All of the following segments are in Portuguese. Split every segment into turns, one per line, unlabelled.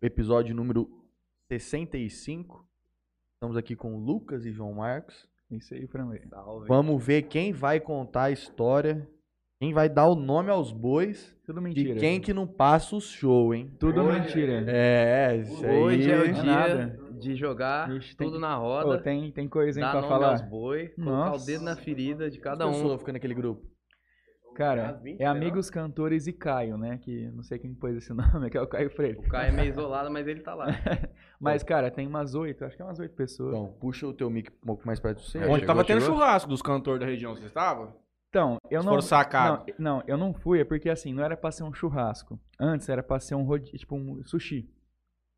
episódio número 65. Estamos aqui com o Lucas e João Marcos.
Isso aí, Fran Lê.
Vamos ver quem vai contar a história, quem vai dar o nome aos bois
Tudo
de
mentira.
quem que não passa o show, hein?
Tudo
Olha.
mentira.
É, isso aí.
Hoje é o
não é
dia
nada.
de jogar
Ixi, tem
tudo
que-
na
Pô,
roda,
tem, tem coisa, hein,
dar
pra
nome
falar.
aos boi, colocar
Nossa.
o dedo na ferida de cada
Cada um
um.
pessoa fica naquele grupo.
Cara,
As 20,
é
né,
Amigos Cantores e Caio, né? Que não sei quem pôs esse nome, que é o Caio Freire.
O Caio é meio isolado, mas ele tá lá.
Mas, cara, tem umas oito, acho que é umas oito pessoas.
Então, puxa o teu mic um pouco mais perto do seu.
É,
É,
tá
Ontem tava tendo churrasco dos cantores da região, vocês estavam?
Então, eu
Vocês
não.
foram sacados.
Não, não, eu não fui, é porque assim, não era pra ser um churrasco. Antes era pra ser um rodízio, tipo um sushi,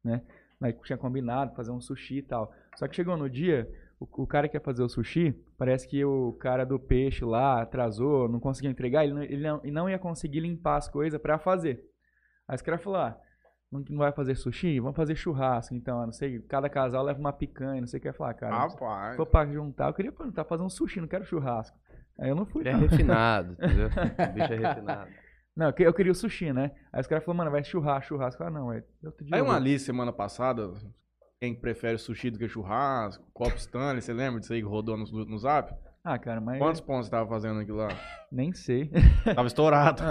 né? Mas tinha combinado fazer um sushi e tal. Só que chegou no dia, o, o cara que ia fazer o sushi, parece que o cara do peixe lá atrasou, não conseguiu entregar, ele não, ele não, ele não ia conseguir limpar as coisas pra fazer. Aí os caras falaram, ah, não, não vai fazer sushi? Vamos fazer churrasco, então, ah, não sei, cada casal leva uma picanha, não sei o que é falar, cara. não sei-
Rapaz.
se for pra juntar, eu queria perguntar, fazer um sushi, não quero churrasco. Aí eu não fui.
Ele é
não.
refinado, entendeu? O bicho é refinado.
Não, eu que- eu queria o sushi, né? Aí os caras falaram, mano, vai churrasco, churrasco. Eu falei, ah, não, é outro dia. eu
Saiu uma
vou.
lista semana passada, quem prefere sushi do que churrasco, copo Stanley, você lembra disso aí que rodou no, no zap?
Ah, cara, mas
Quantos pontos você tava fazendo aquilo lá?
nem sei.
Tava estourado.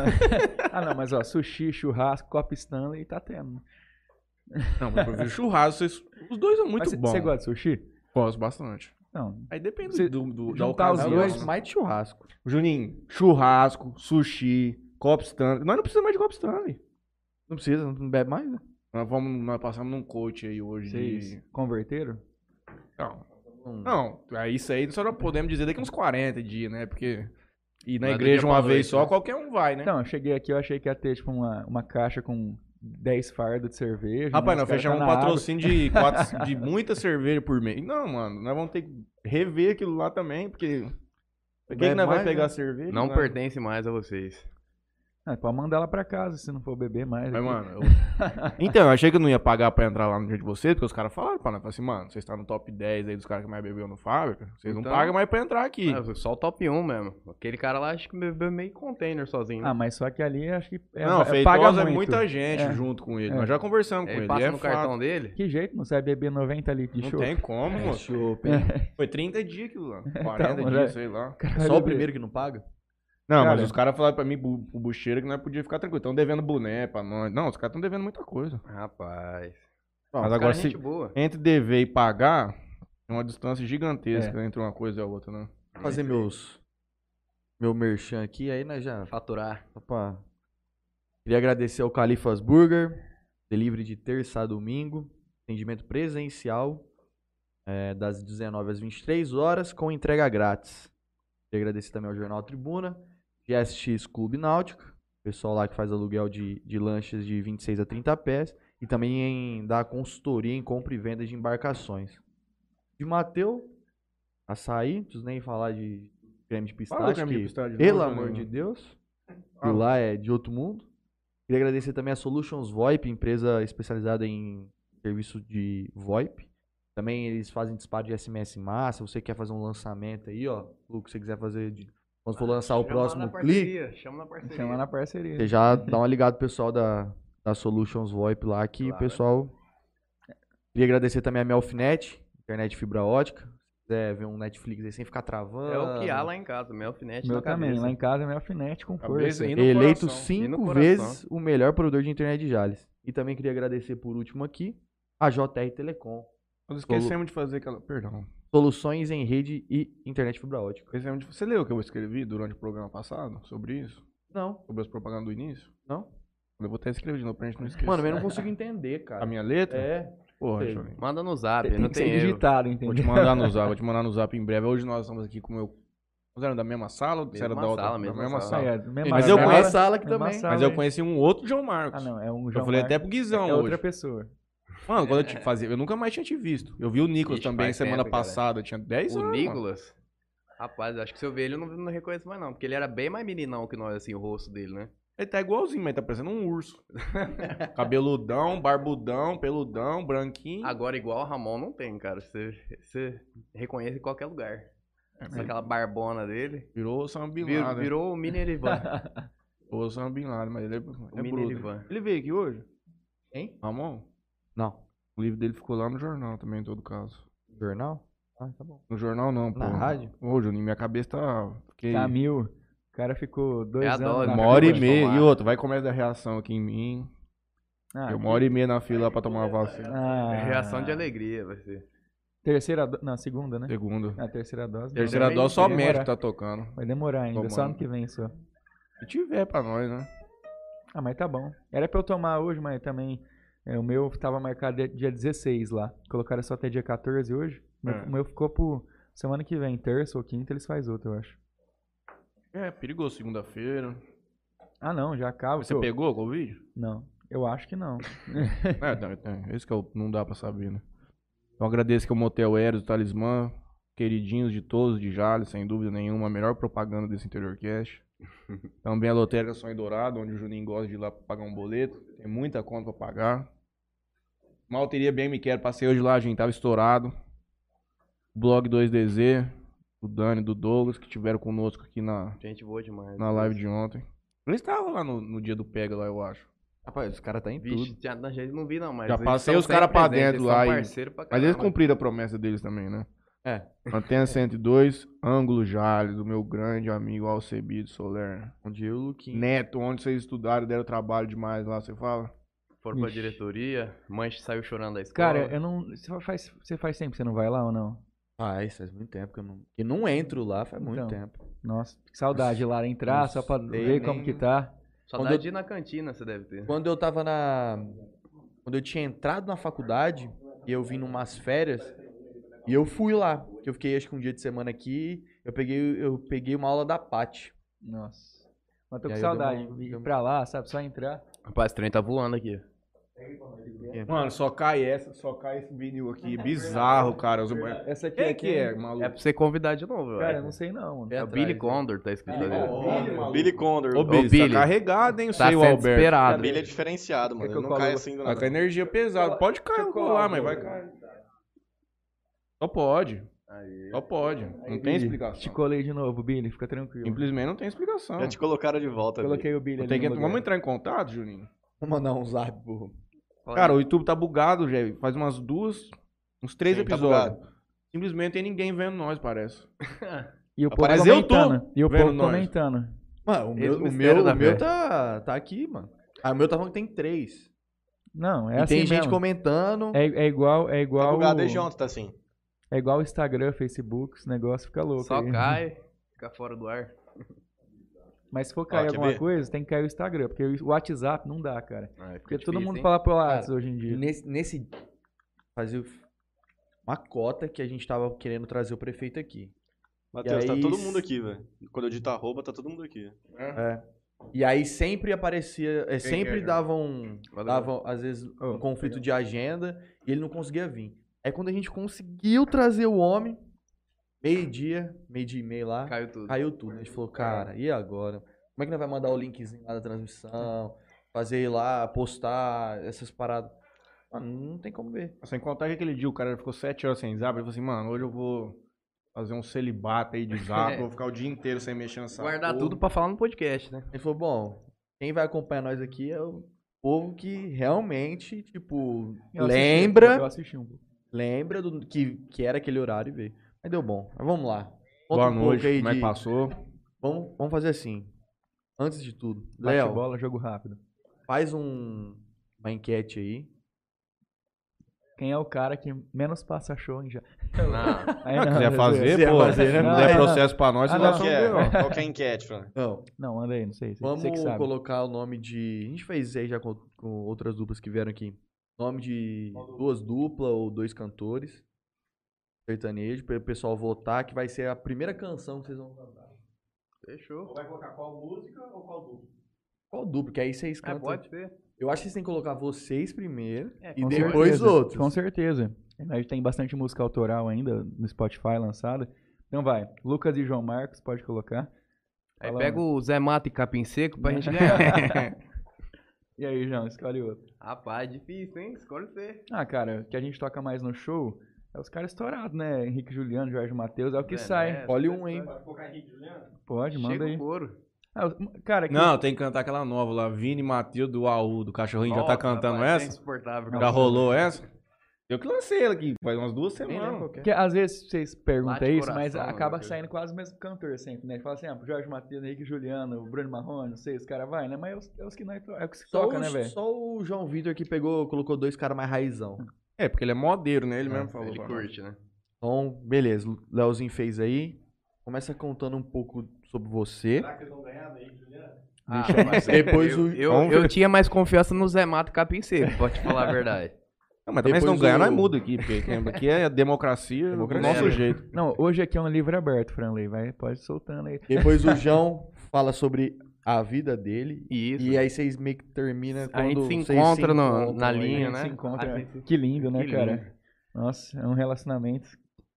ah, não, mas ó, sushi, churrasco, Copa Stanley, tá tendo.
Não, mas eu vi o churrasco, vocês- os dois são muito
mas
bons.
Você gosta de sushi?
Gosto bastante.
Não.
Aí depende
Você-
do, do, da
juntar os
Eu
Tá
ocasião.
dois,
gosto
né?
mais de churrasco.
Juninho, churrasco, sushi, copo Stanley. Nós não precisamos mais de copo Stanley.
Não precisa, não bebe mais, né?
Nós, vamos, nós passamos num coach aí hoje de...
Vocês converteram?
Não,
Não.
Não, é isso aí só não podemos dizer daqui uns 40 dias, né? Porque. E na
Vai do
igreja
dia
uma
pra
vez
noite,
só,
né?
qualquer um vai, né?
Então, eu cheguei aqui, eu achei que ia ter, tipo, uma, uma caixa com 10 fardos de cerveja.
Rapaz,
né?
nós
Os caras
fechamos
tá
um
na água.
patrocínio de, quatro, de muita cerveja por mês. Não, mano, nós vamos ter que rever aquilo lá também, porque. Pra que,
Bebe
que nós vamos
mais,
pegar
né?
cerveja?
Não
né?
pertence mais a vocês.
Ah, pode mandar ela pra casa, se não for beber mais.
Mas,
aqui.
mano, eu- Então, eu achei que eu não ia pagar pra entrar lá no dia de vocês, porque os caras falaram pra nós. Falaram assim, mano, vocês estão no top 10 aí dos caras que mais bebeu no Fábrica, vocês não
Então-
pagam mais pra entrar aqui.
É, só o top 1 mesmo. Aquele cara lá acho que bebeu meio container sozinho. né?
Ah, mas só que ali, acho que é,
não,
é,
feitosa
paga
é
muito.
muita gente
É.
junto com ele.
É.
Nós já conversamos com
ele
ele.
passa
é
no
fato.
cartão dele?
Que jeito, não sabe beber 90 litros de
Não
show?
tem como,
É,
moço.
chopp, hein?
Foi 30 dias aquilo lá. 40
mas
dias,
é-
sei lá.
Só o primeiro que não paga?
Não,
Cara-
mas os caras falaram pra mim, bu- o bucheiro, que nós podíamos ficar tranquilo. Estão devendo boné pra nós. Não, os caras estão devendo muita coisa.
Rapaz.
mas
Os
agora,
cara é
se-
gente boa.
entre dever e pagar, é uma distância gigantesca entre uma coisa e a outra, né?
Vou
É,
fazer meus. Meu merchan aqui, aí nós já.
Faturar.
Opa. Queria agradecer ao Califas Burger, delivery de terça a domingo, atendimento presencial, eh, das 19 às 23 horas, com entrega grátis. Queria agradecer também ao Jornal Tribuna, GSX Clube Náutico, pessoal lá que faz aluguel de, de lanchas de 26 a 30 pés, e também em, da consultoria em compra e venda de embarcações. De Mateu, açaí, não preciso nem falar de creme de pistache,
Fala, Camilo,
que-
está de
pelo
novo,
amor
né?
de Deus. E
Ah.
lá é de outro mundo. Queria agradecer também a Solutions VoIP, empresa especializada em serviço de VoIP. Também eles fazem disparo de SMS massa. Você quer fazer um lançamento aí, ó. Lucas, se você quiser fazer. de- Quando for lançar o
Ah, Chama
próximo
na
clique,
parceria, Chama na parceria.
Chama na parceria.
você já dá uma ligada pro pessoal da, da Solutions VoIP lá, que
Claro.
o pessoal. Queria agradecer também a Melfinet, internet fibra ótica. Se quiser ver um Netflix aí sem ficar travando.
É o que há lá em casa, meu alfinete
Meu
na cabeça.
também, lá em casa é meu alfinete com
Cabeça
força.
ainda. E no
Eleito
coração,
e no
cinco
coração.
vezes o melhor provedor de internet de Jales. E também queria agradecer por último aqui a JR Telecom.
Nós esquecemos de fazer aquela. Perdão.
Soluções em rede e internet fibra ótica.
Esquecemos de... Você leu o que eu escrevi durante o programa passado sobre isso?
Não,
Sobre as propagandas do início?
não.
Eu vou até escrever de novo pra gente não esquecer.
Mano, eu não consigo entender, cara.
A minha letra?
É.
Porra,
sei.
Juninho.
Manda no zap,
Tem
não
que ser
tem erro.
digitado,
Vou te
entendeu?
mandar no zap, vou te mandar no zap em breve. Hoje nós estamos aqui com o meu. Vocês eram da mesma sala ou vocês
Mesma
eram da outra?
sala,
da
mesma
mesma
sala.
sala.
É, mesma
Mas
sala.
eu conheço-
é sala aqui
mesma
também.
sala.
Mas eu conheci um outro João Marcos.
Ah, não, é um
eu
João
falei
Marcos.
até pro Guizão
É
hoje.
outra pessoa.
Mano, quando eu te fazia, eu nunca mais tinha te visto. Eu vi o
É.
Nicolas
Ixi,
também
faz
semana
tempo, cara.
passada, eu tinha 10
O
anos. mano.
Nicolas? Rapaz, acho que se eu ver ele, eu não, não reconheço mais não. Porque ele era bem mais meninão que nós, assim, o rosto dele, né?
Ele tá igualzinho, mas tá parecendo um urso. Cabeludão, barbudão, peludão, branquinho.
Agora, igual o Ramon, não tem, cara. Você, você reconhece em qualquer
É
lugar. Só aquela barbona dele.
Virou o Sam Bin
Vir-
Laden. Virou
virou o mini Erivan.
o Sam Bin Laden, mas ele é, é
O mini
bruto.
Erivan.
Ele veio aqui hoje?
Hein?
Ramon,
Não.
o livro dele ficou lá no jornal também, em todo caso.
Jornal? Ah, tá bom.
No jornal não, pô.
Na rádio?
Ô, Juninho, minha cabeça tá... Fiquei...
Tá mil. O cara ficou dois
É a
anos.
dose,
na
Uma hora e
de
fila.
meia.
tomar.
E outro, vai começar a reação aqui em mim.
Ah,
eu uma hora e meia na fila pra tomar a vacina.
ah,
É Reação de alegria, vai ser.
Terceira dose. Não, segunda, né?
Segunda.
Ah, terceira dose. não.
Terceira
também
dose só
vai
médico
demorar.
tá tocando.
Vai demorar ainda, só
Tomando.
ano que vem só.
Se tiver pra nós, né?
Ah, mas tá bom. Era pra eu tomar hoje, mas também. é, o meu tava marcado dia- dia 16 lá. Colocaram só até dia 14 hoje. O meu-
É.
O meu ficou pro semana que vem, terça ou quinta, eles fazem outro, eu acho.
É, perigoso segunda-feira.
Ah, não, já acaba.
Você
Pô,
pegou o Covid?
Não, eu acho que não.
É, não, é, esse que eu, não dá pra saber, né? Eu agradeço que é o Motel Eros, o Talismã, queridinhos de todos, de Jales, sem dúvida nenhuma, a melhor propaganda desse interior cast. Também a Lotérica Sonho Dourado, onde o Juninho gosta de ir lá pra pagar um boleto. Tem muita conta pra pagar. Malteria Bem Me Quero, passei hoje lá, gente, tava estourado. Blog 2DZ, do Dani, do Douglas, que tiveram conosco aqui na,
Gente boa demais.
na live de ontem. Eles estavam lá no, no dia do Pega, lá, eu acho.
Rapaz, os caras tá em
Vixe,
tudo.
já, não, já não vi não, mas.
Já
eles
passei
são
os cara
sempre
pra
presentes,
dentro
eles
lá
são
e-
parceiro pra
Mas eles
caramba.
cumpriram a promessa deles também, né?
É.
Antena 102, Ângulo Jales, do meu grande amigo Alcebido Soler.
Onde eu, Luquinha.
Neto, onde vocês estudaram, deram trabalho demais lá, você fala?
Foram pra
Ixi.
diretoria, mãe saiu chorando da escola.
Cara,
é
eu não. Você faz, você faz tempo que você não vai lá ou não?
Ah, isso faz muito tempo que eu não. Que não entro lá, faz muito
Então.
tempo.
Nossa, que saudade lá entrar
Nossa,
só pra
tem
ver
nem-
como que tá.
Só
quando
dá
eu-
de ir na cantina, você deve ter.
Quando eu tava na. Quando eu tinha entrado na faculdade e eu vim numas férias. E eu fui lá. Que eu fiquei acho que um dia de semana aqui. Eu peguei, eu peguei uma aula da Pati.
Nossa. Mas
E
tô com
aí eu
saudade.
dou uma-
de
dou
Ir
uma-
pra lá, sabe? Só entrar.
Rapaz, o trem tá voando aqui.
Mano, só cai essa, só cai esse vinil aqui. Bizarro, cara. Os...
Essa aqui
Quem que é, maluco?
É pra você convidar de novo,
Cara, eu
velho.
não sei não, mano.
É
É o Billy
né?
atrás,
Condor, tá
É,
escrito ali.
Billy Condor.
Ô, Billy,
Billy.
tá carregado, hein, o
Tá
seu
sendo
Alberto.
A
esperado.
Billy é diferenciado, mano.
Quer que eu
Ele não
colo-
cai assim
Tá
do
com
nada.
energia pesada. Pode cair,
eu
vou
um colar,
lá, mas vai cair. Só pode,
Aí.
só pode. Não tem
Billy, Te
explicação.
colei de novo, Billy. Fica tranquilo.
Simplesmente não tem explicação.
É
Já te colocaram de volta. Billy.
Coloquei o Billy
Eu
ali
tenho que-
no lugar.
Vamos entrar em contato, Juninho?
Vou mandar um zap, burro.
Cara, o YouTube tá bugado, já. Faz umas duas, uns três
Sim, tá
episódios. Simplesmente tem ninguém vendo nós, parece.
E o povo
Mas eu tô
comentando. E o
vendo
povo
nós.
comentando.
Mano, Ah, o meu,
Eis o
o
mistério
meu,
da
o meu
fé.
tá, tá aqui, mano. Ah, o meu tá falando que tem três.
Não, é
e
assim
tem gente
mesmo.
comentando.
É, é igual, é
Tá
igual,
bugado desde ontem, tá assim.
é igual Instagram, Facebook, esse negócio fica louco.
Só
aí.
cai, fica fora do ar.
Mas se for cair
quer
alguma
ver?
coisa, tem que cair o Instagram, porque o WhatsApp não dá, cara.
Ah, fica
Porque todo
difícil,
mundo
hein?
fala pro Lattes hoje em dia.
Nesse, nesse. Fazer uma cota que a gente tava querendo trazer o prefeito aqui.
Matheus,
E
tá
aí-
todo mundo aqui, velho. Quando eu digito arroba, tá todo mundo aqui.
É. E aí sempre aparecia. é, sempre
é, já?
davam.
Valeu.
davam, às vezes, um conflito de agenda e ele não conseguia vir. Aí quando a gente conseguiu trazer o homem, meio-dia, meio-dia e meio lá,
Caiu tudo.
Caiu tudo. A gente
É.
falou, cara, e agora? Como é que nós vai mandar o linkzinho lá da transmissão?
É.
Fazer lá, postar essas paradas. Mano, não tem como ver.
Sem contar que aquele dia o cara ficou sete horas sem zap. Ele falou assim, mano, hoje eu vou fazer um celibato aí de zap.
É.
Vou ficar o dia inteiro sem mexer nessa
Guardar
porra."
tudo pra falar no podcast, né?
Ele falou, bom, quem vai acompanhar nós aqui é o povo que realmente, tipo,
Eu assisti, Eu
lembra,
assisti um pouco.
lembra do que, que era aquele horário e veio. Mas deu bom. Mas vamos lá. Conta
Boa
um pouco
noite,
aí
como é
de-
que passou?
Vamos, vamos fazer assim. Antes de tudo,
Bate
Léo,
bola, jogo rápido.
faz um- uma enquete aí.
Quem é o cara que menos passa show em já?
Não.
Aí
Ah,
não,
quiser
mas-
fazer,
quiser
pô.
fazer,
Se
né?
não
Não,
der
não.
processo pra nós,
Ah,
você
não.
vai um
Qual que
saber,
é?
ó.
Qual que é a enquete, mano?
Não,
Não, anda aí, não sei. Você, você que
Vamos
sabe.
colocar o nome de. A gente fez isso aí já com, com outras duplas que vieram aqui. Nome de duas duplas ou dois cantores. Sertanejo, para o pessoal votar, que vai ser a primeira canção que vocês vão cantar.
Fechou.
Vai colocar qual música ou qual dupla?
Qual dupla? Que aí vocês
Ah,
cantam.
pode ser.
Eu acho que vocês têm que colocar vocês primeiro
É,
e
Com
depois
certeza,
outros.
Com certeza. A gente tem bastante música autoral ainda no Spotify lançada. Então vai, Lucas e João Marcos, pode colocar.
Aí
Fala,
pega o Zé Mato e Capim Seco pra gente
Né?
ganhar.
E aí, João, escolhe outro.
Rapaz, difícil, hein? Escolhe você.
Ah, cara, o que a gente toca mais no show é os caras estourados, né? Henrique Juliano, Jorge Matheus, é o que
Zé
sai.
Neto,
Olha
Zé
um, hein?
Neto.
Pode, manda
né? Chega um
aí.
o couro.
Ah, eu- cara, que-
Não, tem que cantar aquela nova lá. Vini Matheus do AU, do Cachorrinho, já tá
Nossa,
cantando
rapaz, é
essa?
insuportável.
Já rolou essa? Eu que lancei ela aqui, faz umas duas semanas.
que às vezes vocês perguntam
Bate
isso,
coração,
mas
né,
acaba
Matheus?
saindo quase o mesmo cantor sempre, né? Fala assim, ah, Jorge Matheus, Henrique Juliano, o Bruno Marrone, não sei, os caras vai, né? Mas é os, é os que nós to- é o que se
Só,
toca,
o,
né, velho?
só o João Vitor que pegou, colocou dois caras mais raizão.
É, porque ele é modeiro, né? Ele mesmo falou.
Ele
pra nós.
curte, né?
Então, beleza. o Leozinho fez aí. Começa contando um pouco sobre você.
Ah, mas
Depois
eu,
o-
eu,
Vamos
eu
ver.
tinha mais confiança no Zé Mato Capim Seco, pode te falar a verdade.
Não, mas também se
Depois
não ganhar,
o-
nós muda aqui, porque lembra, aqui é democracia,
Democracia.
do nosso jeito.
Não, hoje aqui é um livro aberto, Franley, vai, pode soltando aí.
Depois o João fala sobre a vida dele.
E isso.
E aí vocês meio que termina
A
quando
gente se
vocês
encontra no- na
aí.
linha,
A gente
né?
se encontra.
A gente-
Que lindo, né,
Que
cara?
lindo.
Nossa, é um relacionamento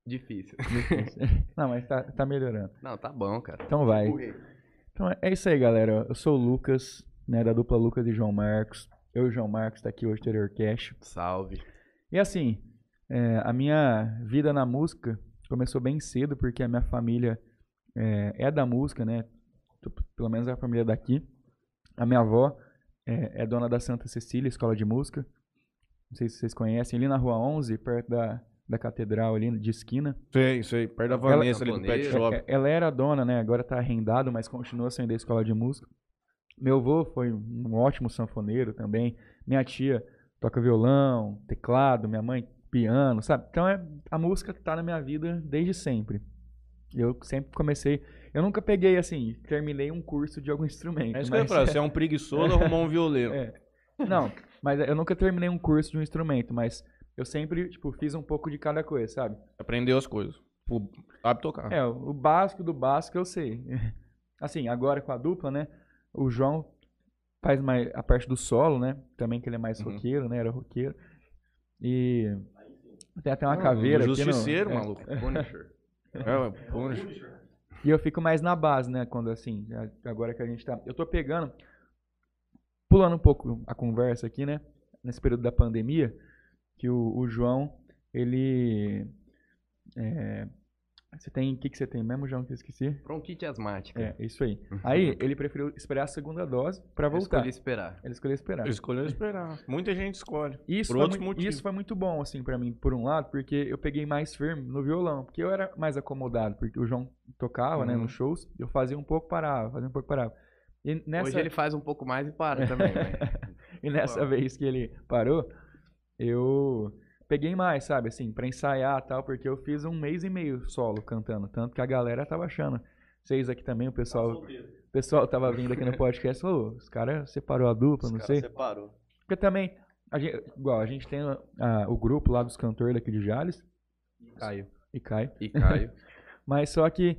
Difícil.
difícil. não, mas tá, tá melhorando.
Não, tá bom, cara.
Então vai. Então é- é isso aí, galera. Eu sou o Lucas, né, da dupla Lucas e João Marcos. Eu e o João Marcos tá aqui hoje, Exterior Cash.
Salve.
E assim, é, a minha vida na música começou bem cedo, porque a minha família é, é da música, né? T- Pelo menos é a família daqui. A minha avó é, é dona da Santa Cecília, Escola de Música. Não sei se vocês conhecem, ali na Rua 11, perto da, da catedral, ali de esquina.
Sei, sei. Perto da
Ela-
Vanessa ali do pet
Japonesa.
shop.
É, Ela era dona, né? Agora tá arrendado, mas continua sendo da escola de música. Meu avô foi um ótimo sanfoneiro também. Minha tia toca violão, teclado, minha mãe piano, sabe? Então é, a música tá na minha vida desde sempre. Eu sempre comecei. Eu nunca peguei assim, terminei um curso de algum instrumento.
É isso que eu ia
mas-
falar, você é um preguiçoso, arrumou um violeiro.
É. não, mas eu nunca terminei um curso de um instrumento, mas eu sempre, tipo, fiz um pouco de cada coisa, sabe?
Aprendeu as coisas. Pô, Sabe tocar.
É, o básico do básico eu sei. Assim, agora com a dupla, né? O João faz mais a parte do solo, né? Também que ele é mais
Uhum.
roqueiro, né? Era roqueiro. E tem até uma
Não,
caveira aqui. no-
Ah, um Justiceiro,
é.
maluco.
Punisher.
É, Punisher.
E eu fico mais na base, né? Quando assim, a- agora que a gente tá. Eu tô pegando. Pulando um pouco a conversa aqui, né? Nesse período da pandemia, que o, o João, ele. é, você tem. O que, que você tem mesmo, João, que eu esqueci?
Bronquite asmática.
É, isso aí. Aí, ele preferiu esperar a segunda dose pra
Eu
voltar.
escolhi esperar.
Ele escolheu esperar.
Escolheu esperar. Muita gente escolhe.
E Isso,
Por
foi
outros
muito,
motivos.
isso foi muito bom, assim, pra mim, por um lado, porque eu peguei mais firme no violão, porque eu era mais acomodado, porque o João tocava, né,
Uhum.
nos shows, eu fazia um pouco, parava, fazia um pouco, parava. E nessa,
Hoje ele faz um pouco mais e para também, né?
e nessa vez que ele parou, eu peguei mais, sabe, assim, pra ensaiar e tal, porque eu fiz um mês e meio solo cantando, tanto que a galera tava achando. Vocês aqui também, o
Tá
pessoal, o pessoal tava vindo aqui no podcast e falou, "Ô, os caras separou a dupla,
Os
não
caras
sei.
separou.
Porque também, a gente, igual, a gente tem ah, o grupo lá dos cantores daqui de Jales. Caio. E Caio.
E Caio.
Assim Mas só que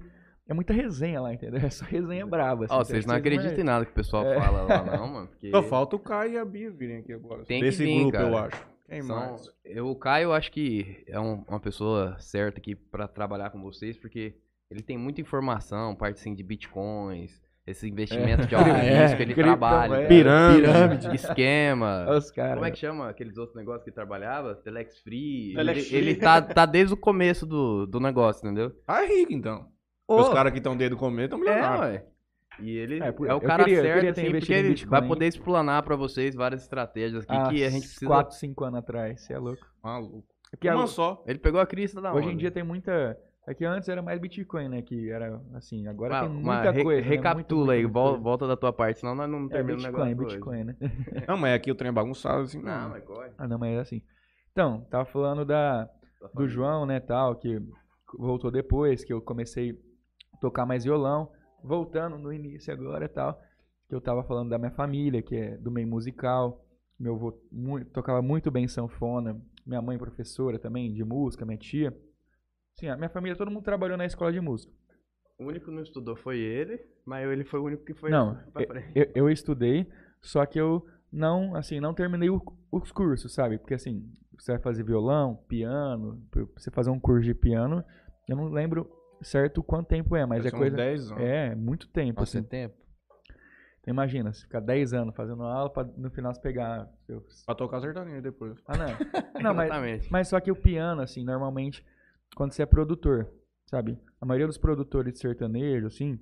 é muita resenha lá, entendeu? É só resenha braba. assim,
Ó,
então
vocês
acho
não
que
acreditam em nada que o pessoal
É.
fala lá, não, mano. Porque
Só falta o Caio e a Bia virem aqui agora.
Tem que
Desse
vir,
grupo,
cara.
eu acho. Quem
são-
mais?
eu, o Caio, acho que é um- uma pessoa certa aqui pra trabalhar com vocês, porque ele tem muita informação, parte assim de bitcoins, esses investimentos de alto
Ah,
risco,
é.
ele
Criptomoeda.
trabalha.
Pirâmide.
Esquema.
Os caras.
Como é que chama aqueles outros negócios que trabalhava? Telex Free.
Telex
ele
Free.
ele tá, tá desde o começo do, do negócio, entendeu?
Ah, é rico, então.
Ô.
Os caras que estão desde o começo estão
É,
milionários. tá
ué. E ele
Tá. É,
é,
pô, eu
o cara
queria- eu queria
certo,
ter
assim, porque
investido em
ele
Bitcoin. Ah,
vai poder explanar pra vocês várias estratégias aqui
Há
que a gente precisa.
4, 5 anos atrás, você é louco.
Maluco.
é
Porque
Uma
a-
só.
Ele pegou a crista da
hoje
onda.
em dia tem muita. É que antes era mais Bitcoin, né? Que era assim, agora
Ah,
tem
mas
muita
re-
coisa. né?
Recapitula
Muita,
aí,
muita
vol-
coisa.
volta da tua parte, senão nós não
É
terminamos o
Bitcoin,
negócio. hoje.
Bitcoin, né?
Não, mas aqui o trem é bagunçado assim.
Não,
Não,
mas corre.
Ah, não, mas era assim. Então, tava falando da,
Tá
do
falando.
João, né, tal, que voltou depois, que eu comecei a tocar mais violão, voltando no início agora, tal, que eu tava falando da minha família, que é do meio musical, meu avô mu- tocava muito bem sanfona, minha mãe professora também de música, minha tia. Sim, a minha família, todo mundo trabalhou na escola de música.
O único que não estudou foi ele, mas ele foi o único que foi
Não, é,
pra frente.
Eu, eu estudei, só que eu não, assim, não terminei o- os cursos, sabe? Porque assim, você vai fazer violão, piano, pra você fazer um curso de piano, eu não lembro certo quanto tempo é, mas é coisa é muito tempo,
Nossa, é
assim.
tempo.
Então, imagina, você ficar 10 anos fazendo aula pra no final você pegar eu-
Pra tocar sertanejo depois.
Ah, não. não, mas
Exatamente.
mas só que o piano, assim, normalmente, quando você é produtor, sabe? A maioria dos produtores de sertanejo, assim,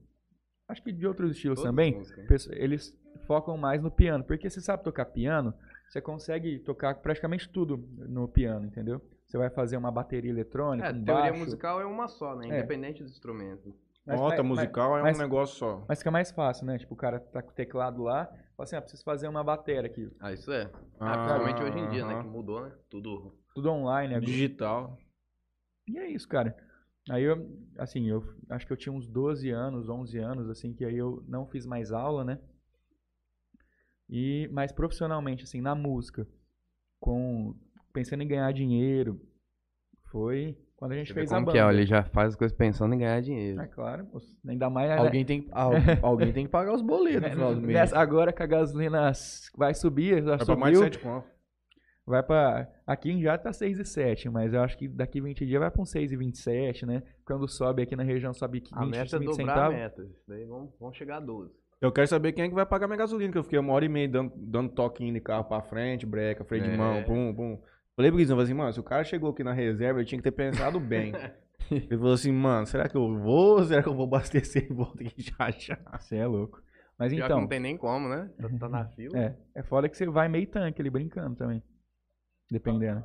acho que de outros estilos
Todas as
também,
músicas, né?
pesso- eles focam mais no piano. Porque você sabe tocar piano, você consegue tocar praticamente tudo no piano, entendeu? Você vai fazer uma bateria eletrônica,
É,
um
teoria
baixo,
musical é uma só, né?
É.
Independente dos instrumentos.
mas-
Nota
mas-
musical é
mas-
um negócio só.
Mas fica mais fácil, né? Tipo, o cara tá com o teclado lá, fala assim, ah, preciso fazer uma bateria aqui.
Ah, isso é. Ah,
Ah,
principalmente hoje em dia, né?
aham.
Que mudou, né? Tudo.
Tudo online é agora.
Digital.
E é isso, cara. Aí eu, assim, eu acho que eu tinha uns 12 anos, 11 anos, assim, que aí eu não fiz mais aula, né? E, mas profissionalmente, assim, na música, com pensando em ganhar dinheiro, foi quando a gente fez a
como
banda.
que é, ó, ele já faz as coisas pensando em ganhar dinheiro.
É claro, moço, ainda mais né?
Alguém tem, que- al- alguém tem que pagar os boletos no final do mês.
Nessa- agora que a gasolina s- vai subir, já
É pra
subiu,
mais de 7 conto.
vai pra. aqui já tá 6,7, mas eu acho que daqui 20 dias vai pra um 6,27, né? Quando sobe aqui na região sobe 20,
A meta é
20
dobrar a
centavos.
meta. Isso daí vamos, vamos chegar a 12.
Eu quero saber quem é que vai pagar minha gasolina, que eu fiquei uma hora e meia dando, dando toquinho de carro pra frente, breca, freio de
É.
mão, pum, pum. Falei pro Guizão, falei assim, mano, se o cara chegou aqui na reserva, ele tinha que ter pensado bem. Ele falou assim, mano, será que eu vou? Será que eu vou abastecer e volto aqui já já?
Você é louco. Mas
Pior que
então,
não tem nem como, né? Tá, tá na fila.
é, é foda que você vai meio tanque ali brincando também. Dependendo.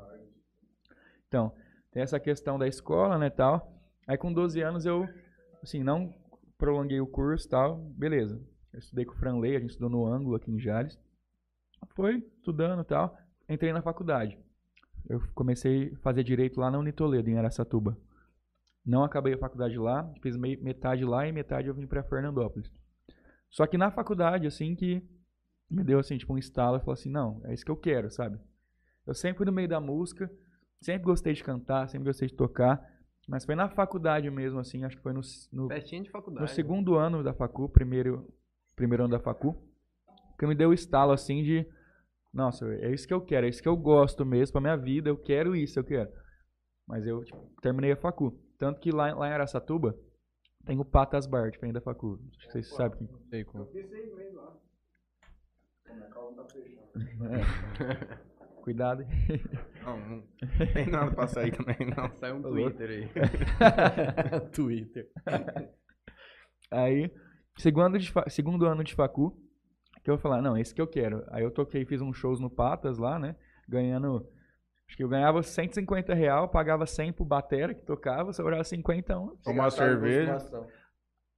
Então, tem essa questão da escola, né, tal. Aí com 12 anos eu, assim, não prolonguei o curso tal, beleza. Eu estudei com o Franley, a gente estudou no ângulo aqui em Jales. Foi estudando tal, entrei na faculdade. Eu comecei a fazer direito lá na Unitoledo, em Aracatuba. Não acabei a faculdade lá, fiz mei- metade lá e metade eu vim pra Fernandópolis. Só que na faculdade, assim, que me deu, assim, tipo um estalo, eu falei assim, não, é isso que eu quero, sabe? Eu sempre fui no meio da música, sempre gostei de cantar, sempre gostei de tocar, mas foi na faculdade mesmo, assim, acho que foi no, s- no
Festinha de faculdade. né?
no segundo ano da facu, primeiro, primeiro ano da facu, que me deu o estalo assim de, nossa, é isso que eu quero, é isso que eu gosto mesmo pra minha vida, eu quero isso, eu quero. Mas eu tipo, terminei a facu. Tanto que lá, lá em Araçatuba tem o Patas Bar, tipo, ainda da facu. Acho que vocês sabem quem.
Sei como.
É. Cuidado.
Não, não tem nada pra sair também, não.
Sai um
Tá louco.
Twitter aí.
Twitter.
Aí, segundo, de fa- segundo ano de facu, que eu falar, não, esse que eu quero. Aí eu toquei, fiz uns shows no Patas lá, né? Ganhando. Acho que eu ganhava 150 real, pagava 100 pro Batera que tocava, sobrava 50 um.
Tomar uma cerveja.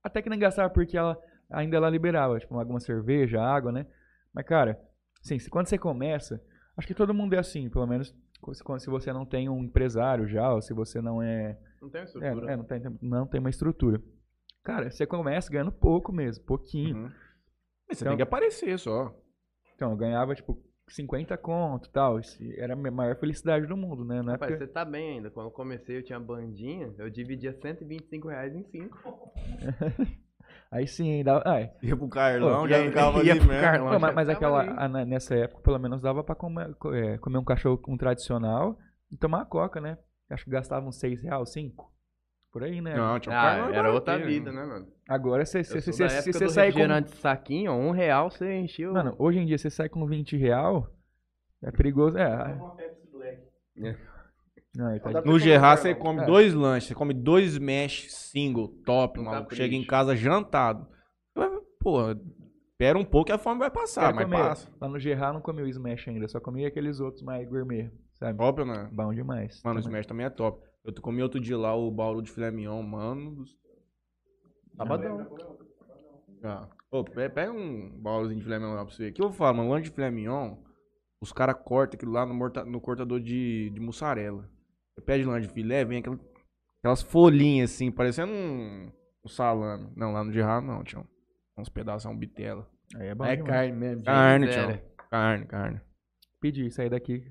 Até que não gastava porque ela ainda ela liberava, tipo, alguma cerveja, água, né? Mas, cara, assim, se- quando você começa, acho que todo mundo é assim, pelo menos se- quando- se você não tem um empresário já, ou se você não é
Não tem uma
é,
estrutura.
é, não, tem, não tem uma estrutura. Cara, você começa ganhando pouco mesmo, pouquinho.
Uhum. Mas você
Então-
tem que aparecer só.
Então, eu ganhava, tipo, 50 conto e tal. Isso era a minha maior felicidade do mundo, né? Na
Rapaz,
época,
você tá bem ainda. Quando eu comecei, eu tinha bandinha, eu dividia 125 reais em 5.
Aí sim, dava. Ah, é.
Ia pro Carlão,
Pô,
já
ia-
ficava
ia
ali
pro
mesmo.
Carlão.
Pô, mas, mas
tava
aquela,
ali.
a- na- nessa época, pelo menos dava pra comer, co- é, comer um cachorro um tradicional e tomar uma coca, né? Acho que gastavam 6 reais, 5. Por aí, né?
Não, tinha um
Ah,
Carlão
era
barateiro,
outra
né?
vida, né, mano?
Agora, se
Eu
se- se-
sou da
se- se
época
você
do
sair com
refrigerante de saquinho, ó, um real você encheu.
Mano, hoje em dia você sai com 20 real, é perigoso. É. Não, ele tá de-
No Gerard você come
É.
dois lanches, você come dois mesh single, top,
Um
maluco.
capricho.
Chega em casa jantado. Porra, espera um pouco e a fome vai passar,
Quero
mas
comer.
passa.
Lá no Gerard não comi o Smash ainda, só comi aqueles outros mais gourmet, sabe?
Top, né?
Bom demais. tá
Mano, o
também.
Smash também é top. Eu comi outro dia lá o bauru de filé mignon, mano.
Sabadão.
Ah. Ô, pe- pega um baúzinho de filé mignon lá pra você. O que eu falo, mano? Lanche de filé mignon, os caras cortam aquilo lá no, morta- no cortador de, de mussarela. Você pede lanche de filé, vem aquela- aquelas folhinhas assim, parecendo um, um salame. Não, lá no Gerard não, tio. Uns pedaços, é um bitela.
Aí é bom
É
demais.
carne mesmo.
Carne,
sério.
tio. Carne, carne.
Pedi sair daqui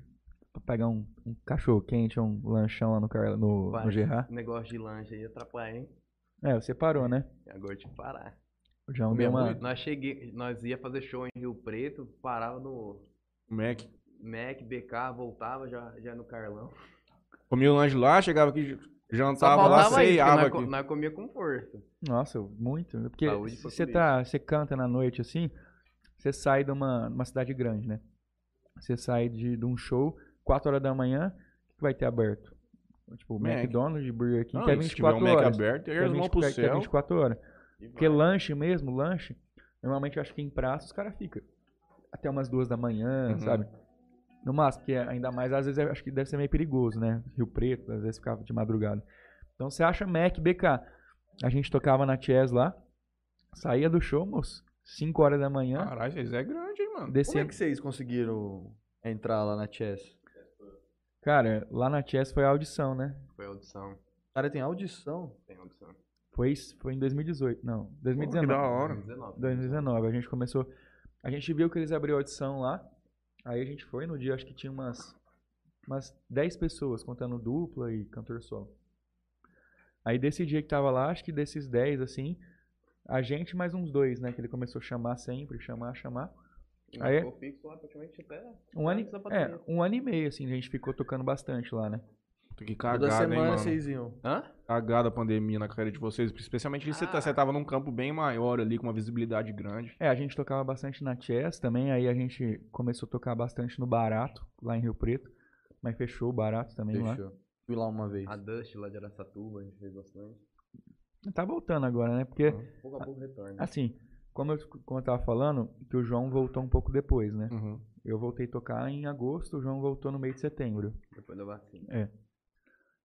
pra pegar um, um cachorro quente, um lanchão lá no, Car... no,
Vai.
no Gerard.
Esse negócio de lanche aí atrapalha, hein?
É, você parou, né?
Agora te parar.
O João
Comia
deu uma...
muito.
Nós cheguei, nós ia fazer show em Rio Preto, parava no
O Mac.
Mac, BK, voltava já, já no Carlão.
Comia o lanche lá, chegava aqui, jantava lá,
faltava isso, que
ceiava
nós, co-
aqui.
nós comia com força.
Nossa, muito. Porque
Saúde pra
você
comer.
tá, você canta na noite assim, você sai de uma, uma cidade grande, né? Você sai de, de um show, 4 horas da manhã, o que vai ter aberto? Tipo,
Mac.
McDonald's, Burger King,
Não,
que é
se tiver
24
um Mac
horas.
aberto,
Que é
eles vão
20
pro
que é
céu.
24 horas. Porque lanche mesmo, lanche, normalmente eu acho que em praça os caras ficam até umas duas da manhã,
Uhum.
sabe? No máximo, porque ainda mais, às vezes, eu acho que deve ser meio perigoso, né? Rio Preto, às vezes ficava de madrugada. Então você acha Mac, BK. A gente tocava na Chess lá, saía do show, moço, 5 horas da manhã,
Caralho, vocês é grande, hein, mano.
Como é
descendo.
que vocês conseguiram entrar lá na Chess?
Cara, lá na Chess foi a audição, né?
Foi audição.
O cara tem audição.
Tem audição. Foi
Foi, isso- foi em 2018, não, 2019.
da hora.
2019.
2019. A gente começou. A gente viu que eles abriram a audição lá. Aí a gente foi no dia, acho que tinha umas, umas 10 pessoas, contando dupla e cantor solo. Aí desse dia que tava lá, acho que desses 10, assim, a gente mais uns dois, né? Que ele começou a chamar sempre, chamar, chamar. Aí-
Ficou fixo lá praticamente até.
Um ano, e-
Só pra
é,
ter.
um ano e meio, assim, a gente ficou tocando bastante lá, né?
Puta, Que
Toda
cagada, hein,
semana
mano.
vocês iam.
Hã?
Cagada a pandemia na carreira de vocês. Especialmente ali, você, tá,
Ah.
você tava num campo bem maior ali, com uma visibilidade grande.
É, a gente tocava bastante na Chess também, aí a gente começou a tocar bastante no Barato, lá em Rio Preto. Mas fechou o Barato também lá.
Fechou. Fui lá uma vez.
A Dust lá de Aracatuba, a gente fez bastante.
Tá voltando agora, né? Porque
Pouco a pouco retorna.
Assim, como eu, como eu tava falando, que o João voltou um pouco depois, né?
Uhum.
Eu voltei a tocar em agosto, o João voltou no meio de setembro.
Depois da vacina.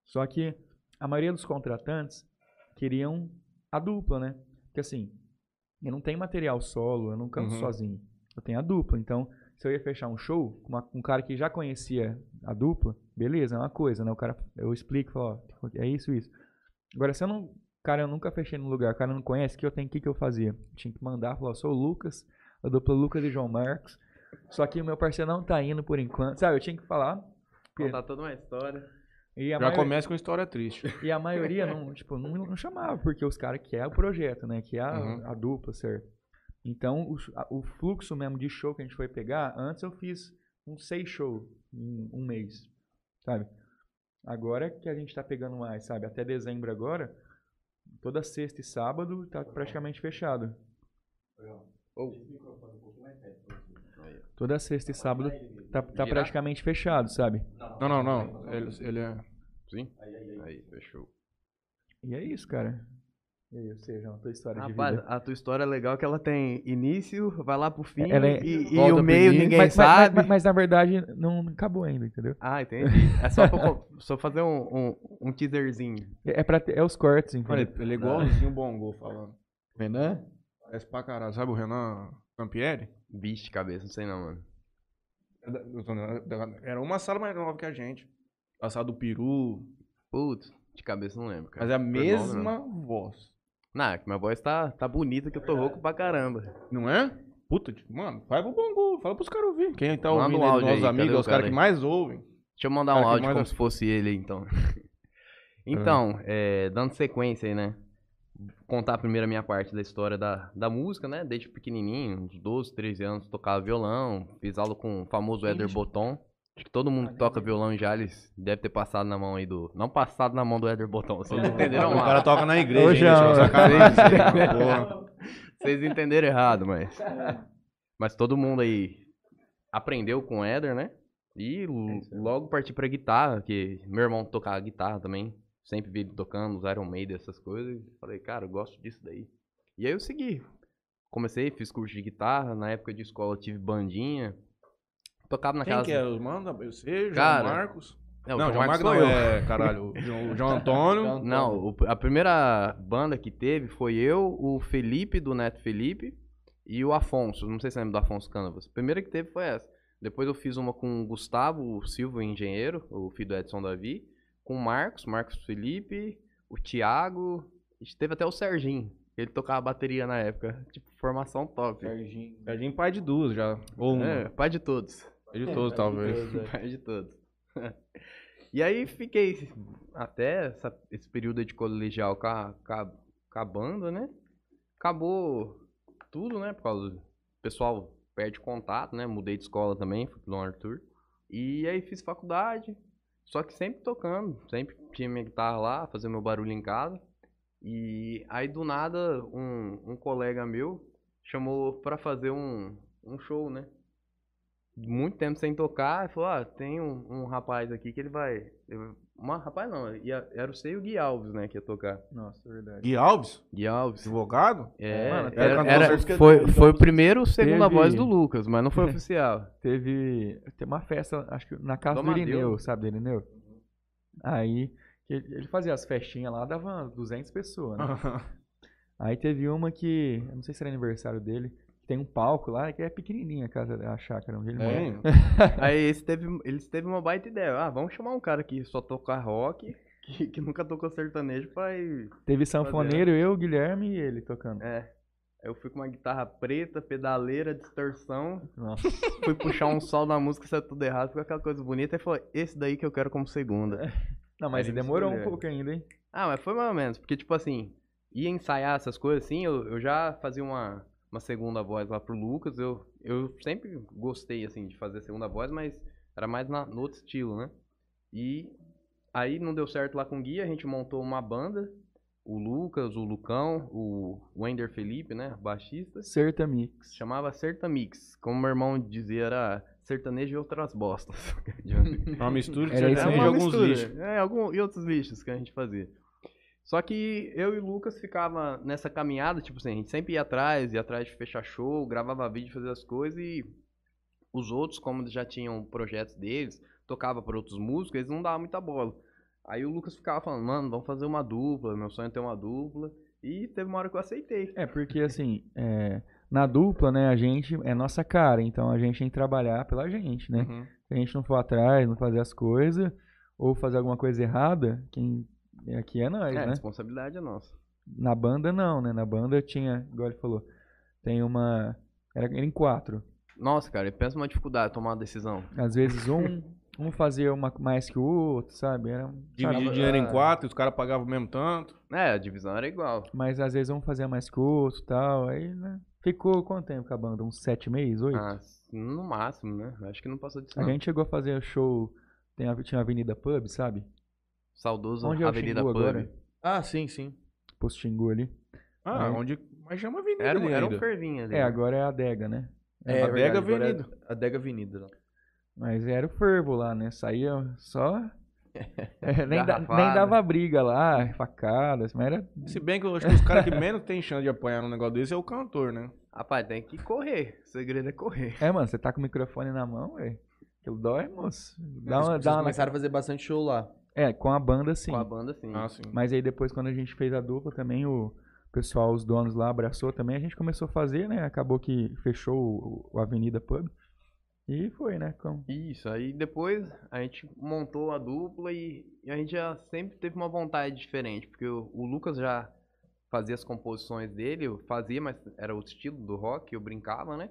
Só que a maioria dos contratantes queriam a dupla, né? Porque assim, eu não tenho material solo, eu não canto
Uhum.
sozinho. Eu tenho a dupla. Então, se eu ia fechar um show com uma- com um cara que já conhecia a dupla, beleza, é uma coisa, né? O cara, eu explico, falo, ó, é isso, isso. Agora, se eu não. Cara, eu nunca fechei num lugar, o cara não conhece, o que eu tenho, o que, que eu fazia? Eu tinha que mandar, falar, eu sou o Lucas, a dupla Lucas e João Marcos. Só que o meu parceiro não tá indo por enquanto. Sabe, eu tinha que falar. Porque-
Contar toda uma história.
E a
Já
maioria-
começa com história triste.
e a maioria não, tipo, não, não chamava, porque os caras querem o projeto, né? Que é a,
Uhum.
a dupla, certo? Então, o, sh- a- o fluxo mesmo de show que a gente foi pegar, antes eu fiz uns seis shows em um mês, sabe? Agora que a gente tá pegando mais, sabe? Até dezembro agora, toda sexta e sábado tá praticamente fechado. Toda sexta e sábado tá, tá
Girar?
praticamente fechado, sabe?
Não, não, não. Ele, ele é.
Sim? Aí, fechou.
E é isso, cara. E aí, ou seja, é uma tua história de
Rapaz,
vida.
a tua história é legal que ela tem início, vai lá pro fim
Ela é-
e, e
Volta
o
pro
meio
início.
ninguém
mas, mas-
sabe.
Mas, mas, na verdade não acabou ainda, entendeu?
Ah, entendi. É só, pra co- só fazer um, um, um teaserzinho.
É, é, pra ter- é os cortes,
Olha,
entendeu?
ele é igualzinho o Bongo falando.
Renan?
Parece pra caralho. Sabe o Renan Campieri?
Bicho, cabeça, não sei não, mano.
É Era uma sala mais nova que a gente. A sala do Peru.
Putz, de cabeça não lembro, cara.
Mas é a
Por nome, não.
mesma voz.
Não, que minha voz tá, tá bonita que eu tô rouco pra caramba.
Não é? Puta, tipo, mano, vai pro Bongo, fala pros caras ouvir. Quem tá
Manda
ouvindo
um
aí,
áudio
nossos
aí,
amigos,
cadê
é
o
os caras
cara
que
aí?
mais ouvem.
Deixa eu mandar um
Cara, que
áudio
mais Ah.
como
a-
se fosse ele, então. então, é, dando sequência aí, né? Contar primeiro a minha parte da história da, da música, né? Desde pequenininho, uns 12, 13 anos, tocava violão, fiz aula com o famoso Éder Botton. Acho que todo mundo que toca violão já, eles deve ter passado na mão aí do... Não passado na mão do Éder Botton, vocês entenderam
o
mal.
cara toca na igreja,
Ô,
gente,
João.
é uma sacanagem. Porra.
Vocês entenderam errado, mas. Mas todo mundo aí aprendeu com o Éder, né? E l- logo parti pra guitarra, que meu irmão tocava guitarra também. Sempre vi ele tocando, os Iron Maiden, essas coisas. E Falei, cara, eu gosto disso daí. E aí eu segui. Comecei, fiz curso de guitarra. Na época de escola eu tive bandinha. Tocava na
Quem
casa.
que é? Os manda? Eu sei, João
Cara,
Marcos.
Não, o
não,
João
João Marcos
Marcos
não
sou eu.
é, caralho. O João, o João Antônio.
Não, o- a primeira banda que teve foi eu, o Felipe, do Neto Felipe, e o Afonso. Não sei se lembra do Afonso Canavas. A primeira que teve foi essa. Depois eu fiz uma com o Gustavo Silva, o engenheiro, o filho do Edson Davi, com o Marcos, Marcos Felipe, o Thiago, e teve até o Serginho. Ele tocava bateria na época. Tipo, formação top.
Serginho. Serginho pai de duas já. Ou um uma.
É, pai de todos.
Pai de todos, talvez.
Pai de todos. é. E aí fiquei até essa- esse período aí de colegial com a, com a- com a banda, né? Acabou tudo, né? Por causa do o pessoal perde contato, né? Mudei de escola também, fui pro Dom Arthur. E aí fiz faculdade, só que sempre tocando, sempre tinha minha guitarra lá, fazia meu barulho em casa. E aí do nada um, um colega meu chamou pra fazer um, um show, né? muito tempo sem tocar, e falou, ah, tem um, um rapaz aqui que ele vai... eu- uma rapaz não, ia- era o Sei e o Gui Alves, né, que ia tocar.
Nossa, é verdade.
Gui Alves,
Gui Alves.
advogado?
É,
Mano,
era-
cantou
era-
as músicas
foi,
do-
foi o primeiro segunda
Teve-
voz do Lucas, mas não foi oficial.
Teve, teve uma festa, acho que na casa
Do
do,
Amadeu.
Irineu, sabe do Irineu?
Uhum.
Aí, que ele ele fazia as festinhas lá, dava 200
É.
pessoas, né?
Uhum.
Aí teve uma que, eu não sei se era aniversário dele, que tem um palco lá, que é pequenininha a casa, a chácara onde ele mora.
Tem?
Aí esse teve, eles teve uma baita ideia. Ah, vamos chamar um cara que só toca rock, que, que nunca tocou sertanejo, pra ir...
Teve sanfoneiro, eu, Guilherme e ele tocando.
É. Aí Eu fui com uma guitarra preta, pedaleira, distorção,
Nossa,
fui puxar um sol na música, saiu tudo errado, ficou aquela coisa bonita, e falou, esse daí que eu quero como segunda.
não, mas
Aí ele
demorou um
misturou.
pouco ainda, hein?
Ah, mas foi mais ou menos, porque tipo assim, ia ensaiar essas coisas assim, eu, eu já fazia uma, uma segunda voz lá pro Lucas, eu, eu sempre gostei assim de fazer segunda voz, mas era mais na, no outro estilo, né? E aí não deu certo lá com o Gui, a gente montou uma banda, o Lucas, o Lucão, o Wender Felipe, né, baixista,
Sertami.
que se chamava Sertamix, como meu irmão dizia, era sertanejo e outras bostas. Adianta.
Uma mistura é de
Era isso
Era
aí.
sertanejo e
uma
alguns
mistura.
lixos.
É, algum, e outros lixos que a gente fazia. Só que eu e o Lucas ficava nessa caminhada, tipo assim, a gente sempre ia atrás, ia atrás de fechar show, gravava vídeo, fazia as coisas e os outros, como já tinham projetos deles, tocava para outros músicos, eles não davam muita bola. Aí o Lucas ficava falando, mano, vamos fazer uma dupla, meu sonho é ter uma dupla. E teve uma hora que eu aceitei.
É, porque assim, é, na dupla, né, a gente é nossa cara, então a gente tem que trabalhar pela gente, né?
Uhum.
Se a gente não for atrás, não fazer as coisas, ou fazer alguma coisa errada, quem aqui é nós,
É, a
né?
responsabilidade é nossa.
Na banda não, né? Na banda tinha, igual ele falou, tem uma. Era, era em quatro.
Nossa, cara, pensa uma dificuldade tomar uma decisão.
Às vezes um, um fazia uma mais que o outro, sabe? Era, um
Dividir
sabe?
dinheiro em
Ah.
quatro, os caras pagavam o mesmo tanto.
É, a divisão era igual.
Mas às vezes um fazia mais que o outro e tal. Aí, né? Ficou quanto tempo com a banda? Uns sete meses, oito?
Ah, no máximo, né? Acho que não passou disso,
a
não.
gente chegou a fazer show. Tem a, tinha a Avenida Pub, sabe?
Saudoso
Onde é o
Avenida
Xingu
Pub.
agora?
Ah, sim, sim.
Posto Xingu ali.
Ah,
Ah, é.
onde. Mas chama avenida.
Era,
ali
um- era um
ainda.
fervinho ali.
É, agora é a adega, né?
É,
Adega
verdade, agora é
Avenida.
Adega Avenida. né?
Mas era o fervo lá, né? Saía só. É, nem, da- nem
Garrafada.
dava briga lá, facadas, mas era.
Se bem que eu acho que os caras que menos tem chance de apanhar num negócio desse é o cantor, né?
Rapaz, tem que correr. O segredo é correr.
É, mano, você tá com o microfone na mão, velho. Aquilo dói, moço.
É,
Dá uma.
Vocês
Dá uma...
começaram a fazer bastante show lá.
É, com a banda sim.
Com a banda, sim.
Ah, sim.
Mas aí depois, quando a gente fez a dupla também, o pessoal, os donos lá abraçou também. A gente começou a fazer, né? Acabou que fechou o, o Avenida Pub. E foi, né? Com...
Isso, aí depois a gente montou a dupla e, e a gente já sempre teve uma vontade diferente, porque o, o Lucas já fazia as composições dele, eu fazia, mas era outro estilo do rock, eu brincava, né?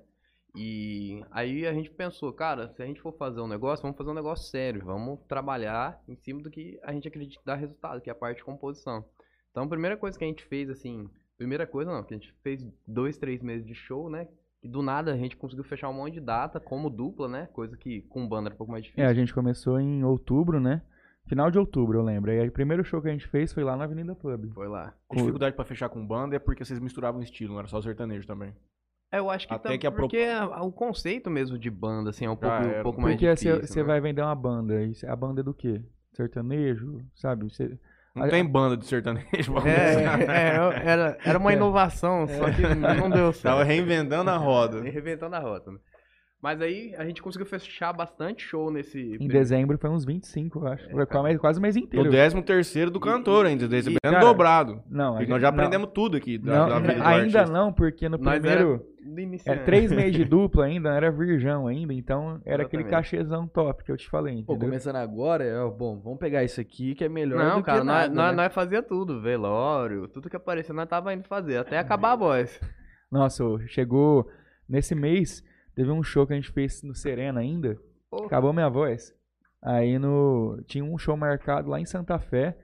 E aí a gente pensou, cara, se a gente for fazer um negócio, vamos fazer um negócio sério, vamos trabalhar em cima do que a gente acredita dar resultado, que é a parte de composição. Então a primeira coisa que a gente fez, assim, primeira coisa não, que a gente fez dois, três meses de show, né? E do nada a gente conseguiu fechar um monte de data como dupla, né? Coisa que com banda era um pouco mais difícil.
É, a gente começou em outubro, né? Final de outubro, eu lembro. E aí, o primeiro show que a gente fez foi lá na Avenida Pub.
Foi lá.
A dificuldade pra fechar com banda é porque vocês misturavam estilo, não era só sertanejo também.
É, eu acho que
Até
tam-
que a pro-
porque a- o conceito mesmo de banda, assim, é um pouco,
Ah, era.
um pouco mais
Porque
difícil.
você
né?
vai vender uma banda. E cê- a banda é do quê? Sertanejo, sabe? Cê-
Não
Ah,
tem banda de sertanejo assim. pra começar.
É, é, eu- era, era uma
É.
inovação, só que não deu
Tava
certo.
reinventando a roda.
Reinventando a rota, né? Mas aí a gente conseguiu fechar bastante show nesse.
Em dezembro foi uns 25, eu acho.
É,
foi
cara.
quase, quase o mês
O
inteiro.
13 terceiro do cantor ainda, recebendo
cara,
dobrado.
Não, a
E
gente-
nós já
não,
aprendemos tudo aqui da,
não,
da vida do
ainda
artista.
não, porque no
Nós era-
primeiro.
Do início. né?
É, três meses de dupla ainda, era virgão ainda, então era aquele
Exatamente.
cachezão top que eu te falei,
Pô,
entendeu?
começando agora, é, ó, bom, vamos pegar isso aqui que é melhor
Não, é
do
cara,
que
nós,
nada,
nós,
né?
nós fazia tudo, velório, tudo que aparecia, nós tava indo fazer, até acabar a voz.
Nossa, ô, chegou nesse mês, teve um show que a gente fez no Serena ainda,
Pô.
acabou minha voz. Aí no tinha um show marcado lá em Santa Fé,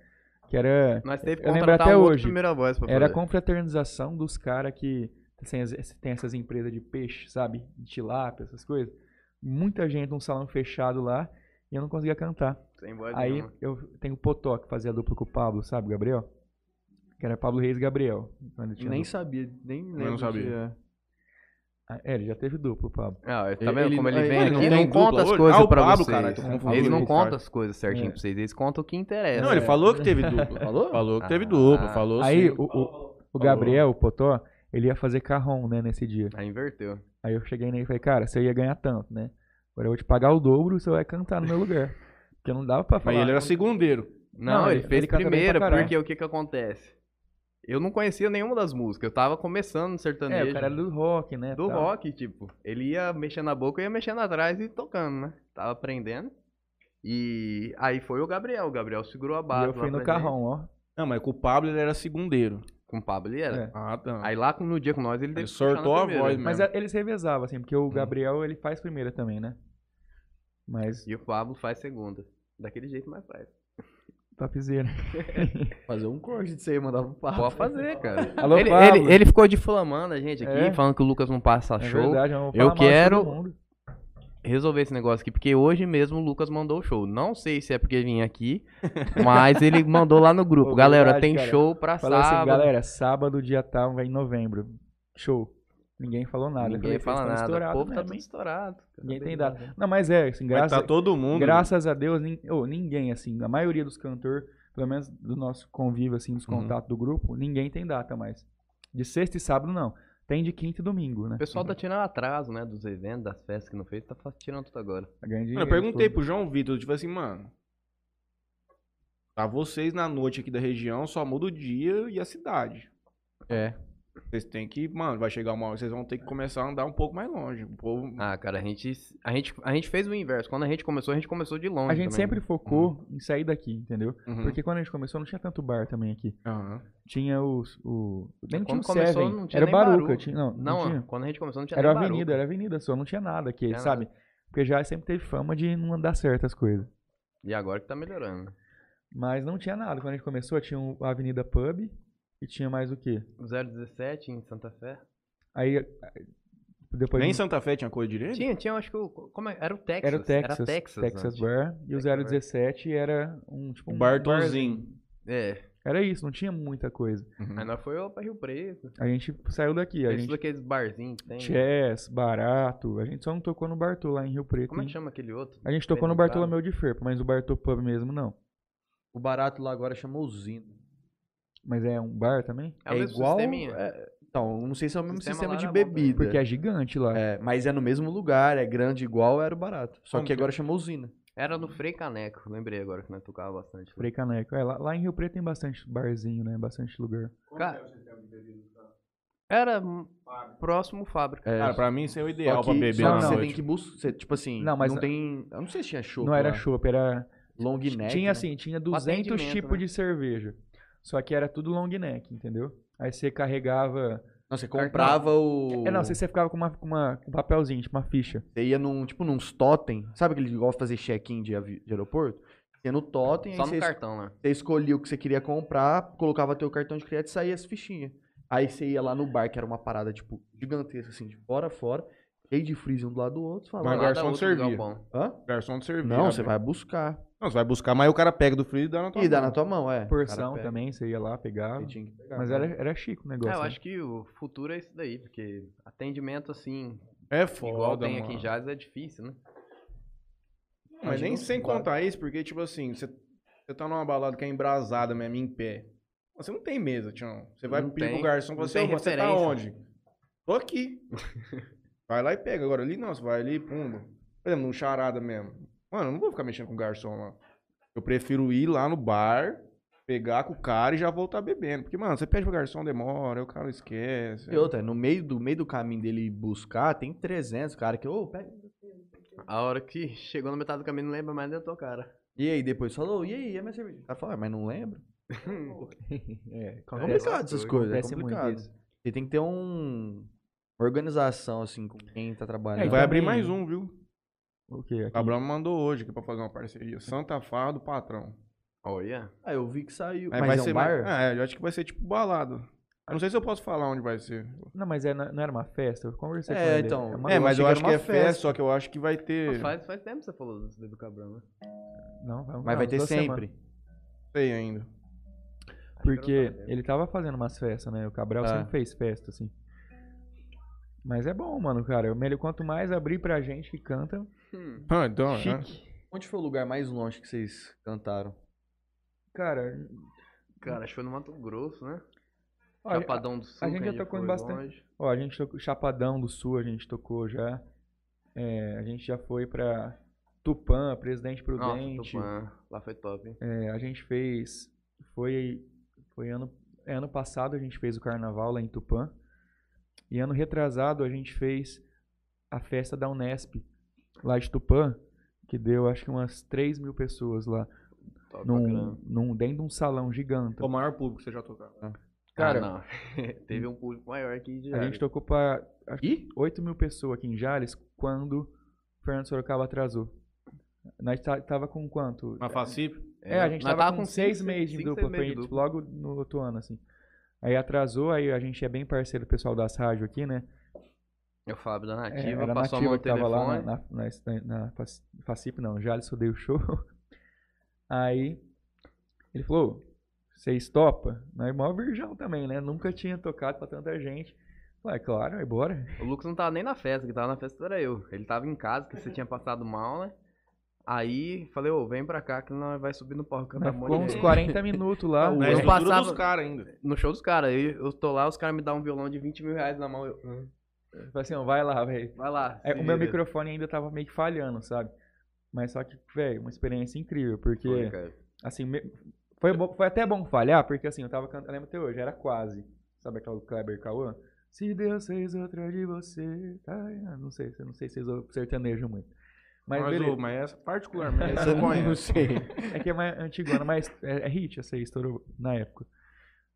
que era
Nós teve que
Eu lembro
contratar
até
um outro
hoje.
primeira voz pra
era a
fazer.
confraternização dos caras que assim, as- tem essas empresas de peixe, sabe? De tilápia, essas coisas. Muita gente num salão fechado lá e eu não conseguia cantar.
Sem voz
Aí
nenhuma.
eu tenho o Potó, que fazia duplo com o Pablo, sabe, Gabriel? Que era Pablo Reis e Gabriel. quando tinha
Nem
dupla.
sabia, nem lembro.
não sabia.
de- é.
Ah, É, ele já teve duplo, Pablo.
Ah, tá
Ele-
vendo como ele
ele-
vem
ele
aqui?
não
Ele
tem
não conta
dupla
as
hoje?
coisas
Ah, o
pra
Pablo,
vocês.
caralho, tô confundindo.
Eles não
Ele
contam as coisas certinho pra vocês, eles contam o que interessa. É.
Não, ele falou que teve duplo. Falou? Falou que teve
Ah.
duplo, falou
Aí
sim.
o, o, o Gabriel, o Potó, ele ia fazer carrom, né, nesse dia.
Aí inverteu.
Aí eu cheguei nele e falei, cara, você ia ganhar tanto, né? Agora eu vou te pagar o dobro e você vai cantar no meu lugar. Porque não dava pra
Mas
falar. É,
ele era segundeiro.
Não,
Não,
ele,
ele-
fez
ele canta bem
primeira,
pra caralho.
porque o que que acontece? Eu não conhecia nenhuma das músicas, eu tava começando no
É,
sertanejo.
o cara era do rock, né?
Do
tal.
rock, tipo. Ele ia mexendo na boca, eu ia mexendo atrás e tocando, né? Tava aprendendo. E aí foi o Gabriel. O Gabriel segurou a
E
barra.
eu fui
lá
no
pra gente.
carrom, ó.
Não, mas com o Pablo ele era segundeiro.
Com o Pablo ele era.
É.
Ah, tá.
Aí lá com- no dia com nós ele
ele
deu.
sortou a voz mesmo.
Mas é a- eles revezavam, assim,
Uhum.
porque o Gabriel, ele faz primeira também, né? Mas,
E o Pablo faz segunda. Daquele jeito, mas faz.
topzera.
Fazer um corte disso aí, mandar pro papo.
Pode fazer, cara.
Alô,
ele,
Pablo.
ele, ele ficou difamando a gente aqui,
É.
falando que o Lucas não passa
É
show.
verdade, vamos falar
Eu
mal de todo
quero-
mundo.
resolver esse negócio aqui, porque hoje mesmo o Lucas mandou o show. Não sei se é porque ele vinha aqui, mas ele mandou lá no grupo.
Pô,
galera,
verdade,
tem
cara.
show pra
Falei
sábado.
assim, galera, sábado, dia tal, vai em novembro. Show. Ninguém falou nada. Eu falei,
Ninguém
"Vocês estão
fala nada. O
estourados
povo tá
mesmo,
tudo
hein?"
estourado.
Ninguém tem data. Não, mas é, assim,
Mas
graças,
tá todo mundo.
graças a Deus, nin- ô, ninguém, assim, a maioria dos cantores, pelo menos do nosso convívio, assim, dos
Uhum.
contatos do grupo, ninguém tem data mais. De sexta e sábado, não. Tem de quinta e domingo, né?
O pessoal tá tirando atraso, né? Dos eventos, das festas que não fez, tá fa- tirando tudo agora.
Tá ganhando
Mano, eu
dinheiro,
perguntei
pô.
pro João Vitor, tipo assim, mano. Tá vocês na noite aqui da região, só muda o dia e a cidade.
É.
Vocês têm que, mano, vai chegar uma hora, que vocês vão ter que começar a andar um pouco mais longe. O povo.
Ah, cara, a gente, a gente, a gente fez o inverso. Quando a gente começou, a gente começou de longe.
A gente
também,
sempre
né?
focou em sair daqui, entendeu?
Uhum.
Porque quando a gente começou, não tinha tanto bar também aqui.
Aham.
Tinha os. O... Nem tinha
Quando
o
começou,
Seven.
não tinha
era
nem
Baruca.
Baruca.
Tinha... Não, não,
Não,
tinha.
quando a gente começou, não tinha
Era
nem barulho.
avenida, era avenida só, não tinha nada aqui,
Tinha
sabe? Porque já sempre teve fama de não andar certo as coisas.
E agora que tá melhorando.
Mas não tinha nada. Quando a gente começou, tinha o- a Avenida Pub e tinha mais o quê?
O 017 em Santa Fé.
Aí. a- Depois
é.
Nem Santa Fé tinha coisa direito?
Tinha, tinha, acho que o. Como é? Era o Texas.
era o Texas.
Era Texas. né? antes.
Bar. E o
Texas Bar.
017 era um tipo.
Um
Um
Bartonzinho.
É.
bar- Era isso, não tinha muita coisa.
Aí nós foi ó, pra Rio Preto.
A gente saiu daqui. A
Fez
gente.
tudo aqueles barzinhos que tem.
Chess, Barato. A gente só não tocou no Bartô lá em Rio Preto.
Como é
hein?
que chama aquele outro?
A gente tocou no
Lembrado.
Bartolomeu de Ferpa, mas o Bartô Pub mesmo não.
O barato lá agora chamou Zino.
Mas é um bar também?
É o mesmo
igual.
sisteminha?
é, então, eu não sei se é o mesmo
Sistema
sistema
lá
de
era bom também.
bebida.
Porque é gigante lá.
É, mas é no mesmo lugar, é grande igual, era o barato. Só
Como
que
que
agora chamou Zina.
Era no Frei Caneco, lembrei agora que nós tocava bastante.
né?
Frei Caneco. É, lá, lá em Rio Preto tem bastante barzinho, né? Bastante lugar.
Cara, era hum, próximo fábrica.
É,
Cara, pra mim isso é o ideal pra beber
só
na
não,
você
noite.
tem que buscar. Tipo assim, não,
Não, mas-
tem. Eu não sei se tinha show.
não era chopp, era.
Long neck.
tinha
né?
assim, tinha 200
atendimento,
tipos
né?
de cerveja. Só que era tudo long neck, entendeu? Aí você carregava.
Não, você comprava o.
É, não, você, você ficava com, uma, com uma, com um papelzinho, tipo uma ficha.
Você ia num, tipo, num totem. Sabe aquele que gosta de fazer check-in de, avi- de aeroporto? Você ia no totem,
Só
aí
no
você, es-
cartão, né?
você escolhia o que você queria comprar, colocava teu cartão de crédito e saía as fichinhas. Aí você ia lá no bar, que era uma parada, tipo, gigantesca, assim, de fora a fora, cheio de freezer um do lado do outro,
Mas
falava.
Lá
garçom
da
de
outro
servia.
galpão. É,
Hã?
Garçom de cerveja.
Não, você vai buscar.
Não, você vai buscar, mas aí o cara pega do frio e dá na tua
E dá
mão.
na tua mão, é.
Porção
O cara pega,
também, você ia lá, pegava.
você tinha que pegar,
Mas
né?
era, era chique o negócio.
É, eu
né?
acho que o futuro é isso daí, porque atendimento assim,
É foda,
igual tem
mano.
aqui em Jales, é difícil, né?
Não, Mas nem sem contar isso, porque, tipo assim, você, você tá numa balada que é embrasada mesmo, em pé. Você não tem mesa, Tião. Você vai
Não
pedir pro
tem,
garçom e
não
fala assim,
tem
"Ô, você tá
referência."
onde? Tô aqui. vai lá e pega. Agora ali não, você vai ali e pumba. Por exemplo, num charada mesmo. Mano, eu não vou ficar mexendo com o garçom lá. Eu prefiro ir lá no bar, pegar com o cara e já voltar bebendo. Porque, mano, você pede pro garçom, demora, aí o cara esquece.
E outra, no meio do, meio do caminho dele buscar, tem 300, cara, que, ô, pega.
A hora que chegou na metade do caminho, não lembra mais da tua cara.
E aí, depois falou, e aí, é minha cerveja? O cara fala, "Ah, mas não lembro.
É,
É
acontece.
complicado essas coisas, é
Acontece muito
complicado.
isso.
Você tem que ter um... uma organização, assim, com quem tá
É,
trabalhando.
Vai
também-
abrir mais um, viu?
O quê?
O
Aqui?
Abraão mandou hoje aqui pra fazer uma parceria. Santa Farra do Patrão.
Olha.
Ah, eu vi que saiu.
Aí
mas
vai
é um
ser
bar?
mais- Ah, é, eu acho que vai ser tipo balado. Eu não sei se eu posso falar onde vai ser.
Não, mas é, não não era uma festa? Eu conversei
É,
com ele.
então,
uma
eu
é, mas
achei
eu
que
acho que
era
é
uma
festa,
festa.
só que eu acho que vai ter.
Faz, faz tempo que você falou disso daí do Cabrão, né?
Não, vamos
Mas
lá,
vai
uns
ter
duas
sempre.
Não sei ainda.
Porque ele tava fazendo umas festas, né? O Cabral
Ah.
sempre fez festa, assim. Mas é bom, mano, cara. Eu melhor quanto mais abrir pra gente que canta,
Hum.
Ah, então, é.
chique.
Onde foi o lugar mais longe que vocês cantaram?
Cara,
Cara, acho que foi no Mato Grosso, né?
olha,
Chapadão do Sul.
a gente
que
já tocou em
foi
bastante-
longe.
Ó, a gente tocou Chapadão do Sul, a gente tocou já. É, a gente já foi pra Tupã, Presidente
Nossa,
Prudente.
Tupã. Lá foi top, hein?
É, a gente fez. Foi, foi ano, é, ano passado a gente fez o carnaval lá em Tupã. E ano retrasado a gente fez a festa da Unesp lá de Tupã, que deu acho que umas 3 mil pessoas lá.
Top pra
Num,
caramba.
num, dentro de um salão gigante.
Foi É o maior público que você já né? tocou.
Cara-
Ah, não. teve um público maior aqui de.
A gente tocou pra acho que 8 mil pessoas aqui em Jales quando o Fernando Sorocaba atrasou. Nós ta- tava com quanto?
Na FACIP?
É, a gente
nós
tava, com seis meses de
cinco,
dupla,
seis meses
foi tipo-
de dupla.
logo no outro ano, assim. Aí atrasou, aí a gente é bem parceiro do pessoal das rádios aqui, né?
É o Fábio da
É,
Nativa,
era
passou
nativa
a mão no
que tava
telefone.
lá na, na, na, na Fac- Facip, não, Jales Rodeio Show. Aí ele falou, vocês topa? Nós mó virgão também, né? Nunca tinha tocado pra tanta gente. Falei, "É claro, aí bora.
O Lucas não tava nem na festa, que tava na festa era eu. Ele tava em casa, que você tinha passado mal, né? Aí falei, ô, vem pra cá que nós vai subir no palco cantar
Nós
um monte
ficou
de
uns
gente.
40 minutos lá.
Na
eu
estrutura
passava-
dos caras ainda.
No show dos caras, eu, eu tô lá, os caras me dão um violão de 20 mil reais na mão. Eu, "Hum,
Eu Falei assim, ó, vai lá, velho.
vai lá.
É,
se
o meu
vira."
microfone ainda tava meio que falhando, sabe? Mas só que, velho, uma experiência incrível, porque,
Foi, cara.
assim, me- foi, bo- foi até bom falhar, porque, assim, eu tava cantando, eu lembro até hoje, era quase. Sabe aquela do Kleber Cauã? Se Deus fez outra de você. tá? Ah, não sei, eu não sei se vocês ouvem sertanejo muito. Mas,
Mas,
beleza,
ô, mas essa particularmente, essa
Eu
eu
não
conheço.
é que é mais antigona, mas é, é hit essa aí, estourou na época.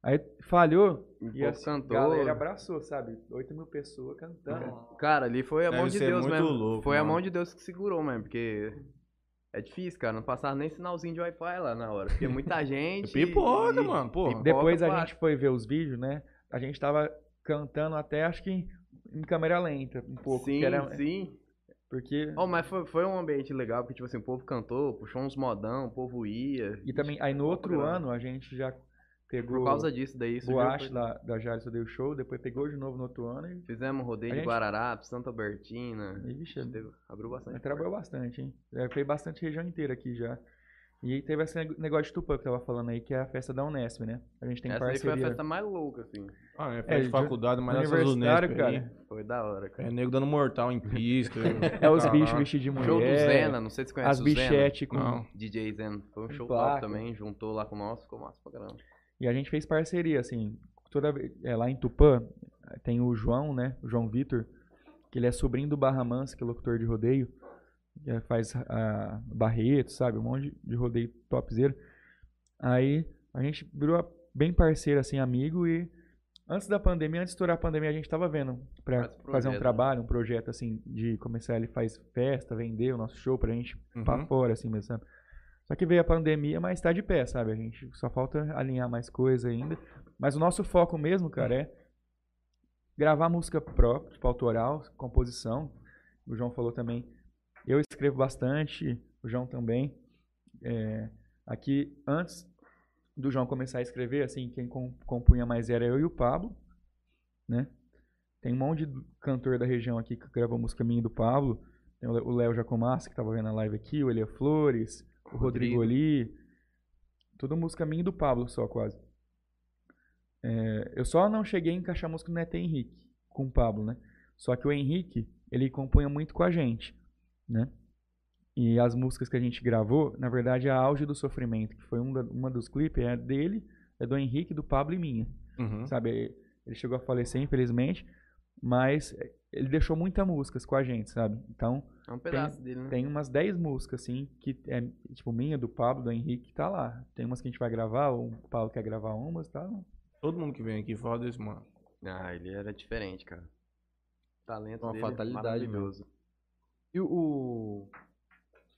Aí falhou,
O
e
povo
assim, a
cantou.
galera abraçou, sabe? 8 mil pessoas cantando.
Cara, ali foi a
Deve
mão de
ser
Deus
muito
mesmo.
louco,
foi a
mano.
mão de Deus que segurou mesmo, porque é difícil, cara. Não passava nem sinalzinho de Wi-Fi lá na hora. Porque muita gente.
Pipoca,
e-
mano, porra.
de-
Depois
Volta
a
pra-
gente foi ver os vídeos, né? A gente tava cantando até acho que em, em câmera lenta, um pouco.
sim,
que era-
sim.
Porque.
Oh, mas foi, foi um ambiente legal, porque, tipo assim, o povo cantou, puxou uns modão, o povo ia.
E também, aí no outro
grana.
ano a gente já pegou
Por causa disso daí, surgiu-
boate lá da Jales eu dei o show, depois pegou de novo no outro ano e.
Fizemos rodeio
A
de
gente-
Guararapes, Santa Albertina.
e Vixe,
Teve- abriu bastante.
nós trabalhou bastante, hein? É, Foi bastante região inteira aqui já. E aí teve esse nego- negócio de Tupã que eu tava falando aí, que é a festa da Unesp, né? A gente tem
Essa aí foi a
parceria.
festa mais louca, assim.
Ah, é
É,
festa de
de-
faculdade, mas essas
universitário,
Unesp
cara.
aí,
Foi da hora, cara.
É nego dando mortal em pista.
É os
caralho.
bichos vestidos de mulher.
Show do Zena, não sei se você conhece
É. as
o Zena.
bichete com,
Não.
DJ Zena. Foi um show
Placa.
top também, juntou lá com o nosso, ficou massa pra caramba.
E a gente fez parceria, assim, toda vez, é, lá em Tupã, eh, tem o João, né, o João Vitor, que ele é sobrinho do Barra Mansa, que é locutor de rodeio, eh, faz ah, barreto, sabe, um monte de rodeio topzera. Aí a gente virou bem parceiro, assim, amigo e antes da pandemia, antes de estourar a pandemia, a gente tava vendo pra
Faz projeto,
fazer um
né?
trabalho, um projeto, assim, de começar, ele faz festa, vender o nosso show pra gente
Uhum.
pra fora, assim mesmo, sabe? Só que veio a pandemia, mas tá de pé, sabe? A gente só falta alinhar mais coisa ainda. Mas o nosso foco mesmo, cara, é gravar música própria, tipo, autoral, composição. O João falou também. Eu escrevo bastante, o João também. É, aqui, antes do João começar a escrever, assim, quem com- compunha mais era eu e o Pablo, né? Tem um monte de cantor da região aqui que gravou música minha e do Pablo. Tem o Le- o Léo Jacomassi, que tava vendo a live aqui, o Elia Flores, o Rodrigo Oli. Tudo música minha e do Pablo só, quase. É, eu só não cheguei a encaixar música no Neto Henrique, com o Pablo, né? Só que o Henrique, ele compunha muito com a gente, né? E as músicas que a gente gravou, na verdade, é a Auge do Sofrimento, que foi um da- uma dos clipes, é dele, é do Henrique, do Pablo e minha
Uhum.
sabe? Ele chegou a falecer, infelizmente, mas eh, ele deixou muitas músicas com a gente, sabe? Então,
É um pedaço dele, né?
tem umas 10 músicas, assim, que é, tipo, minha, do Pablo, do Henrique, tá lá. Tem umas que a gente vai gravar, ou o Paulo quer gravar umas, tá?
Todo mundo que vem aqui fala desse, mano.
Ah, ele era diferente, cara. O Talento
Uma
dele é
fatalidade mesmo.
maravilhoso.
E o.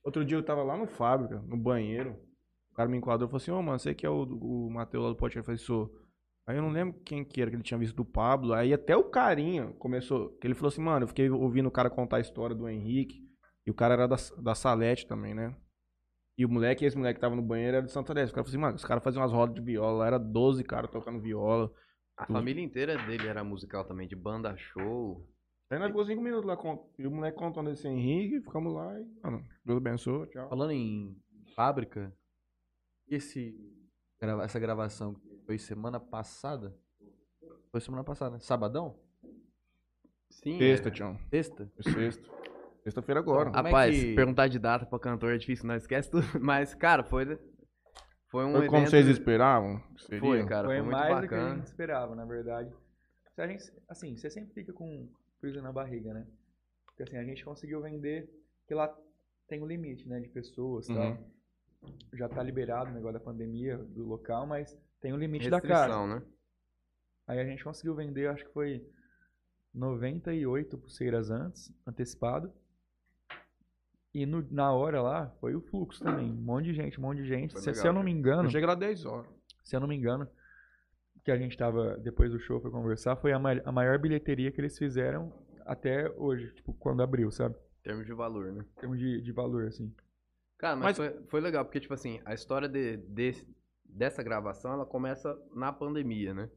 Outro dia eu tava lá no fábrica, no banheiro. O cara me enquadrou e falou assim: Ô, mano, você que é o, o Matheus lá do podcast? Eu falei: Sou. Aí eu não lembro quem que era que ele tinha visto do Pablo. Aí até o carinha começou. Que ele falou assim: Mano, eu fiquei ouvindo o cara contar a história do Henrique. E o cara era da, da Salete também, né? E o moleque, esse moleque que tava no banheiro era de Santa Leste. O cara falou assim: Mano, os caras faziam umas rodas de viola. lá Era 12 caras tocando viola.
A
Tudo.
família inteira dele era musical também, de banda show.
Aí nós ficou cinco minutos lá com e o moleque contando esse Henrique, ficamos lá e, mano, Deus abençoe, tchau.
Falando em fábrica, e esse, grava- essa gravação que foi semana passada? Foi semana passada, né? Sabadão?
Sim.
Sexta, tipo,
é.
tchau.
Sexta?
Sexta. Sexta-feira agora.
Como é
Rapaz,
que-
perguntar de data pra cantor é difícil, não esquece tudo. Mas, cara, foi, foi um
Foi como
evento-
vocês esperavam? que Seria?
Foi, cara, foi,
Foi
muito
mais do que a
bacana.
gente esperava, na verdade. Se a gente- assim, você sempre fica com um frio na barriga, né? Porque assim, a gente conseguiu vender, que lá tem um limite, né, de pessoas e tal.
Uhum.
Já tá liberado o negócio da pandemia, do local, mas tem um limite da casa.
Restrição, né?
Aí a gente conseguiu vender, acho que foi 98 pulseiras antes, antecipado. E no- na hora lá, foi o fluxo também. Um monte de gente, um monte de gente.
Foi
Se, se
legal,
eu não me
Eu
engano,
cheguei lá 10 horas.
se eu não me engano, que a gente tava, depois do show, foi conversar, foi a, ma- a maior bilheteria que eles fizeram até hoje, tipo, quando abriu, sabe?
Em termos de valor, né?
Em termos de, de valor, assim.
Cara, mas, Foi, foi legal, porque, tipo assim, a história de, desse- dessa gravação, ela começa na pandemia, né?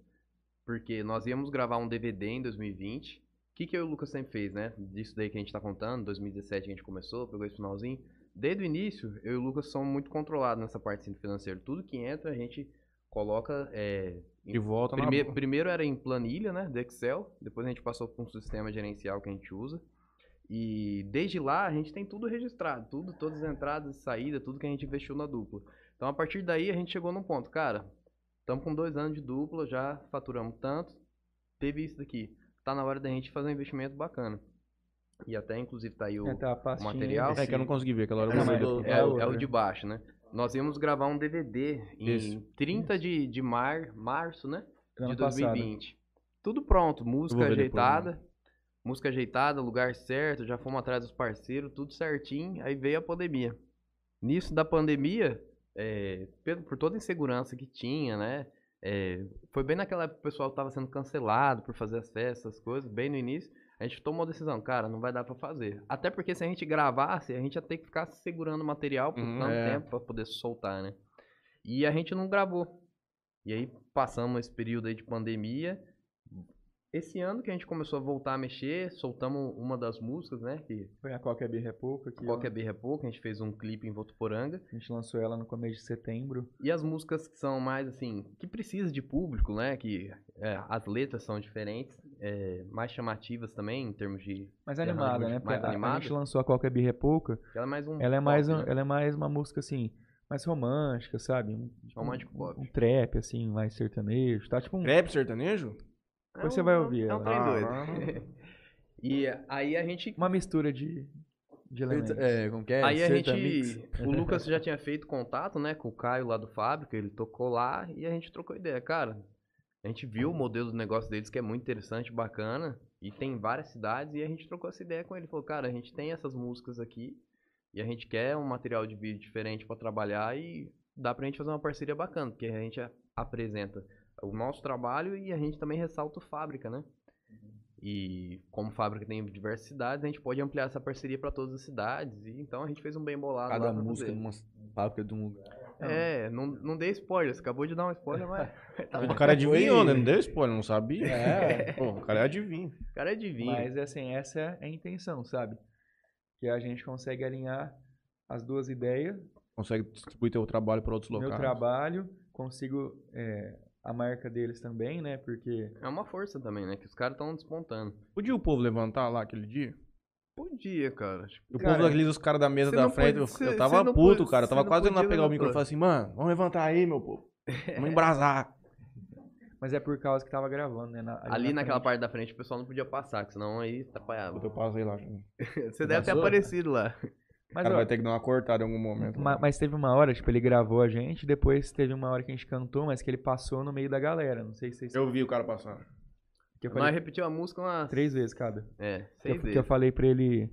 Porque nós íamos gravar um DVD em 2020. O que, que eu e o Lucas sempre fez, né? Disso daí que a gente tá contando, 2017 a gente começou, pegou esse finalzinho. Desde o início, eu e o Lucas somos muito controlados nessa parte assim, financeira. Tudo que entra, a gente coloca é,
E volta na-
Primeiro, primeiro era em planilha, né, do Excel. Depois a gente passou para um sistema gerencial que a gente usa. E desde lá a gente tem tudo registrado, tudo, todas as entradas e saídas, tudo que a gente investiu na dupla. Então a partir daí a gente chegou num ponto, cara, estamos com dois anos de dupla, já faturamos tanto, teve isso daqui. Tá na hora da gente fazer um investimento bacana. E até inclusive tá aí o,
É, tá, a pastinha,
material?
É que eu não consegui ver aquela hora. eu
Não,
fui
mas-
ver.
é
é, o-
outra,
é o
né?
de baixo, né? Nós íamos gravar um DVD em
Isso.
30 de, de mar, março, né?
ano
de
passado.
2020. Tudo pronto, música
ver depois,
ajeitada. Música ajeitada, lugar certo, já fomos atrás dos parceiros, tudo certinho. Aí veio a pandemia. Nisso da pandemia, é, pelo- por toda a insegurança que tinha, né? é, foi bem naquela época que o pessoal estava sendo cancelado por fazer as festas, essas coisas, bem no início. A gente tomou a decisão, cara, não vai dar pra fazer. Até porque se a gente gravasse, a gente ia ter que ficar segurando o material por
Uhum,
tanto
é.
tempo pra poder soltar, né? E a gente não gravou. E aí passamos esse período aí de pandemia. Esse ano que a gente começou a voltar a mexer, soltamos uma das músicas, né? Que
Foi a Qualquer Birra é Pouca, que
qualquer birra é pouco, a gente fez um clipe em Votuporanga.
a gente lançou ela no começo de setembro.
E as músicas que são mais assim, que precisa de público, né? Que é, as letras são diferentes, é, mais chamativas também, em termos de.
Mais
Ela é
animada,
mais
né? Porque a- A,
animada?
gente lançou a Qualquer Birra é Pouca.
Ela é mais um.
Ela é
pop,
mais, um-
né?
ela é mais uma música, assim, mais romântica, sabe? Um,
Romântico pop.
um trap, assim, mais sertanejo, tá? Tipo um...
Rap sertanejo?
É
Depois você vai ouvir
É um
ela.
trem
Ah.
doido. e aí a gente.
Uma mistura de, de elementos.
É, como que é?
Aí a
Serta
gente.
Mix.
O Lucas já tinha feito contato, né, com o Caio lá do Fábrica, ele tocou lá e a gente trocou ideia. Cara, a gente viu o modelo do negócio deles que é muito interessante, bacana, e tem em várias cidades, e a gente trocou essa ideia com ele. Falou, cara, a gente tem essas músicas aqui e a gente quer um material de vídeo diferente pra trabalhar e dá pra gente fazer uma parceria bacana, porque a gente a- apresenta o nosso trabalho e a gente também ressalta o Fábrica, né? E como fábrica tem diversas cidades, a gente pode ampliar essa parceria pra todas as cidades. E então a gente fez um bem bolado. lá
Cada
pra
música é
fazer.
numa fábrica de um lugar.
É, não, não dei spoiler, você acabou de dar um spoiler, mas. tá bom.
O cara adivinhou, né? Não deu spoiler, não sabia. É. Pô, o cara é adivinho.
O cara é divino.
Mas assim, essa é a intenção, sabe? Que a gente consegue alinhar as duas ideias.
Consegue distribuir teu trabalho para outros locais.
Meu trabalho, consigo é, a marca deles também, né? Porque
É uma força também, né? Que os caras estão despontando.
Podia o povo levantar lá aquele dia?
Podia, cara. Tipo,
O
Cara,
povo daquele os caras da mesa
você
da
não
frente.
pode-
eu-
você-
eu
você
tava
não
puto,
pode-
cara. Eu
você
tava
não
quase indo lá
podia
pegar o
levantar.
microfone e falar assim, mano, vamos levantar aí, meu povo. Vamos embrasar.
Mas é por causa que tava gravando, né? na-
ali
na
naquela
frente.
parte da frente o pessoal não podia passar, que senão aí atrapalhava.
Puta, eu passei lá.
Você deve ter
Passou?
aparecido lá.
O
Mas,
cara
ó,
vai ter que dar uma cortada em algum momento.
ma- mas teve uma hora, tipo, ele gravou a gente, depois teve uma hora que a gente cantou, mas que ele passou no meio da galera. Não sei se vocês.
Eu vi o cara passando.
que eu
Nós
falei
repetiu a música umas.
três vezes cada.
É,
Que eu,
seis
que eu
vezes.
falei pra ele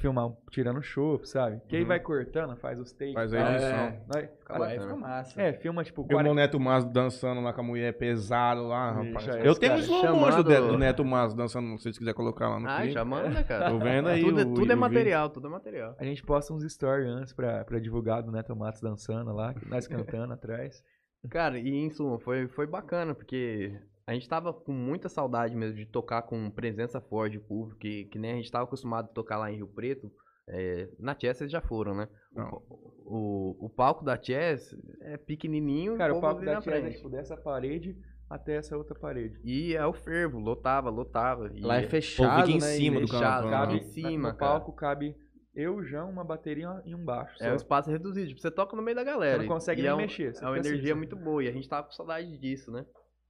filmar um- tirando chopp, sabe? Que aí
Uhum.
vai cortando, faz os takes.
Faz né? a
tal.
edição.
Nós-
Fica bacana.
massa.
Ah, É, filma tipo
E o
40
meu Neto Maso dançando lá com a mulher pesado lá,
Ixi,
rapaz.
aí
Eu
os
tenho um
caras
slow motion
chamando-
do, do Neto Maso dançando, se vocês quiserem colocar lá no
Ah,
clipe.
já manda, cara.
Tô vendo aí
Tudo, é-
o-
tudo é
o vídeo.
material, tudo é material.
A né, gente posta uns stories antes pra, pra divulgar do Neto Matos dançando lá, nós cantando atrás.
Cara, e em suma, foi, foi bacana, porque a gente tava com muita saudade mesmo de tocar com presença forte de público, que, que nem a gente tava acostumado a tocar lá em Rio Preto. É, na Chess eles já foram, né?
Não.
O, o palco da Chess é pequenininho
Cara,
e
o
o
papo
povo ali
da
na
tia é
frente.
tipo dessa parede até essa outra parede.
E é o fervo, lotava, lotava. E
Lá é
Ou
fechado,
fica em
né?
cima do
fechado,
canapão.
cabe
né?
em cima,
no
cara.
palco cabe eu, João, uma bateria e um baixo.
É um
só.
espaço reduzido, tipo, você toca no meio da galera.
Você não consegue
e
nem
é um-
mexer. você
É uma
fica assim,
energia
sabe?
muito boa e a gente tava com saudade disso, né?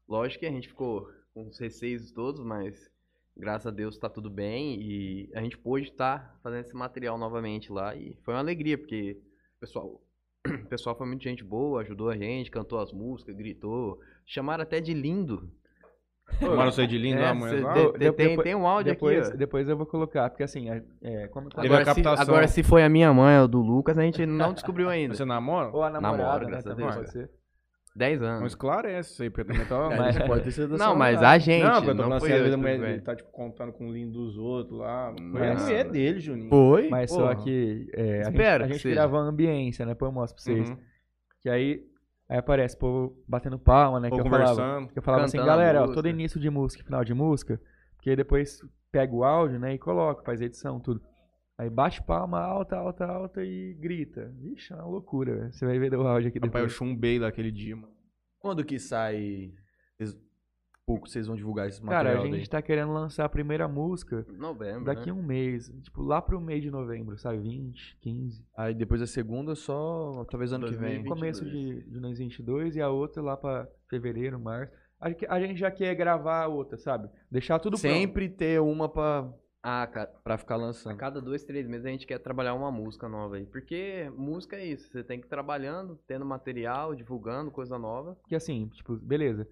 Lógico que a gente ficou com os receios todos, mas graças a Deus tá tudo bem e a gente pôde estar fazendo esse material novamente lá e foi uma alegria, porque o pessoal, o pessoal foi muito gente boa, ajudou a gente, cantou as músicas, gritou, chamaram até de lindo.
Tomaram sair de lindo
É,
lá, amanhã.
cê-
lá?
tem-
Ô,
tem,
depois-
tem um áudio
Depois,
aqui, ó.
depois eu vou colocar, porque assim, é, é, como
Teve a
Agora, se,
captação.
agora se foi a minha mãe ou do Lucas, a gente não descobriu ainda.
Você namora?
Ou a namorada,
Namora,
né?
graças a
Também
Deus.
pode ser.
10
Não
anos.
esclarece isso aí, porque também tava.
Mas pode ter sido
Não, mas a gente,
não,
não,
porque eu tô falando
foi
assim,
eu,
às vezes a
tudo
mulher
bem.
ele tá, tipo, contando com o lindo dos outros lá.
Uhum.
Foi
Não.
a mulher dele, Juninho.
Foi?
Mas só
Porra.
que é, a gente,
Espero
a
que
gente
seja.
grava a ambiência, né? Depois eu mostro pra vocês.
Uhum.
Que aí, aí aparece o povo batendo palma, né?
Ou
que eu falava,
conversando.
que eu falava assim,
Cantando a
galera, ó,
música.
todo início de música, e final de música, porque aí depois pega o áudio, né? E coloca, faz edição, tudo. Aí bate palma alta, alta, alta e grita. Vixe, é uma loucura, velho. Você vai ver o áudio aqui
Rapaz, eu
depois.
chumbei daquele dia, mano.
Quando que sai. Vocês- Pouco vocês vão divulgar esse material
Cara, a gente tá querendo lançar a primeira música
Novembro,
daqui
né?
a um mês. Tipo, lá pro mês de novembro, sabe? 20, 15.
daí. Aí depois a segunda só. Talvez ano que vem.
No começo de, de 2022 e a outra lá pra fevereiro, março. A, gente- a gente já quer gravar a outra, sabe? Deixar tudo
Sempre ter uma pra,
Ah, cara,
pra ficar
A
lançando.
cada dois, três meses a gente quer trabalhar uma música nova aí. Porque música é isso, você tem que ir trabalhando, tendo material, divulgando coisa nova.
Porque assim, tipo, beleza.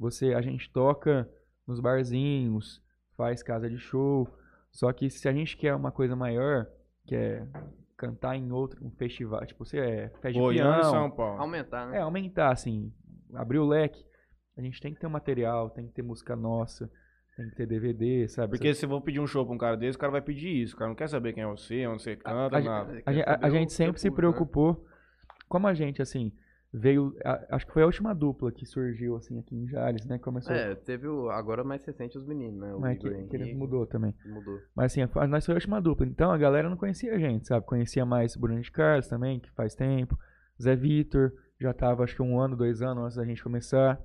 Você, a gente toca nos barzinhos, faz casa de show. Só que se a gente quer uma coisa maior, que é cantar em outro um festival, tipo, você é festa de
Goiânia e
peão,
São Paulo.
Aumentar, né?
É, aumentar, assim, abrir o leque. A gente tem que ter um material, tem que ter música nossa, tem que ter DVD, sabe?
Porque se eu vou pedir um show pra um cara desse, o cara vai pedir isso. O cara não quer saber quem é você, onde você canta,
a,
nada.
a- a-
Ah, tá Quer saber
a
o
gente sempre se
público, né?
preocupou. Como a gente, assim, veio. a- acho que foi a última dupla que surgiu, assim, aqui em Jales, né? Começou.
É, teve o, agora mais recente os meninos, né? O
mas
Igor
que, que ele
Henrique,
mudou também.
mudou.
Mas assim, a- nós foi a última dupla. Então a galera não conhecia a gente, sabe? Conhecia mais o Bruno de Carlos também, que faz tempo. Zé Vitor, já tava acho que um ano, dois anos antes da gente começar.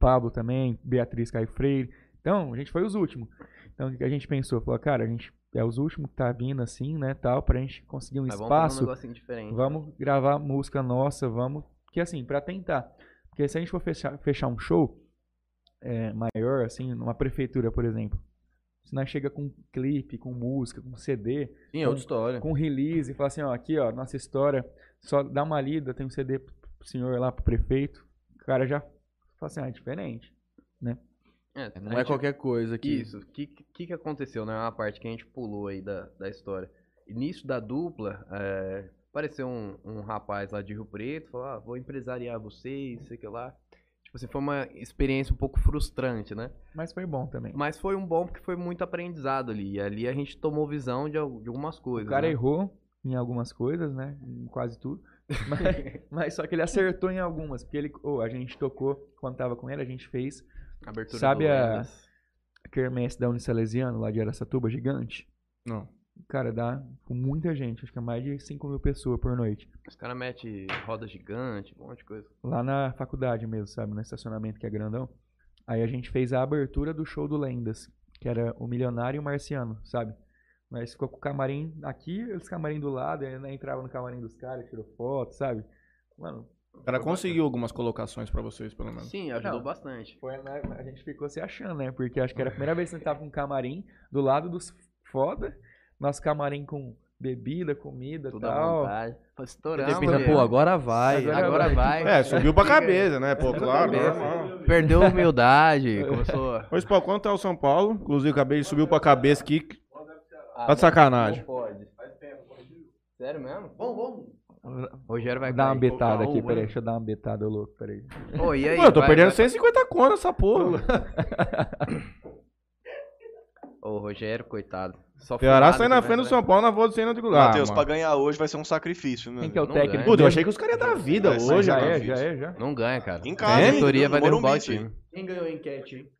Pablo também, Beatriz Caio Freire. Então, a gente foi os últimos. Então, o que a gente pensou? Falou, cara, a gente é os últimos que tá vindo assim, né, tal, pra gente conseguir um
Mas vamos fazer um
espaço.
negocinho diferente.
Vamos gravar música nossa, vamos. Que assim, pra tentar. Porque se a gente for fechar, fechar um show é, maior, assim, numa prefeitura, por exemplo. Se nós chega com clipe, com música, com CD,
Sim, é outra história.
com release, e fala assim, ó, aqui, ó, nossa história, só dá uma lida, tem um CD pro pro senhor lá, pro prefeito. O cara já fala assim, ah, é diferente.
É,
Não
a
é
gente-
qualquer coisa que.
Isso, o que, que, que aconteceu, né? Uma parte que a gente pulou aí da, da história. Início da dupla, é, apareceu um, um rapaz lá de Rio Preto, falou, ah, vou empresariar vocês, sei que lá. Tipo assim, foi uma experiência um pouco frustrante, né?
Mas foi bom também.
Mas foi um bom porque foi muito aprendizado ali. E ali a gente tomou visão de, al- de algumas coisas.
O cara
né?
errou em algumas coisas, né? Em quase tudo. Mas, mas só que ele acertou em algumas. Porque ele, ô, a gente tocou, quando tava com ele, a gente fez
Abertura
é sabe
do
a-
Legas.
a quermesse da Unisalesiano, lá de Aracatuba, gigante.
Não.
Cara, dá com muita gente, acho que é mais de 5 mil pessoas por noite.
Os caras metem roda gigante, um monte de coisa.
Lá na faculdade mesmo, sabe? No estacionamento que é grandão. Aí a gente fez a abertura do show do Lendas, que era o Milionário e o Marciano, sabe? Mas ficou com o camarim aqui, os camarim do lado, aí né, entrava no camarim dos caras, tirou foto, sabe? Mano,
O cara conseguiu algumas colocações pra vocês, pelo menos.
Sim, ajudou
Não.
bastante.
Foi, né, a gente ficou se achando, né? Porque acho que era a primeira vez que a gente tava com um camarim do lado dos foda, nosso camarim com bebida, comida e
Tudo à
tal.
vontade. Foi
Eu
estourando.
tenho pensado,
né?
Pô, agora vai.
Agora
Agora vai.
É, subiu pra cabeça, né? Pô, claro.
cabeça.
normal.
Perdeu a humildade, começou...
Ô, Spau, quanto tá o São Paulo? Inclusive, acabei de subir pra cabeça aqui.
Ah,
Tá de sacanagem.
Não pode. Sério mesmo? Vamos, vamos. Rogério vai
Vou dar uma
cair.
betada
Ô,
aqui,
ô,
peraí, deixa eu dar uma betada, ô louco, peraí.
ô, e aí?
Pô, eu tô
Vai-
perdendo
vai-
150 conto nessa porra.
Ô, Rogério, coitado. Só
Ceará
furada
sai na
também,
frente do
né?
São Paulo na voz do Senna do Gulá.
Matheus, pra ganhar hoje vai ser um sacrifício, né?
Quem que é o
Não
técnico?
ganha.
dele?
Puta,
Puta, eu achei que os caras iam dar vida
Mas
hoje,
já
cara.
é, já é, já.
Não ganha, cara.
Em casa,
A
hein?
diretoria É? vai
No Morumbi,
derrubar o
filho.
time.
Quem ganhou a enquete, hein?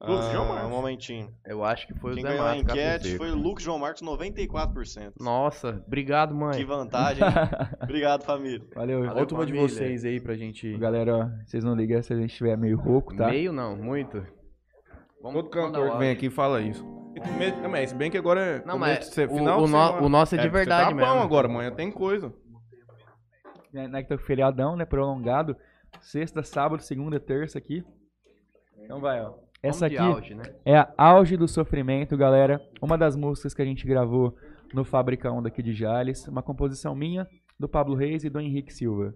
Ah, um momentinho.
Eu acho que foi
Quem
o Zé
ganhou a
Matos, cara,
enquete
com
foi
certeza.
o Lucas João Marcos, 94%.
Nossa, obrigado,
Que
mãe.
vantagem. Obrigado, família.
Valeu,
Fala uma de
família.
vocês aí pra gente.
Galera, ó, vocês não ligam se a gente estiver meio rouco, tá?
Meio não, muito. Vamos
Todo cantor que vem aqui fala isso. E tu me- Não, mas se bem que agora é.
Não,
começo
mas
de se-
o-
final
o
de
no-
semana.
o nosso é de
porque
verdade
tá bom
mesmo.
agora, amanhã tem coisa.
Né, né, que tá com feriadão, né? Prolongado. Sexta, sábado, segunda, terça aqui. Então vai, ó. Essa
Vamos de
aqui
auge, né?
é a Auge do Sofrimento, galera. Uma das músicas que a gente gravou no Fábrica 1 daqui de Jales. Uma composição minha, do Pablo Reis e do Henrique Silva.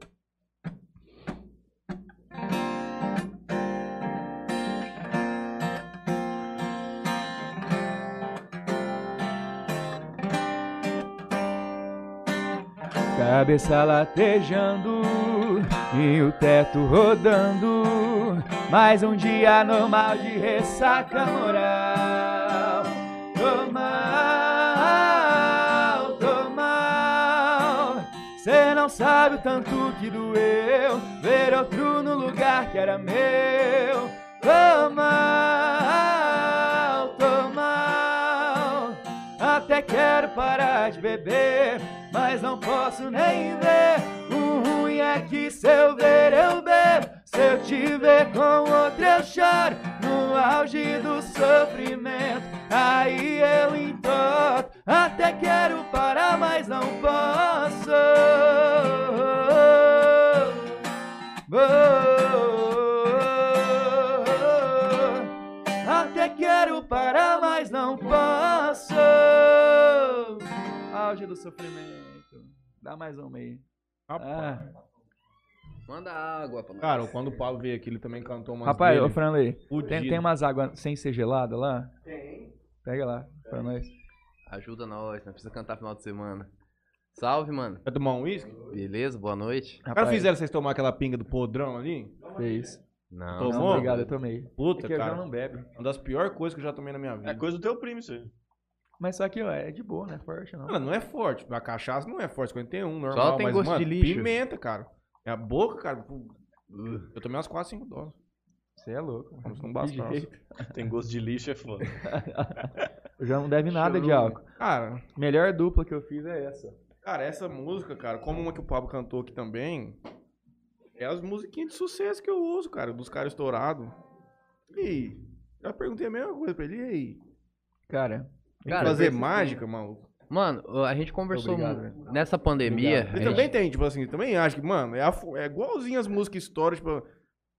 Cabeça latejando e o teto rodando. Mais um dia normal de ressaca moral. Tô mal, tô mal. Cê não sabe o tanto que doeu ver outro no lugar que era meu. Tô mal, tô mal. Até quero parar de beber, mas não posso nem ver. O ruim é que se eu ver, eu bebo. Se eu te ver com outro, eu choro. No auge do sofrimento, aí eu entorto. Até quero parar, mas não posso. Oh, até quero parar, mas não posso. Auge do sofrimento. Dá mais um meio.
Rapaz,
Ah,
Manda água pra nós.
Cara, quando o Paulo veio aqui, ele também cantou umas
rapaz, ô
dele,
Franley, tem,
fudido.
tem umas águas sem ser gelada lá? Tem. Pega lá pra nós.
Ajuda nós, não precisa cantar final de semana. Salve, mano.
Quer tomar um uísque?
Beleza? Boa noite.
Os caras fizeram vocês tomar aquela pinga do podrão ali?
Fez.
Não,
Tomou?
Não, obrigado, eu tomei. É
Puta,
que eu já
cara.
não bebe.
Uma das piores coisas que eu já tomei na minha vida.
É coisa do teu primo, isso aí.
Mas só que, ó, é de boa, não é forte não.
Mano, não é forte. A cachaça não é forte. 51, normal.
Só tem
mas,
gosto
mano,
de lixo.
Pimenta, cara. É a boca, cara. Eu tomei umas 4, 5 doses.
Você é louco. mano.
Vamos não
De
basta.
jeito.
Tem gosto de lixo, é foda.
Já não deve nada de
Chorou.
álcool.
Cara,
Melhor dupla que eu fiz é essa.
cara, essa música, cara, como uma que o Pablo cantou aqui também, é as musiquinhas de sucesso que eu uso, cara, dos caras estourados. E já perguntei a mesma coisa pra ele. E aí?
Cara,
Tem
Cara,
que fazer
esse-
mágica, maluco?
Mano, a gente conversou
Obrigado,
mu- nessa pandemia.
Ele
a
também
gente-
tem, tipo assim, também acho que, mano, é, a fo- é igualzinho as músicas históricas. Tipo,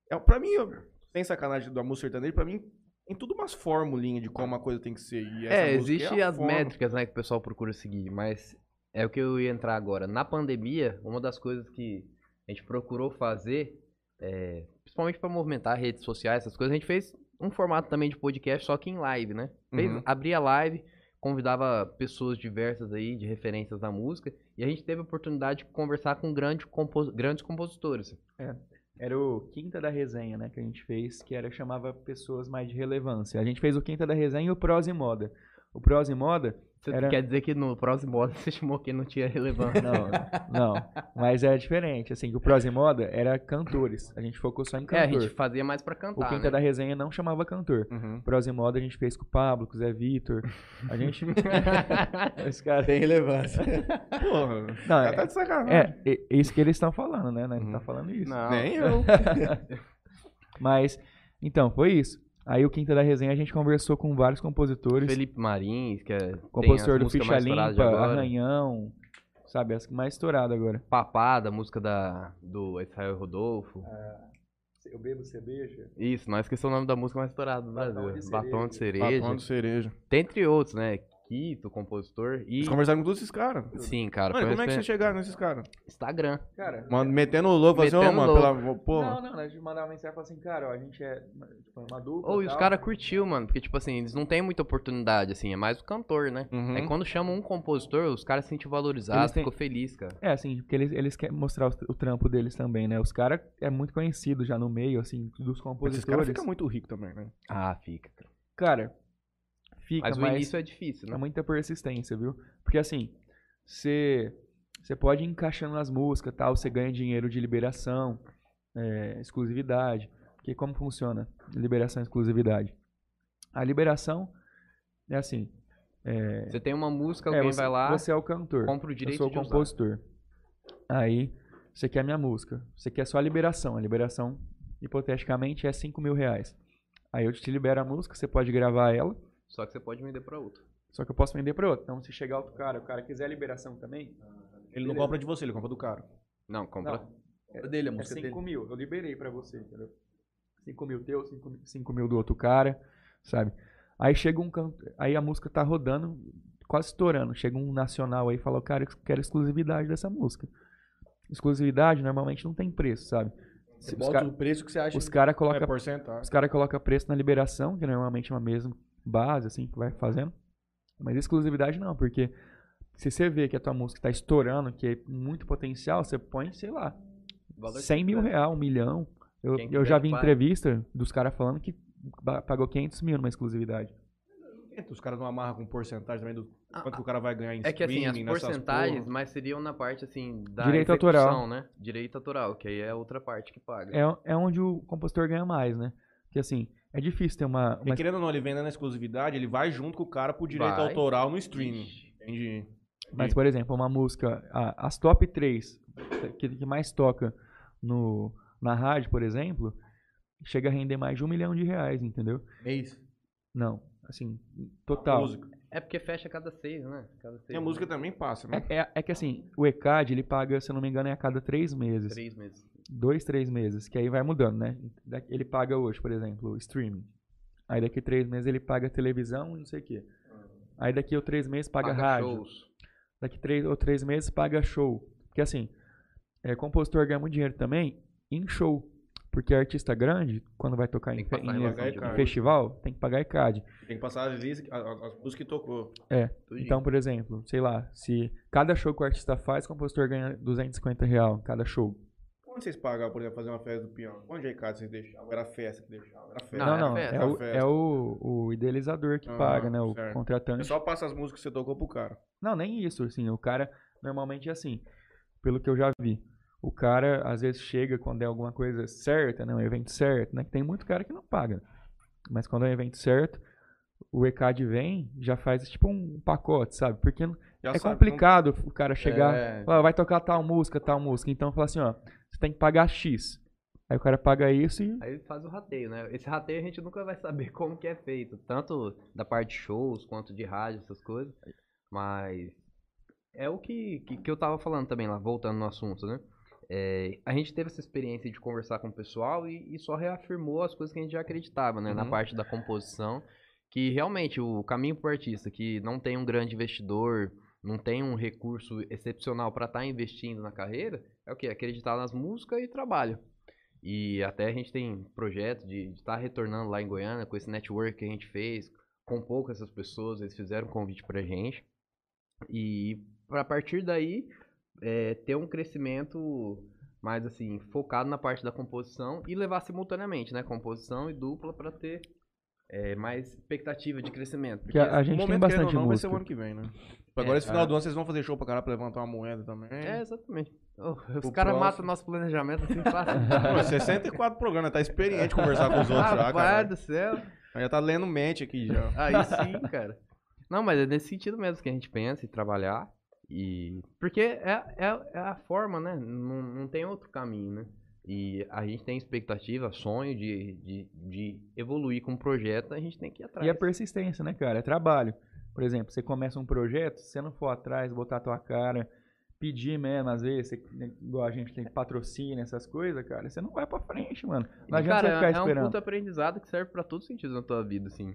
é, pra mim, eu- sem sacanagem da música sertaneja, pra mim, tem tudo umas formulinhas de como a coisa tem que ser. E essa
É,
música
existe
a
as
fórmula.
métricas, né, que o pessoal procura seguir, mas é o que eu ia entrar agora. Na pandemia, uma das coisas que a gente procurou fazer, é, principalmente para movimentar redes sociais, essas coisas, a gente fez um formato também de podcast, só que em live, né? Fez,
Uhum.
Abria live, convidava pessoas diversas aí, de referências da música, e a gente teve a oportunidade de conversar com grande compos- grandes compositores.
Era o Quinta da Resenha, né, que a gente fez, que era chamava pessoas mais de relevância. A gente fez o Quinta da Resenha e o Prosa e Moda. O Prosa e Moda,
Você
Era-
quer dizer que no próximo ano você chamou quem não tinha relevância?
não, não, mas era diferente, assim, que o Prosa e Moda era cantores. A gente focou só em
é, a
cantor.
gente fazia mais pra
o é
cantar,
Quinta
né?
da Resenha não chamava cantor.
Uhum.
O Prosa e Moda a gente fez com o Pablo, com o Zé Vitor. A gente Os caras-
Tem relevância.
Porra,
Não,
já tá
é,
de sacanagem.
é, é isso que eles estão falando, né? Nós não tá falando isso.
Não.
Nem eu.
Mas então, foi isso. Aí o Quinta da Resenha a gente conversou com vários compositores.
Felipe Marins, que é
Compositor
tem
do
as músicas
Ficha
mais
Limpa,
estouradas de agora.
Arranhão, sabe? As que mais estouradas agora.
Papada, música da, do Israel Rodolfo.
É. Eu bebo cerveja.
Isso, não esqueci o nome da música mais estourada do
Batom
Brasil.
de
Batom de cereja.
Batom de cereja.
Dentre outros, né? Quito, compositor. E.
Vocês conversaram com todos esses caras.
Sim, cara.
Mano,
foi
como é que
uma
vocês
experiência-
chegaram nesses caras?
Instagram.
Cara.
Mano, metendo o louco, assim, ô,
Metendo
mano,
louco.
pela porra.
Não, não, né, a gente mandava mensagem e falava assim, cara, ó, a gente é tipo, uma dupla.
Ou e
tal.
os caras curtiu, mano. Porque, tipo assim, eles não têm muita oportunidade, assim. É mais o cantor, né?
Uhum.
Aí quando chamam um compositor, os caras se sentem valorizados,
Eles têm-
ficam felizes, cara.
É, assim, porque eles, eles querem mostrar o, o trampo deles também, né? Os caras é muito conhecido já no meio, assim, dos
Mas esses caras
compositores.
ficam muito ricos também, né?
Ah, fica.
Cara, Fica,
Ah, Mas
mas,
o início é difícil,
é
né?
muita persistência, viu? Porque assim, você você pode ir encaixando nas músicas, tal, você ganha dinheiro de liberação, é, exclusividade. Porque como funciona liberação e exclusividade? A liberação é assim,
Você tem uma música,
é,
Então alguém
você,
vai lá,
você é o cantor.
compra o
Eu
direito
sou o
de usar.
compositor. Aí, você quer minha música. Você quer só a liberação. A liberação, hipoteticamente, é 5 mil reais. Aí eu te libero a música, você pode gravar ela,
Só que você pode vender pra outro.
só que eu posso vender para outro. Então, se chegar outro cara, o cara quiser a liberação também,
Ele não compra de você, ele compra do cara.
Não, compra.
Não.
É dele, a
é
música
5
dele.
mil. Eu liberei para você, entendeu? 5 mil teu, 5 mil, do outro cara, sabe? Aí chega um canto, aí a música tá rodando, quase estourando. Chega um nacional aí e fala, cara, eu quero exclusividade dessa música. Exclusividade normalmente não tem preço, sabe? Se
Você
os
bota
ca-
o preço que você acha.
Os caras colocam
É porcentagem.
os cara coloca preço na liberação, que normalmente é uma mesma base, assim, que vai fazendo. Mas exclusividade não, porque se você vê que a tua música tá estourando, que é muito potencial, você põe, sei lá,
Valor
100 mil reais, um milhão. Eu,
Quem
eu já
quiser,
vi
paga.
entrevista dos caras falando que ba- pagou 500 mil numa exclusividade.
Os caras não amarram com porcentagem também do
Ah,
quanto que o cara vai ganhar em
É que assim, as
streaming, nessas
porcentagens,
porra.
mas seriam na parte assim da
Direito
execução,
autoral.
né? Direito autoral, que aí é outra parte que paga.
É, é onde o compositor ganha mais, né? Porque assim, é difícil ter uma.
Porque
uma
querendo ou não, ele vendendo a exclusividade, ele vai junto com o cara pro direito
Vai.
autoral no streaming.
Ixi.
Entendi.
Mas, por exemplo, uma música, a- as top 3 que, que mais toca no, na rádio, por exemplo, chega a render mais de um milhão de reais, entendeu?
Mês.
Não, assim, total.
Música.
É porque fecha cada seis, né? Cada seis
E a
meses.
música também passa, né?
É, é- é que assim, o ECAD ele paga, se eu não me engano, é a cada três meses.
Três meses.
Dois, três meses, que aí vai mudando, né? Da- Ele paga hoje, por exemplo, o streaming. Aí daqui três meses ele paga televisão e não sei o quê. Aí daqui ou três meses paga, rádio.
shows.
daqui três ou três meses paga show. Porque assim, é, compositor ganha muito dinheiro também em show. Porque artista grande, quando vai tocar
Tem
em,
que
fe-
passar
em
em
ev-
pagar
relação de
ICAD.
em festival, tem que pagar ICAD.
Tem que passar as, listas, a- a- as músicas que tocou.
tudinho.
Então, por exemplo, sei lá, se cada show que o artista faz, o compositor ganha 250 real cada show.
Onde vocês pagavam, por exemplo, fazer uma festa do peão? Onde é casa vocês deixavam? Era festa que deixavam? Era festa.
Não,
Não,
é
não,
festa,
é, o,
é festa.
é o- o idealizador que
Ah,
paga, né? O
certo.
contratante.
Eu só passa as músicas que você tocou pro cara.
Não, nem isso, assim, o cara normalmente é assim, pelo que eu já vi. O cara às vezes chega quando é alguma coisa certa, né, um evento certo, né, que tem muito cara que não paga. Mas quando é um evento certo, o ECAD vem, já faz tipo um pacote, sabe? Porque não-
Já
é
sabe,
complicado o cara
não-
chegar,
É,
"Ó, vai tocar tal música, tal música, então fala assim, ó, você tem que pagar X. Aí o cara paga isso e
Aí faz o rateio, né? Esse rateio a gente nunca vai saber como que é feito, tanto da parte de shows quanto de rádio, essas coisas. Mas é o que, que, que eu tava falando também lá, voltando no assunto, né? É, a gente teve essa experiência de conversar com o pessoal e, e só reafirmou as coisas que a gente já acreditava, né? Na
Uhum.
parte da composição, que realmente o caminho pro artista que não tem um grande investidor, não tem um recurso excepcional para estar investindo na carreira, é o quê? Acreditar nas músicas e trabalho. E até a gente tem projeto de estar retornando lá em Goiânia com esse network que a gente fez, com poucas essas pessoas, eles fizeram um convite pra gente. E a partir daí, é, ter um crescimento mais assim, focado na parte da composição e levar simultaneamente, né? Composição e dupla pra ter é, mais expectativa de crescimento.
que a, a
o
gente tem
É, momento, querendo ou
bastante
não, vai ser o
música.
ano que vem, né? Agora, esse
é.
final do ano, vocês vão fazer show pra caralho pra levantar uma moeda também.
É, exatamente. Oh, os
O
caras
próximo-
matam nosso planejamento assim fácil.
Pô, 64 programas, tá experiente conversar com os outros já,
Rapaz
cara.
do céu.
Já tá lendo mente aqui já.
Aí sim, cara. Não, mas é nesse sentido mesmo que a gente pensa e trabalhar. E... Porque é, é, é a forma, né? Não, não tem outro caminho, né? E a gente tem expectativa, sonho de, de, de evoluir com o projeto, a gente tem que ir atrás.
E a persistência, né, cara? É trabalho. Por exemplo, você começa um projeto, se você não for atrás, botar a tua cara, pedir mesmo, às vezes, você- né, igual a gente tem patrocínio, essas coisas, cara, você não vai pra frente, mano. Não
E,
adianta
cara,
você ficar
é um
esperando.
puta aprendizado que serve pra todos os sentidos na tua vida, assim.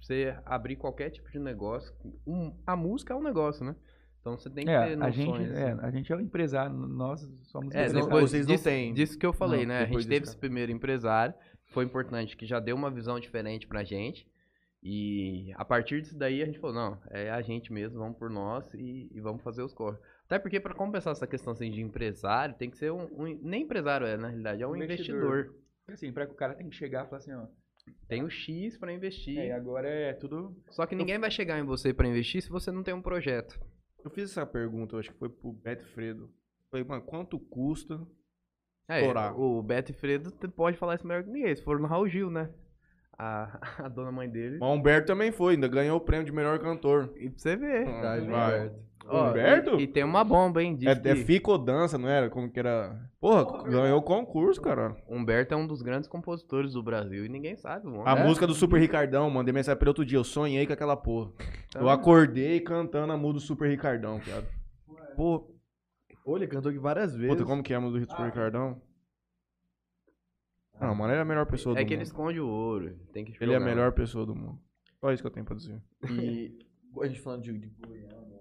Você abrir qualquer tipo de negócio. um- a música é um negócio, né? Então você tem que ter
É, a
noções.
gente,
assim.
é, a gente é um empresário, nós somos
É,
empresários.
depois
vocês não
disso-
têm.
Disso que eu falei,
Não,
né? A gente
depois
teve
disso,
esse primeiro empresário, foi importante, que já deu uma visão diferente pra gente. E a partir disso daí a gente falou, não, é a gente mesmo, vamos por nós e, e vamos fazer os corres. Até porque pra compensar essa questão assim, de empresário, tem que ser um, um- Nem empresário é, na realidade, é um
Investidor.
investidor.
Assim, pra que o cara tem que chegar e falar assim, ó,
Tem o X pra investir.
É, e agora é tudo.
Só que ninguém vai chegar em você pra investir se você não tem um projeto.
Eu fiz essa pergunta, eu acho que foi pro Beto Fredo. Falei, mano, quanto custa?
É,
Estourar.
o Beto e Fredo t- pode falar isso melhor que ninguém. Eles foram no Raul Gil, né? A, a dona mãe dele.
O Humberto também foi, ainda ganhou o prêmio de melhor cantor. Ah,
E pra você ver. tá
Verdade,
Hum, Vai.
Humberto.
Ó,
Humberto?
E, e tem uma bomba, hein? Diz
É,
que
é fica ou dança, não era? Como que era? Porra, ganhou o concurso, cara.
Humberto é um dos grandes compositores do Brasil e ninguém sabe. o É, homem.
A música do Super Ricardão, mandei mensagem pra ele outro dia. Eu sonhei com aquela porra.
Tá então,
Eu acordei cantando a música do Super Ricardão, cara.
Pô, olha, cantou aqui várias vezes.
Puta, como que é a música do
Ah.
Super Ricardão? Não, mano, ele é a melhor pessoa do
É que ele
mundo.
esconde o ouro. Tem que
Ele é a
jogar.
melhor pessoa do mundo. Só isso que eu tenho pra dizer.
E a gente falando de, de Goiânia. né?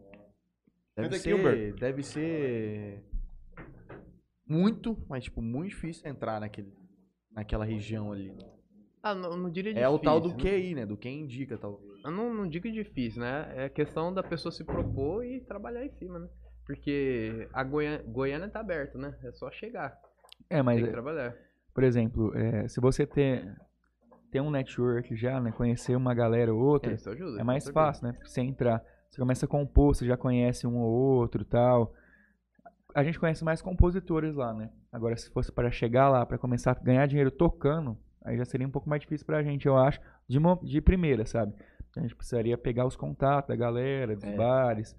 Deve
Canta aqui,
ser,
Humberto.
deve ser muito, mas tipo, muito difícil entrar naquele, naquela região ali. né?
Ah, não, não diria
É o tal do
difícil,
QI, né? Do quem indica, talvez.
Eu não, não digo difícil, né? É questão da pessoa se propor e trabalhar em cima, né? Porque a Goiânia, Goiânia tá aberta, né? É só chegar.
É, mas
Tem que trabalhar.
por exemplo, é, se você ter, ter um network já, né? Conhecer uma galera ou outra,
É, isso ajuda.
é
com
mais
certeza.
fácil, né? Porque você entrar, você começa a compor, você já conhece um ou outro tal. A gente conhece mais compositores lá, né? Agora, se fosse para chegar lá, para começar a ganhar dinheiro tocando, aí já seria um pouco mais difícil pra gente, eu acho, de, mo- de primeira, sabe? A gente precisaria pegar os contatos da galera, dos bares.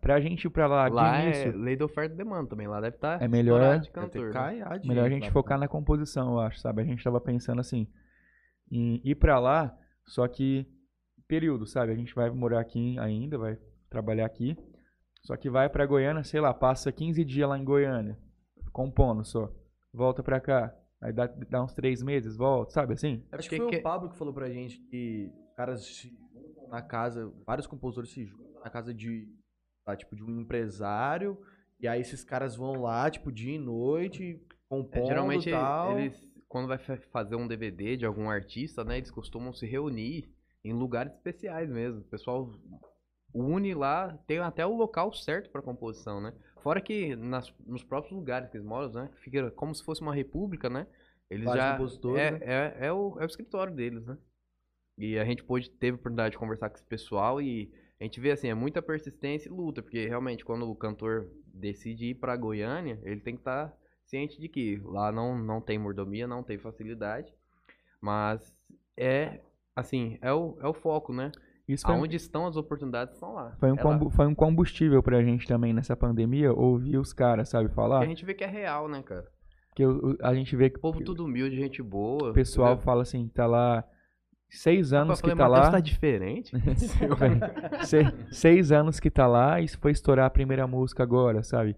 Pra gente ir pra lá, de
É. Lá é
início,
lei da oferta e demanda também. Lá deve estar
É melhor-
de cantor. né?
Caiá de
Melhor a
jeito
gente
lá.
focar na composição, eu acho, sabe? A gente tava pensando assim, em ir pra lá, só que período, sabe? A gente vai morar aqui ainda, vai trabalhar aqui. Só que vai pra Goiânia, sei lá, passa 15 dias lá em Goiânia, compondo só. Volta pra cá. Aí dá, dá uns três meses, volta, sabe assim?
É
Acho
porque
que foi
que-
o Pablo que falou pra gente que os caras se juntam na casa, vários compositores se juntam na casa de, tá, tipo, de um empresário, e aí esses caras vão lá, tipo, dia e noite,
É,
compondo
geralmente
e tal.
eles, quando vai fa- fazer um DVD de algum artista, né? Eles costumam se reunir em lugares especiais mesmo. O pessoal une lá, tem até o local certo pra composição, né? Fora que nas, nos próprios lugares que eles moram, né? que Fica como se fosse uma república, né? Eles
Vários
já
compositores,
é,
né?
é, é o, é o escritório deles, né? E a gente pôde, teve a oportunidade de conversar com esse pessoal e a gente vê assim, é muita persistência e luta, porque realmente quando o cantor decide ir pra Goiânia, ele tem que estar ciente de que lá não, não tem mordomia, não tem facilidade, mas é assim, é o, é o foco, né?
Isso foi, um-
Aonde estão as oportunidades são lá.
foi um,
é lá.
combu- foi um combustível pra gente também nessa pandemia, ouvir os caras, sabe,
Porque a
falar.
gente vê que é real, né, cara?
Que o- o- a gente vê que
O povo tudo humilde, gente boa.
o pessoal
entendeu?
fala assim, tá lá seis anos
Eu falei,
que tá
"Matheus
lá.
tá diferente.
Velho, se- seis anos que tá lá e foi estourar a primeira música agora, sabe?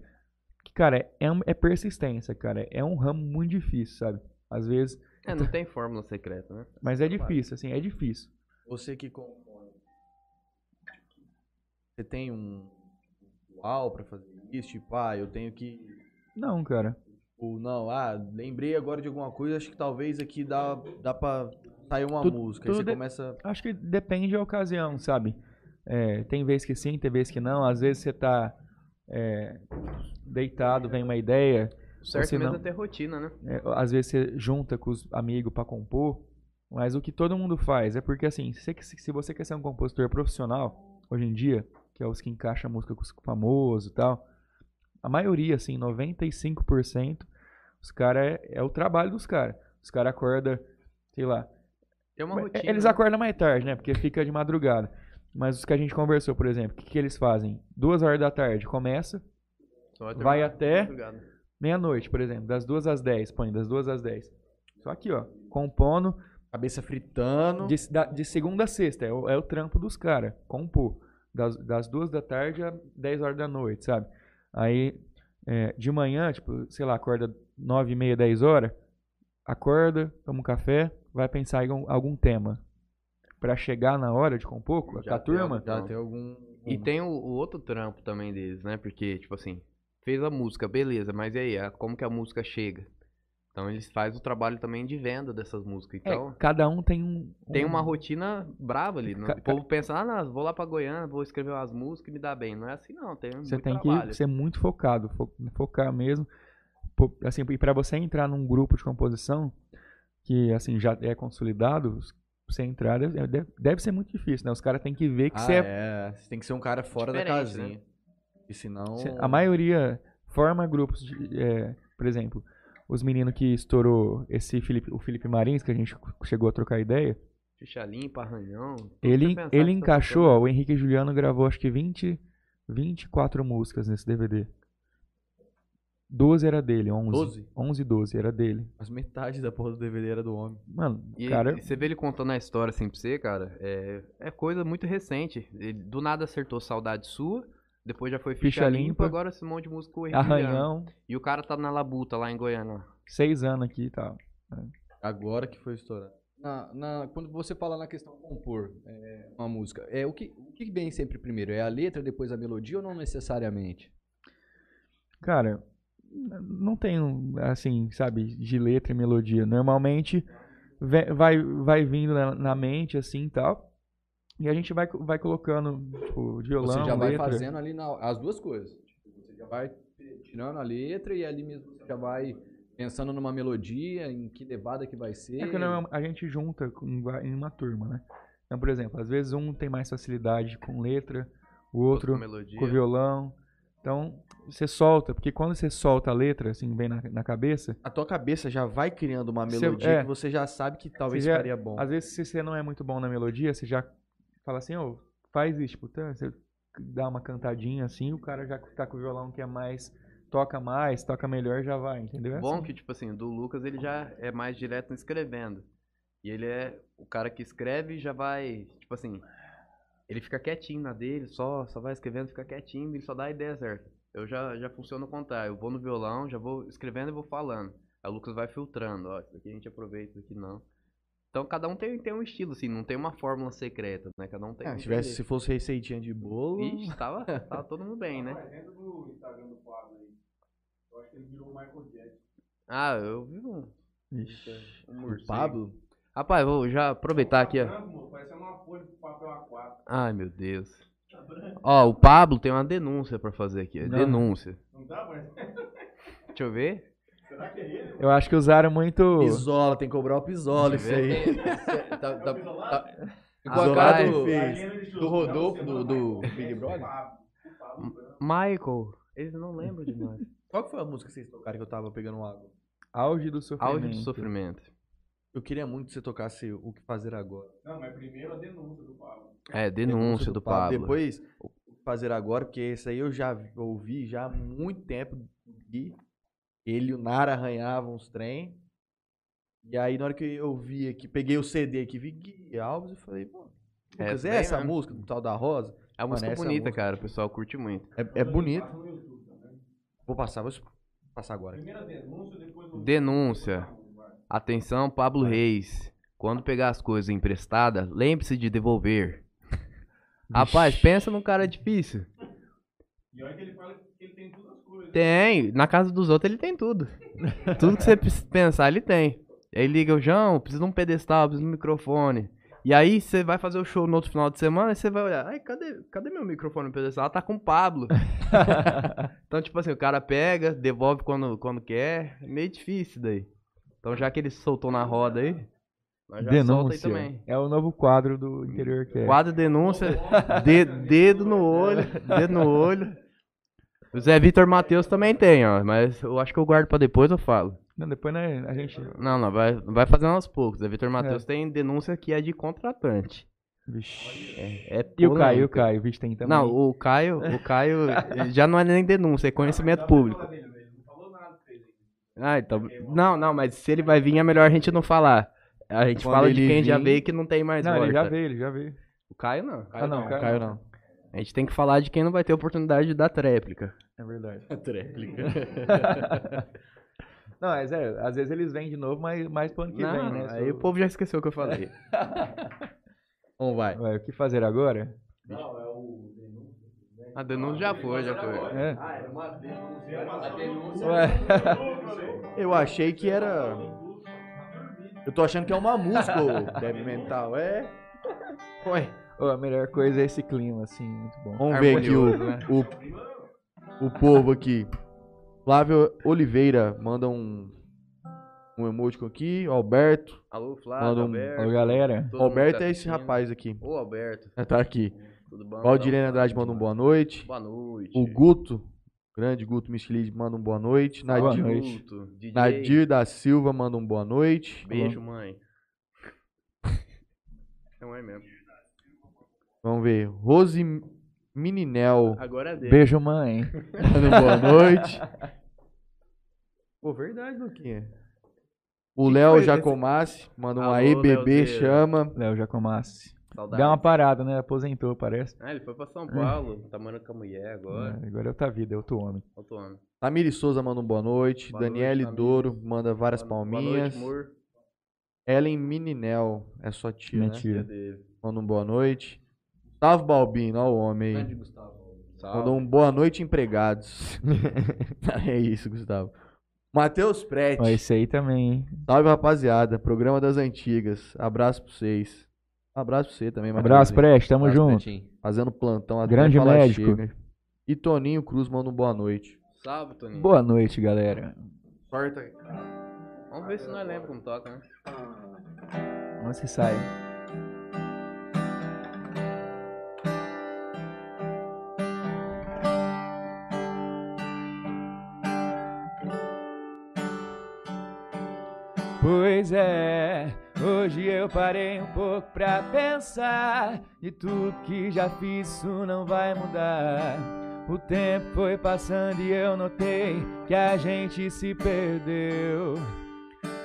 Que, cara, é, um- é persistência, cara. É um ramo muito difícil, sabe? Às vezes.
é, não tem fórmula secreta, né?
Mas é difícil, assim, é difícil.
Você que compõe, você tem um ritual pra fazer isso? Tipo, ah, eu tenho que...
Não, cara.
Ou não, ah, lembrei agora de alguma coisa, acho que talvez aqui dá, dá pra sair uma
Tudo-
música.
tudo
aí você
de-
começa...
Acho que depende da ocasião, sabe? É, tem vez que sim, tem vez que não. Às vezes você tá é, deitado, vem uma ideia.
O certo
se
mesmo
não-
é ter rotina, né?
É, às vezes você junta com os amigos pra compor, mas o que todo mundo faz é porque assim, se, você- se você quer ser um compositor profissional hoje em dia, que é os que encaixam a música com os famosos e tal, a maioria, assim, 95%, os caras é, é o trabalho dos caras. Os caras acordam, sei lá,
Tem uma
mas,
rotina.
é, Eles
né?
acordam mais tarde, né? Porque fica de madrugada. Mas os que a gente conversou, por exemplo, o que, que eles fazem? Duas horas da tarde começa,
né? Só vai
vai
terminar
até-
madrugada.
meia-noite, por exemplo, das duas às dez, põe, das duas às dez. Só aqui, ó, compondo,
Cabeça fritando.
De, da- de segunda a sexta, é o, é o trampo dos caras, compor. Das, das duas da tarde a 10 horas da noite, sabe? Aí, é, de manhã, tipo, sei lá, acorda 9 e meia, 10 horas, acorda, toma um café, vai pensar em algum, algum tema. Pra chegar na hora de compor com a, com a
Já tem
turma, então,
Já tem algum... um
E tem o, o outro trampo também deles, né? Porque, tipo assim, fez a música, beleza, mas e aí, a- como que a música chega? Então eles fazem o trabalho também de venda dessas músicas.
é,
Então,
cada um tem um...
tem uma
um-
rotina brava ali. né?
Ca-
O povo pensa, ah, não, vou lá pra Goiânia, vou escrever umas músicas e me dá bem. Não é assim, não. Tem
Você
muito
tem
trabalho.
que ser muito focado, fo- focar mesmo. Pô, Assim, e para você entrar num grupo de composição, que assim já é consolidado, você entrar deve, é, deve- deve ser muito difícil, né? Os caras têm que ver que você é
é. Você tem que ser um cara fora da
Diferente, né?
casinha. E senão.
Se- A maioria forma grupos de, é, por exemplo, os meninos que estourou esse Felipe, o Felipe Marins, que a gente chegou a trocar ideia,
Ficha limpa, arranhão.
ele,
pensar
ele
que tá
encaixou,
bacana.
ó, o Henrique Juliano gravou acho que 20, 24 músicas nesse DVD. 12 era dele, 11.
12?
11, 12 era dele.
As metades da porra do DVD era do homem.
Mano,
E
cara,
e você vê ele contando a história assim pra você, cara, é, é coisa muito recente. Ele do nada acertou Saudade Sua, depois já foi Ficha,
Ficha
limpa,
Limpa.
agora esse monte de música com o Henrique Juliano.
arranhão,
E o cara tá na labuta lá em Goiânia.
6 anos aqui e tal.
Agora que foi estourar.
Na, na- quando você fala na questão compor é, uma música, é o que, o que vem sempre primeiro? É a letra, depois a melodia ou não necessariamente?
Cara, n- não tem, um, assim, sabe, de letra e melodia. Normalmente ve- vai, vai vindo na, na mente, assim e tal. E a gente vai, co- vai colocando, tipo, violão,
você já vai
letra.
fazendo ali na, as duas coisas. Tipo, Você já vai tirando a letra e ali mesmo você já vai pensando numa melodia, em que levada que vai ser.
É que não- a gente junta com va- em uma turma, né? Então, por exemplo, às vezes um tem mais facilidade com letra, o outro
com melodia.
com violão. Então, você solta, porque quando você solta a letra, assim, bem na, na cabeça,
A tua cabeça já vai criando uma
Você-
melodia
é.
que você já sabe que talvez
Você já-
ficaria bom.
Às vezes, se você não é muito bom na melodia, você já fala assim, ô, faz isso, tipo, tá, você dá uma cantadinha assim, o cara já tá com o violão que é mais, toca mais, toca melhor, já vai, entendeu? É
Bom
assim.
que, tipo assim, do Lucas ele já é mais direto escrevendo. E ele é o cara que escreve e já vai, tipo assim, ele fica quietinho na dele, só, só vai escrevendo, fica quietinho, ele só dá a ideia certa. Eu já, já funciono o contrário, eu vou no violão, já vou escrevendo e vou falando. Aí o Lucas vai filtrando, ó, isso aqui a gente aproveita, isso aqui não. Então cada um tem, tem um estilo, assim, não tem uma fórmula secreta, né? Cada um tem
Ah,
um
se, tivesse, um se
jeito.
fosse receitinha de bolo.
Ixi, tava, tava todo mundo bem, né? Ah, eu vi um,
Ixi.
um
O
morcego.
Pablo?
Rapaz, vou já aproveitar tá aqui, ó. Ai, meu Deus. Ó, o Pablo tem uma denúncia pra fazer aqui. é
Não.
Denúncia. Deixa eu ver.
Eu acho que usaram muito...
Pisola, tem que cobrar o pisola isso
Deixa eu
aí.
ver.
Tá- tá- tá-
Ah,
Igual a cara
vai.
do,
Fez.
do Rodolfo,
é
do, do Big Brother.
Michael, eles não lembram de nós.
Qual que foi a música que vocês tocaram que eu tava pegando água?
Auge do sofrimento.
Auge de sofrimento.
Eu queria muito que você tocasse o que fazer agora.
É, denúncia do Pablo.
Depois, o que fazer agora, porque esse aí eu já vi- ouvi já há muito tempo. E ele e o Nara arranhavam os trem. E aí, na hora que eu vi aqui, peguei o CD aqui, vi Gui Alves e falei, pô,
É,
Lucas,
essa
é,
daí
essa
mesmo.
música do tal da Rosa?
É uma música
Mano, essa
bonita,
música-
cara. O pessoal curte muito.
É, é bonito. Vou passar, vou passar agora. aqui.
Denúncia. Atenção, Pablo Reis. Quando pegar as coisas emprestadas, lembre-se de devolver. Rapaz, pensa num cara difícil. Tem, na casa dos outros ele tem tudo. tudo que você pis- pensar, ele tem. Aí liga o João, precisa de um pedestal, precisa de um microfone. E aí você vai fazer o show no outro final de semana e você vai olhar, ai, cadê, cadê meu microfone e pedestal? Ah, tá com o Pablo. então, tipo assim, o cara pega, devolve quando, quando quer. É meio difícil daí. Então, já que ele soltou na roda aí, nós já solta aí
Denúncia.
também. Hum.
É o novo quadro do interior que é.
Quadro denúncia, de- dedo no olho, dedo no olho. O Zé Vitor Matheus também tem, ó, mas eu acho que eu guardo pra depois eu falo.
Não, depois né, a gente...
Não, não, vai, vai fazendo aos poucos. Zé Vitor Matheus tem denúncia que é de contratante.
Vixe.
É, é
E o Caio, o
polêmica.
Caio, o bicho tem também.
Não, o Caio, o Caio eh, já não é nem denúncia, é conhecimento público. Ah, então, não, não, mas se ele vai vir é melhor a gente não falar. A gente
Quando
fala de
ele
quem já
vir-
veio que não tem mais
Não, ele
volta.
já veio, ele já veio.
O é Caio não. Caio
Ah, não, o Caio,
Caio não.
A gente tem que falar de quem não vai ter oportunidade de dar tréplica.
É verdade. Não, mas é, às vezes eles vêm de novo, mas mais pro ano que
Não,
vem, né?
Aí
Se
o povo já esqueceu o que eu falei.
Vamos, vai.
Ué, o que fazer agora?
A denúncia já foi, já foi.
É.
Eu achei que era. Eu tô achando que é uma música, ô, Deb Mental. É. Ué.
Ô, a melhor coisa é esse clima, assim, muito bom.
Vamos ver aqui o,
Harmonioso, né?
o, o povo aqui. Flávio Oliveira manda um, um emoji aqui, o Alberto.
Alô, Flávio,
Manda um-
Alberto.
Ô, galera.
todo mundo
Alberto
que tá
é esse
assistindo.
rapaz aqui.
Ô, Alberto,
É, Tá aqui.
tudo bom?
Valdirene Andrade manda um boa noite.
Boa noite.
O Guto, grande Guto Micheliz, manda um boa noite.
Boa
Nadir,
noite.
Guto, DJ.
Nadir da Silva manda um boa noite.
Beijo, mãe. É mãe mesmo.
Vamos ver. Rose Mininel
Agora é dele.
Beijo, mãe.
manda um boa noite. Pô, verdade, Luquinha. O Léo
foi
Jacomassi manda um
Alô,
aí, bebê,
Léozeira.
chama.
Léo Jacomassi.
Saudade.
Deu uma É. parada, né? Aposentou, parece.
Ah, ele foi pra São Paulo. Tá morando com a mulher agora.
É, Agora é outra vida, é outro homem.
Outro ano.
Tamiri Souza manda um boa noite.
Boa
Daniele
noite, Tamires.
Douro manda várias
Boa-
palminhas.
Boa noite, amor.
Ellen Mininel, é só tia, né?
Mentira.
Dele.
Manda um boa noite. Gustavo Balbino, ó o homem aí.
Grande Gustavo.
Mandou um boa noite, empregados. é isso, Gustavo. Matheus Prete.
Ó, esse aí também, hein?
Salve, rapaziada. Programa das antigas. Abraço pra vocês. Um abraço pra você também, Matheus.
Abraço, Preste, tamo
Abraço,
junto.
Pretinho.
Fazendo plantão até
Grande
falar
médico.
chega. E Toninho Cruz manda um boa noite.
Salve, Toninho.
Boa noite, galera.
Sorta aí.
Vamos ver se nós lembra como toca, né?
Vamos que sai. Pois é, hoje eu parei um pouco pra pensar De tudo que já fiz, isso não vai mudar O tempo foi passando e eu notei que a gente se perdeu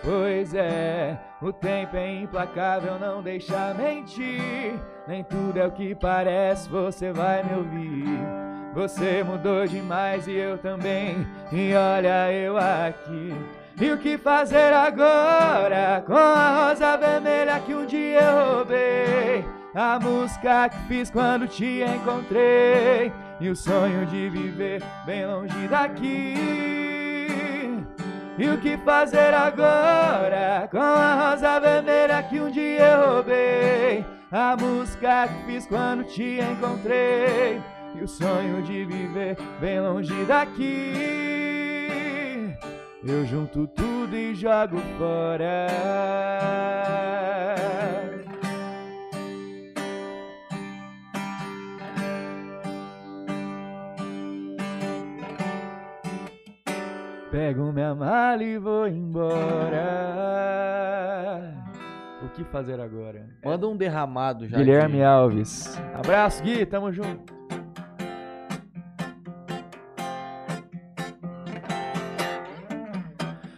Pois é, o tempo é implacável, não deixa mentir. Nem tudo é o que parece, você vai me ouvir. Você mudou demais e eu também, e olha eu aqui. E o que fazer agora com a rosa vermelha que um dia eu roubei? A música que fiz quando te encontrei, e o sonho de viver bem longe daqui. E o que fazer agora com a rosa vermelha que um dia eu roubei? A música que fiz quando te encontrei e o sonho de viver bem longe daqui. Eu junto tudo e jogo fora. Pego minha mala e vou embora. O que fazer agora?
Manda um derramado já.
Guilherme
de-
Alves. Abraço, Gui, tamo junto.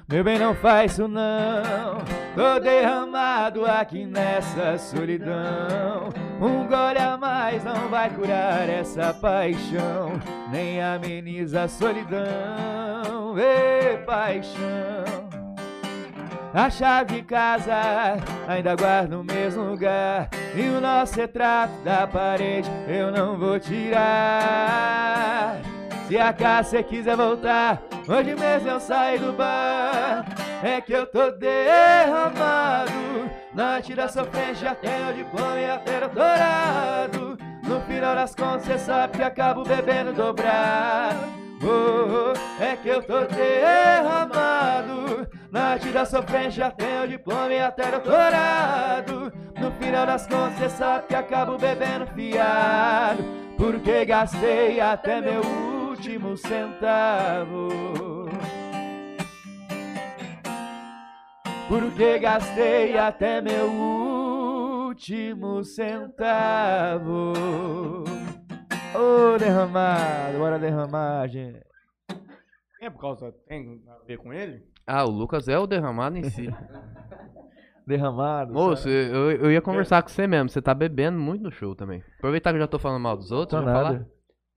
Meu bem, não faz isso não. Tô derramado aqui nessa solidão. Um gole a mais não vai curar essa paixão, nem ameniza a solidão. Ê, paixão. A chave de casa ainda guardo no mesmo lugar. E o nosso retrato da parede eu não vou tirar. Se a casa quiser voltar, hoje mesmo eu saio do bar. É que eu tô derramado. Na tira sua frente já tenho diploma e até doutorado. No final das contas, cê sabe que acabo bebendo dobrado. Oh, oh, é que eu tô derramado Na tira sua frente já tenho diploma e até doutorado No final das contas cê sabe que acabo bebendo fiado Porque gastei até meu último centavo Porque gastei até meu último centavo Ô, derramado, bora derramar, gente.
É por causa. Tem a ver com ele?
Ah, o Lucas é o derramado em si.
Derramado.
Moço, eu, eu ia conversar com você mesmo. Você tá bebendo muito no show também. Aproveitar que eu já tô falando mal dos outros,
Tô
vamos falar.
nada.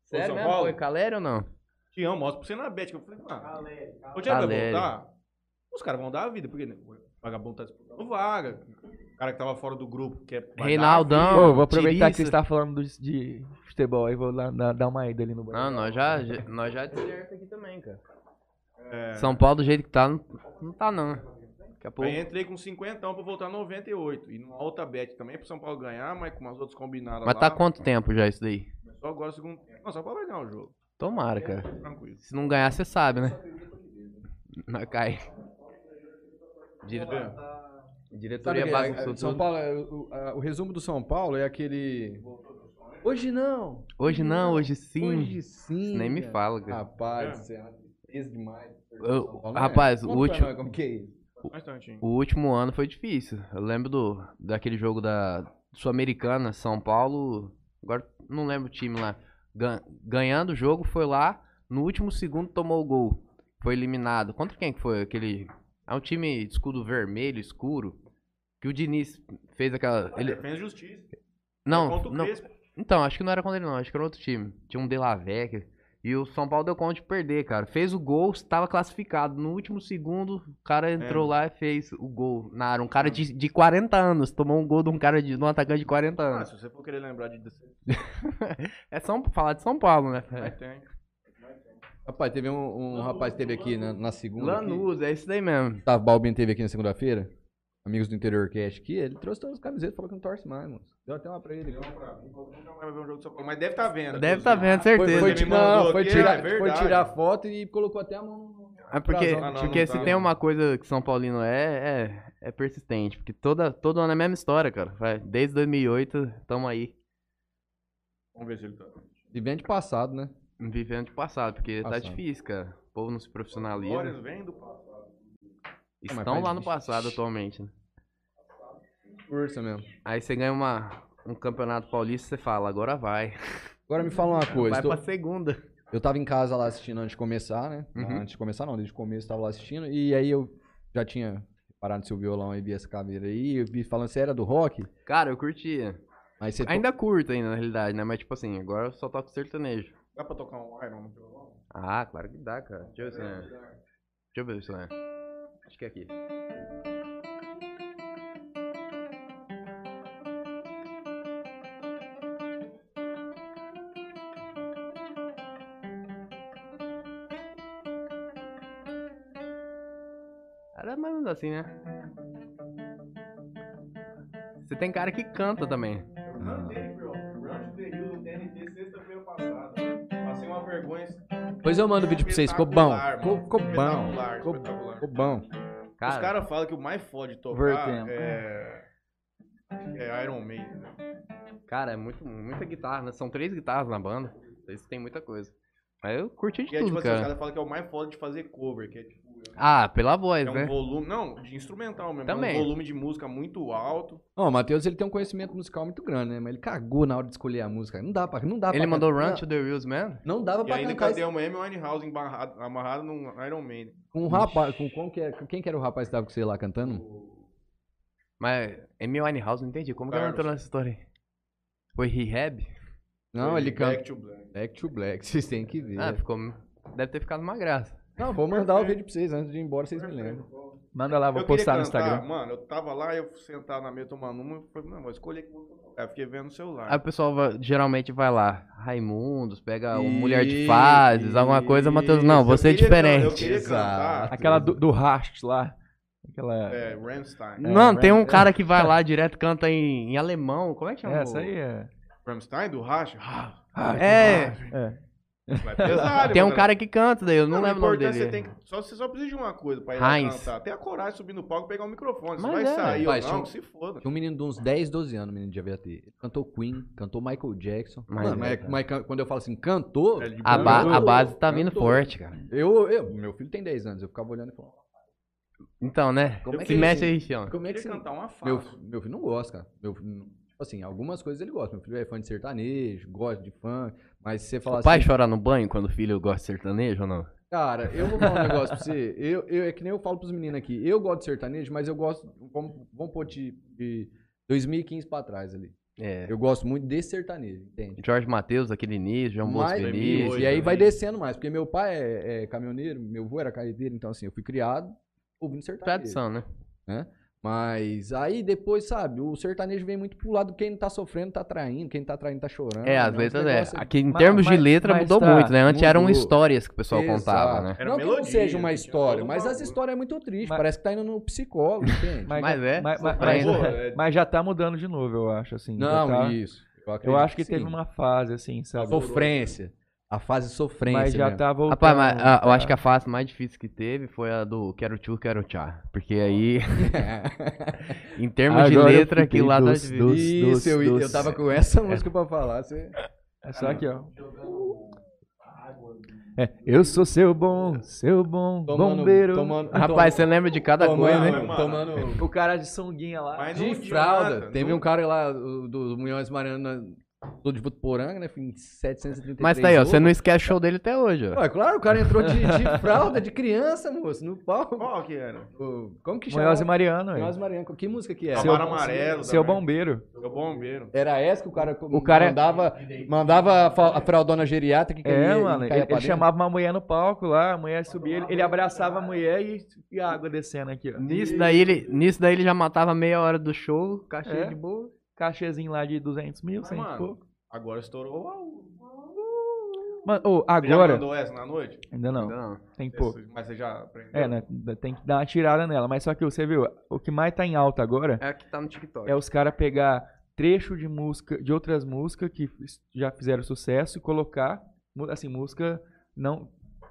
São
Sério mesmo?
Paulo?
Foi Calério ou não?
Te amo, mostra pra você na bet. que Eu falei, mano, o Thiago vai
Valério.
voltar? Os caras vão dar a vida, porque né, o vagabundo tá disputando vaga. O cara que tava fora do grupo, que é. vai dar a
Reinaldão.
vida.
Ô, vou aproveitar que
Tiriça.
você tá falando de, de futebol aí, vou lá, dar, dar uma ida ali no banheiro.
Não, nós já, já- nós já deserta aqui também, cara.
É,
São Paulo, do jeito que tá, não, não tá não. Daqui a pouco.
Aí entrei com 50 pra voltar 98. E numa alta bet também pro São Paulo ganhar, mas com as outras combinadas.
Mas
lá,
tá quanto tempo já isso daí?
Só agora o segundo tempo. Não, São Paulo vai ganhar o jogo.
Tomara, cara.
Tranquilo.
Se não ganhar, você sabe, né? Não cai. Diretor...
Sabe
Diretoria
que,
bagunçou
é,
tudo.
São Paulo, é, o, a- o resumo do São Paulo é aquele. Hoje não!
Hoje não, hoje sim.
Hoje sim!
Nem me
cara.
fala, cara.
Rapaz, você é uma tristeza demais.
Eu-
São Paulo, né?
rapaz, o
Conta pra
último,
nós Como que é isso?
Um Bastante.
o último ano foi difícil. Eu lembro do, daquele jogo da Sul-Americana, São Paulo. Agora não lembro o time lá. Gan- ganhando o jogo, foi lá. No último segundo tomou o gol. Foi eliminado. Contra quem que foi aquele. É um time de escudo vermelho, escuro. Que o Diniz fez aquela. Ele...
Defesa e justiça.
Não,
É, Contra o
não,
Crespo.
Então, acho que não era contra ele, não. Acho que era outro time. Tinha um De La Vecchia. E o São Paulo deu conta de perder, cara. Fez o gol, estava classificado. No último segundo, o cara entrou lá e fez o gol na área. Um cara de, de 40 anos. Tomou um gol de um cara de, de um atacante de 40
Ah,
anos.
se você for querer lembrar de.
É São, falar de São Paulo, né?
Aí tem.
Rapaz, teve um, um rapaz que teve aqui na, na segunda. aqui.
Lanús, é isso daí mesmo.
Gustavo Balbino teve aqui na segunda-feira, amigos do Interior Cast aqui, ele trouxe todas as camisetas, falou que não torce mais, mano. Deu até uma pra ele.
Não, pra mim, nunca vai ver um jogo de São Paulo. Mas deve estar vendo.
Deve tá vendo, certeza.
Foi, tipo foi,
Ele me
não,
mandou
foi
aqui,
tirar,
é verdade.
foi tirar foto e colocou até a mão no...
É porque,
Ah,
não, não
porque se
tá.
tem uma coisa que São Paulino é, é, é persistente. Porque toda, todo ano é a mesma história, cara. Vai, Desde 2008, tamo aí.
Vamos ver se ele tá.
E vem de passado, né?
Vivendo de passado, porque
Passado.
tá difícil, cara. O povo não se profissionaliza.
Glórias vem do passado.
mas
Estão
faz
lá no
isso.
passado atualmente. né?
Força mesmo.
Aí você ganha uma, um campeonato paulista, você fala, agora vai.
Agora me fala uma coisa.
vai
tô-
pra segunda.
Eu tava em casa lá assistindo antes de começar, né? Não,
Uhum.
Antes de começar não, desde o começo eu tava lá assistindo. E aí eu já tinha parado no seu violão e vi essa caveira aí. Eu vi falando, você era do rock?
Cara, eu curtia.
Aí você... to-
Ainda curto ainda, na realidade, né? Mas tipo assim, agora eu só toco sertanejo.
Dá pra tocar um Iron no violão?
Ah, claro que dá, cara. Deixa eu ver se é. Deixa eu ver se é. Acho que é aqui. Era mais ou menos assim, né? Você tem cara que canta também.
Eu
Ah.
mandei, bro. Rancho The Hill no TNT sexta-feira passada. Passei uma vergonha.
Depois eu mando o vídeo pra vocês, ficou bom.
é, Espetacular,
Ficou
mano.
ficou bom.
Espetacular,
Ficou-
espetacular.
Ficou bom.
Cara,
Os caras falam que o mais foda de tocar
Vertendo.
é... é Iron Maiden. né?
cara, é muito, muita guitarra, né? São três guitarras na banda. então Isso tem muita coisa. Mas eu curti de
E é
tudo,
tipo assim, os
cara.
caras falam que é o mais foda de fazer cover, que é tipo.
Ah, pela voz,
É um
né?
volume. Não, de instrumental mesmo.
Também.
É um volume de música muito alto.
Ó, o Matheus ele tem um conhecimento musical muito grande, né? Mas ele cagou na hora de escolher a música. Não dá pra. Não dá pra
Ele mandou
cantar-
Run to the Reels Man?
Não dava
E
pra
ainda
cantar
cadê
esse...
uma Amy Winehouse embarrado, amarrado num Iron Maiden.
com um rapaz. Com, com que é- com quem que era o rapaz que tava com você lá cantando?
Mas Amy Winehouse, não entendi. Como que é ela
Carlos.
entrou nessa história aí? Foi Rehab?
Não,
Foi
ele canta.
Back to Black.
Back to Black, vocês têm que ver.
Ah, ficou... Deve ter ficado uma graça.
Não, vou mandar o vídeo pra vocês antes de ir embora, vocês me lembram.
Manda lá, vou postar no Instagram.
Mano, eu tava lá, eu sentado na mesa tomando uma. Eu falei, não, vou escolher que música eu vou tocar. Eu fiquei vendo no celular.
Aí o pessoal vai- geralmente vai lá, Raimundos, pega uma Mulher de
Ih,
Fases, alguma coisa, Matheus, não,
Eu
você é
queria can- Eu
diferente.
queria cantar.
Aquela do, do Rast lá. Aquela. É,
É, Ramstein.
Mano, tem um
é.
cara que vai lá direto, canta em, em alemão, como é que chama?
essa aí é.
Ramstein do Racha? Ah,
É,
vai pesado,
tem um
mano.
cara que canta, daí eu não,
o
lembro o nome
importante
dele.
é Você, tem que- só, você só precisa de uma coisa pra ir lá
Heinz.
cantar. Tem a coragem de subir no palco e pegar o microfone. Se
Mas
vai
é.
sair
Vai,
ou
se
não,
um-
que se foda.
Tinha um menino de uns 10, 12 anos, menino de AVT. Ele cantou Queen, cantou Michael Jackson.
Mas
Mano,
é,
mas,
cara.
mas can- quando eu falo assim, cantou,
É de
A,
boa.
ba- a
Cantou,
base tá vindo
cantou.
forte, cara.
eu, eu- meu filho tem 10 anos, eu ficava olhando e falando,
Então, né?
Como é
Se
que-
mexe aí, Chão.
como é
Eu
que
queria
você...
cantar uma fala.
Meu, meu filho não gosta, cara. Meu, filho não- tipo assim, algumas coisas ele gosta. Meu filho é fã de sertanejo, gosta de funk, mas se você falar
O
assim,
pai chora no banho quando o filho gosta de sertanejo ou não?
Cara, eu vou falar um negócio pra você. Eu, eu, é que nem eu falo pros meninos aqui. Eu gosto de sertanejo, mas eu gosto. Vamos, vamos pôr de, de 2015 pra trás ali.
É.
Eu gosto muito desse sertanejo, entende?
Jorge Matheus, aquele início, João Bosco
Mas-
Vinícius.
Hoje,
e aí
né?
vai descendo mais, porque meu pai é, é caminhoneiro, meu avô era carreteiro, então assim, eu fui criado ouvindo sertanejo.
Tradição, né?
Mas aí depois, sabe, o sertanejo vem muito pro lado quem não tá sofrendo, tá traindo, quem tá traindo tá chorando.
É,
né?
as
Uns
letras
negócios
é. Aqui, em
Mas-
termos de
mas-
letra,
mas
mudou
tá,
muito, né? Antes eram
mudou.
histórias que o pessoal contava,
Exato.
né?
Era
não que não
melodia,
seja uma
tinha
história,
todo um
mas as
bagulho.
histórias é muito triste.
Mas-
Parece que tá indo no psicólogo, entende?
Mas
Mas,
é,
mas- mas-
mas-
Pô, é-
mas já tá mudando de novo, eu acho, assim. já
Não,
tá-
isso.
Eu
acredito
acho que teve
sim.
uma fase, assim, sabe?
sofrência. né? A fase sofrência.
Mas já
mesmo.
tá voltando.
Rapaz, mas, ah, eu acho que a fase mais difícil que teve foi a do Quero Tchu, Quero Tchá. Porque aí, em termos de
Agora eu
letra,
fiquei
aquilo lá tá
doce,
difícil.
doce.
Isso, eu, eu
doce.
tava com essa música pra falar. Você...
É só aqui, ó. É, eu sou seu bom, seu bom bombeiro.
Tomando,
Rapaz, você lembra de cada
Ah,
coisa, né?
tomando, tomando
O cara de sunguinha lá.
Mas não
De
adianta,
fralda. Teve
não-
um cara lá o- do Munhões Mariana do de Votuporanga, né? Foi em 733.
Mas tá aí, ó,
ovos.
você não esquece o show dele até hoje, ó.
Ué, claro, o cara entrou de, de fralda de criança, moço, no palco.
Qual que era?
O- Como que chama?
Munhoz e Mariano. ué.
Munhoz e Mariana. Que música que era?
Seu, amarelo.
Seu
também.
bombeiro.
Seu bombeiro.
Era essa que o cara,
O cara-
mandava, mandava a fa- a fraldona geriátrica que
É,
ele,
mano.
ele
Ele,
caía pra
ele
dentro.
chamava uma mulher no palco lá, a mulher subia, ele, ele abraçava a mulher e, e a água descendo aqui, ó.
Nisso daí, ele, nisso daí ele já matava meia hora do show, cachê
É.
de boa.
Cachezinho lá de 200 mil,
Mas,
100 e
mano,
pouco.
Agora estourou o álbum.
Mano, ô,
Você já
agora.
mandou essa na noite?
Ainda não,
Não.
tem pouco.
Mas você já aprendeu?
É, né? d- Tem que dar uma tirada nela. Mas só que você viu, o que mais tá em alta agora
É a que tá no TikTok.
é os caras pegar trecho de música, de outras músicas que f- já fizeram sucesso e colocar, mu- assim, música não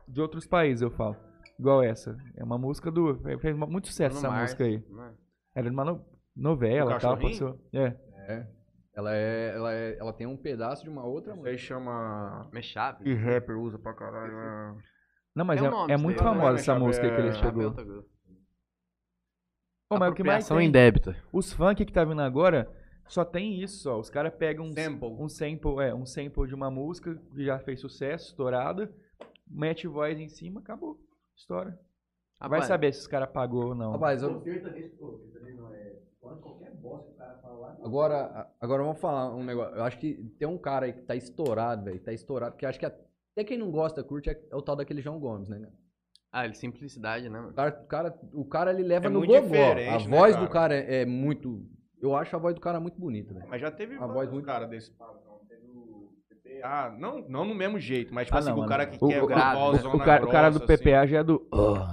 de outros países, eu falo. Igual essa. É uma música do. fe- Fez mu- muito sucesso
Bruno
essa
Mars,
música aí.
né?
Era de uma no- novela e
Do
tal,
cachorrinho?
passou. É.
Ela, é, ela, é, ela tem um pedaço de uma outra
Isso
música.
aí chama...
Mas chave.
E rapper usa pra caralho.
Não, mas
Tem
é,
um nome
é
isso
muito
daí, né?
famosa essa
Chave-
música aí que eles
é,
Chave é
pegou.
outra coisa.
Pô, mas o que mais
Apropriação
tem-
em débito.
Os funk que tá vindo agora só tem isso, só. Os caras pegam um
Sample.
um sample, é, um sample de uma música que já fez sucesso, estourada, mete voz em cima, acabou. História. Vai
Rapaz,
saber se os caras pagou ou não.
Rapaz, eu... Agora, agora vamos falar um negócio. Eu acho que tem um cara aí que tá estourado, velho. Tá estourado, porque acho que até quem não gosta, curte, é o tal daquele João Gomes, né?
Ah, ele, simplicidade, né, mano?
O cara, o cara, o cara ele leva
É
no
muito
gogó. A
diferente, né,
voz
cara?
do cara é, é muito... Eu acho a voz do cara muito bonita, velho.
Mas já teve
Uma
vários
voz muito-
cara desse padrão. Teve o PPA. Não, não no mesmo jeito, mas tipo
Ah,
assim,
não,
o
mano.
cara que
O-
quer
o-
uma
o-
voz
o, cara, o cara do
assim.
PPA já é do.
é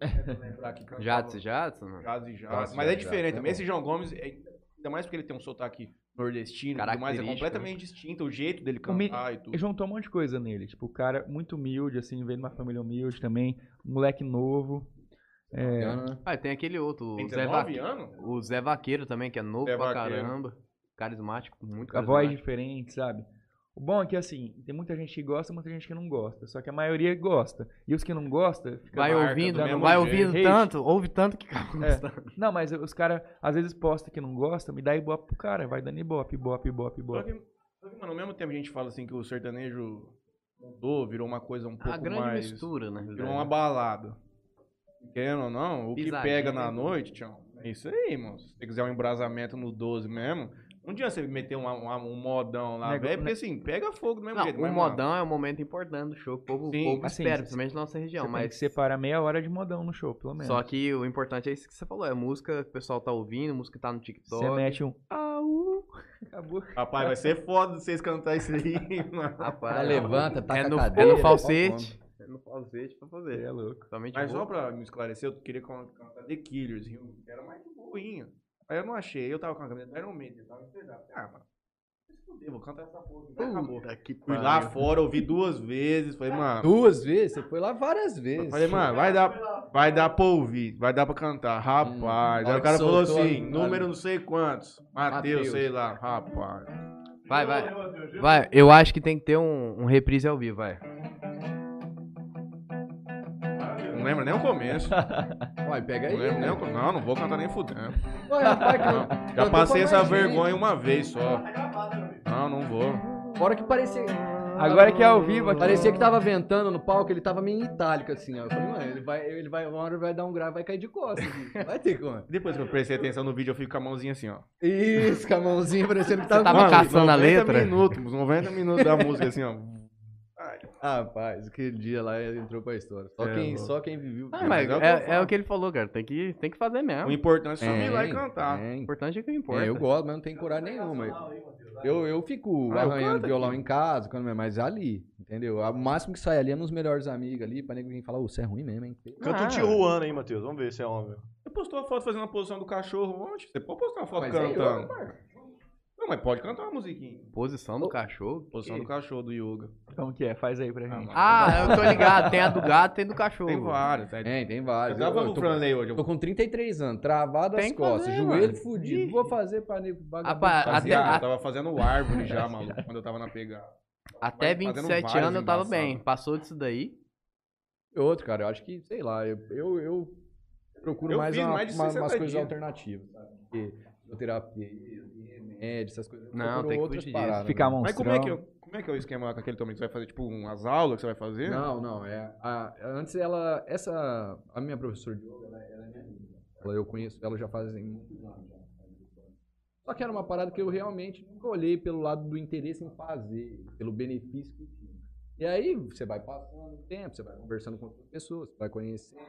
Tá
Jadson, Jadson, mano.
Jazz e
Jazz
jazz.
e
Mas é
jazz, é
diferente também.
bom.
Esse João Gomes, é- ainda mais porque ele tem um sotaque nordestino, e tudo mais, é
Característico,
completamente distinto o jeito dele
O me-
cantar e tudo.
Juntou um monte de coisa nele. Tipo, o cara muito humilde, assim, veio de uma família humilde também. Um moleque novo. É,
né?
Ah, e tem aquele outro,
Tem
o Zé, Va...
19 anos?
o Zé Vaqueiro também, que é novo
Zé
pra
Vaqueiro.
caramba. Carismático, muito
a voz
carismático.
diferente, sabe? O bom é que, assim, tem muita gente que gosta e muita gente que não gosta. Só que a maioria gosta. E os que não gostam, fica
Vai
marca,
ouvindo,
do mesmo
vai
jeito. um
ouvindo
Hate.
tanto, ouve tanto que acaba
É.
gostando.
Não, mas os caras às vezes posta que não gosta, me dá ibope pro cara, vai dando ibope, ibope, ibope,
Só
ibope.
que, só que, mano, ao mesmo tempo que a gente fala assim que o sertanejo mudou, virou uma coisa um pouco
A grande
mais...
mistura, né?
Virou uma balada. Querendo ou não, o que
Pisadinha,
pega na
né?
noite, Tião, é isso aí, mano. Se você quiser um embrasamento no 12 mesmo, um dia você meter uma- uma- um modão lá,
Nego-
velho, porque assim, pega fogo do mesmo
né?
né,
Não,
jeito.
o
mas,
modão é um momento importante do show, que o povo, o
Sim.
povo
Assim,
espera,
você-
principalmente na nossa região,
Você tem que
mas...
separar meia hora de modão no show, pelo menos.
Só que o importante é isso que você falou, é música que o pessoal tá ouvindo, música que tá
é
no TikTok.
Você mete um. Au! Acabou.
mano, Rapaz, vai ser foda vocês cantar isso aí, mano.
Rapaz,
Tá
Ela levanta, taca
é no,
a
é
tá
cadeira.
no falsete. É no falsete pra
Você
fazer.
é louco.
Somente
Mas
boa.
só pra me esclarecer, eu queria can- cantar The Killers, viu? Era mais de boinha. Aí eu não achei, eu tava com a camisa do Iron Maiden, eu tava empedado. Ah, mano, se fuder, vou cantar essa porra,
Uh,
vai, acabou.
Puta que
Fui
pariu.
lá fora, ouvi duas vezes, falei, mano...
Duas vezes? Você foi lá várias vezes.
Falei, mano, vai dar, vai dar pra ouvir, vai dar pra cantar, rapaz.
Hum.
Aí o cara falou
Soltou
assim,
a-
número não sei quantos, Mateus,
Mateus.
sei lá, rapaz.
Vai, vai. Vai, eu acho que tem que ter um, um reprise ao vivo, vai.
Não lembro nem o começo,
Vai, pega aí.
não lembro nem o
né?
começo. Não, não vou cantar nem fudendo.
Ué, rapaz,
Não,
que-
Já
eu tô
passei
com
essa
mais gente.
vergonha uma vez só. Não, não vou.
Fora que parecia...
Agora que é ao vivo aqui.
Parecia que tava ventando no palco, ele tava meio em itálico, assim, ó. Eu falei, mano, ele vai, ele vai, uma hora ele vai dar um grave, vai cair de costas. bicho. Vai ter como.
Depois que eu prestei atenção no vídeo, eu fico com a mãozinha assim, ó.
Isso, com a mãozinha parecendo que tava...
tava
Mano,
caçando a
90
letra?
minutos, uns 90 minutos da música, assim, ó.
Ah, Rapaz, aquele dia lá ele entrou pra história. Só,
É,
quem,
louco.
só quem viveu...
Ah, mas
mas é o que eu
é,
falo.
é o que ele falou, cara. Tem que, tem que fazer mesmo.
O
O
importante é só ir
Tem,
lá e cantar.
tem.
importante é que importa.
É, eu gosto, mas não tem coragem nenhuma. Eu, eu fico
Ah, eu canto
arranhando violão
aqui.
em casa, quando mas ali, entendeu? O máximo que sai ali é nos melhores amigos ali, pra ninguém falar, ô, você é ruim mesmo, hein?
Canta
Ah.
o Tijuana aí, Matheus. Vamos ver se é homem.
Você postou a foto fazendo a posição do cachorro ontem? Você pode postar uma foto
Mas é eu,
cantando.
rapaz.
Não, mas pode cantar uma musiquinha.
Posição do cachorro?
Posição do cachorro do yoga.
Como que é? Faz aí pra
Ah,
gente.
mas-
Ah, eu tô ligado. Tem a do gato, tem do cachorro.
Tem várias. Aí...
Tem, tem
Eu
vários.
tava
É, Eu- eu
no
tô-
Franley hoje. eu
Tô
vou-
com 33 anos, travado
Tem
as
que
costas,
fazer,
joelho
mano.
fudido. Vou fazer pra nego vagabundo.
Rapaz,
Fazia-
até-
eu tava fazendo o árvore já, maluco, quando eu tava na pegada.
Até
Vai fazendo
27
várias
anos eu tava
embaçadas.
bem. Passou disso daí.
Outro, cara, eu acho que, sei lá, eu, eu, eu procuro
Eu
mais,
fiz
uma-
mais de
uma-
60
umas coisas
dias.
alternativas, sabe? Porque terapia, remédio, essas coisas. eu
Não,
procuro
tem que
outras
fugir disso.
paradas. né?
Ficar
Mas
monstrão.
como é, que eu, como é que é o esquema com aquele também? Que você vai fazer, tipo, umas aulas que você vai fazer?
Não, não. É, a- antes ela. Essa. A minha professora de yoga, ela, ela é minha amiga. Ela, eu conheço ela já fazem muitos anos. já. Só que era uma parada que eu realmente nunca olhei pelo lado do interesse em fazer, pelo benefício que tinha. E aí você vai passando o tempo, você vai conversando com outras pessoas, você vai conhecendo,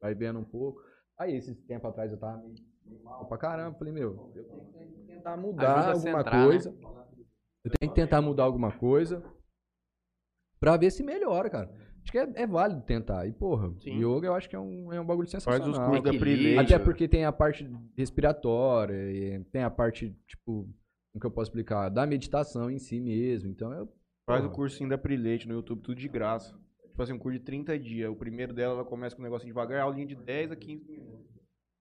vai vendo um pouco. Aí, esse tempo atrás, eu tava meio, meio mal pra caramba. Falei, meu, eu tenho que tentar mudar
Ajuda a
alguma
centrar, né?
coisa. Eu tenho que tentar mudar alguma coisa pra ver se melhora, cara. Acho que é, é válido tentar. E, porra,
Sim.
yoga eu acho que é um, é um bagulho
Faz
sensacional.
os cursos da né?
Equilíbrio.
Privilege.
Até porque tem a parte respiratória, e tem a parte, tipo, como que eu posso explicar? Da meditação em si mesmo. Então, eu,
Faz o
Porra.
cursinho da Prilete no YouTube, tudo de graça. Tipo assim, um curso de 30 dias. O primeiro dela, ela começa com um negocinho devagar, aulinha de 10 a 15 minutos.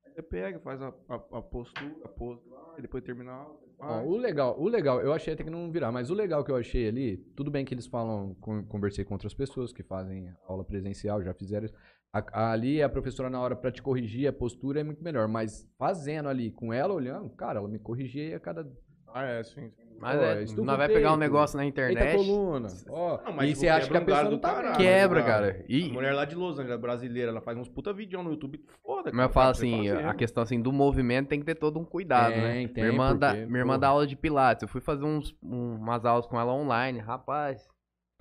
Aí você pega, faz a, a, a postura, a pose lá, e depois termina a aula.
ó,
faz.
o legal, o legal, eu achei até que não virar, mas o legal que eu achei ali, tudo bem que eles falam, con- conversei com outras pessoas que fazem aula presencial, já fizeram isso. A- ali a professora na hora pra te corrigir a postura é muito melhor, mas fazendo ali com ela olhando, cara, ela me corrigia e a cada
Ah, é, sim. sim.
Mas
Ó,
é,
estufa
nós vai
o
pegar um
peito.
negócio na
Eita
internet.
coluna. Ó,
Não, mas
e
tipo,
você acha que
quebra
a
um
pessoa
galho
não
do
tá
caralho.
vendo.
Quebra,
Ah,
cara.
A
E,
mulher lá de Los Angeles, brasileira, ela faz uns puta vídeo no YouTube, foda.
mas eu falo assim, a questão assim, do movimento tem que ter todo um cuidado, né?
Tem, É, tem,
minha irmã, dá,
porque,
minha irmã
pô.
dá aula de pilates. Eu fui fazer uns, um- umas aulas com ela online. Rapaz,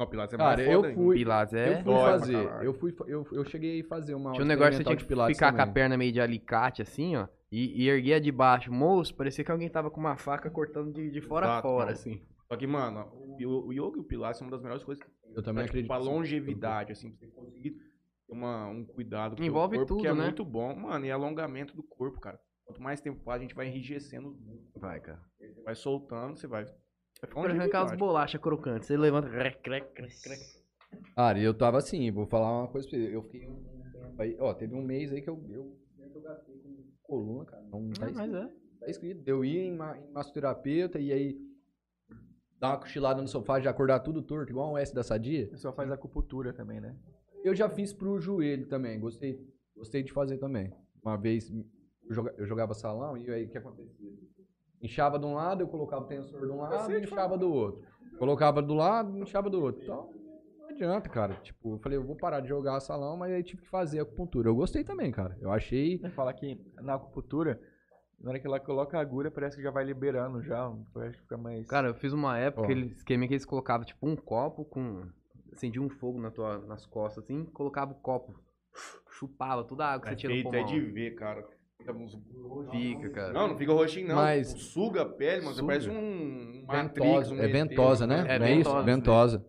Não, Pilates é mais
Cara,
foda
eu
ainda.
fui,
pilates é...
eu fui
Dói pra
fazer,
caralho.
eu fui, fa- eu, eu cheguei a fazer uma
Tinha
aula
um negócio que você
experimental
tinha
de
que
pilates
ficar com a
também.
perna meio de alicate, assim, ó. E, e erguer a de baixo. Moço, parecia que alguém tava com uma faca cortando de, de fora a
Exato,
fora,
mano.
assim.
Só que, mano, o, o yoga e o Pilates são uma das melhores coisas que
tá
Eu
pra,
também
tipo,
acredito.
pra
que sim.
longevidade, assim, pra você conseguir ter uma, um cuidado com o
Envolve
corpo,
tudo,
que é
né?
muito bom, mano, e alongamento do corpo, cara. Quanto mais tempo passa, a gente vai enrijecendo, os músculos,
Vai, cara.
você vai soltando, você vai... Vai ficar
Pra arrancar as
longevidade.
bolachas crocantes. Você levanta. Crec, crec, crec, crec.
Cara, eu tava assim, vou falar uma coisa pra você. Eu fiquei um tempo aí, ó, teve um mês aí que eu, eu, eu gastei com coluna, cara. Não tá
Ah, mas
escrito,
é.
tá escrito. Eu ia em, ma- em massoterapeuta e aí dar uma cochilada no sofá, já acordar tudo torto, igual um S da sadia.
Só faz acupuntura também, né?
Eu já fiz pro joelho também, gostei, gostei de fazer também. Uma vez eu joga- eu jogava salão e aí o que acontecia? Inchava de um lado, eu colocava o tensor de um lado e inchava do outro. Colocava do lado e inchava do outro. Então, não adianta, cara. Tipo, eu falei, eu vou parar de jogar salão, mas aí tive que fazer acupuntura. Eu gostei também, cara. Eu achei.
Ele fala que na acupuntura, na hora que ela coloca a agulha, parece que já vai liberando já. Parece que fica mais.
Cara, eu fiz uma época,
Ó.
aquele esquema que eles colocavam, tipo, um copo com. Acendia um fogo na tua, nas costas, assim, colocava o copo. Chupava toda a água que
É
você tinha no
feito, é
pulmão.
de ver, cara. Fica uns-
Fica, cara.
Não, não fica roxinho, não.
Mas-
Suga a pele, mano. Você
Suga.
parece um um Matrix,
Ventosa.
um
é
ET,
ventosa, né?
É,
Não
ventosa,
isso?
né?
Ventosa.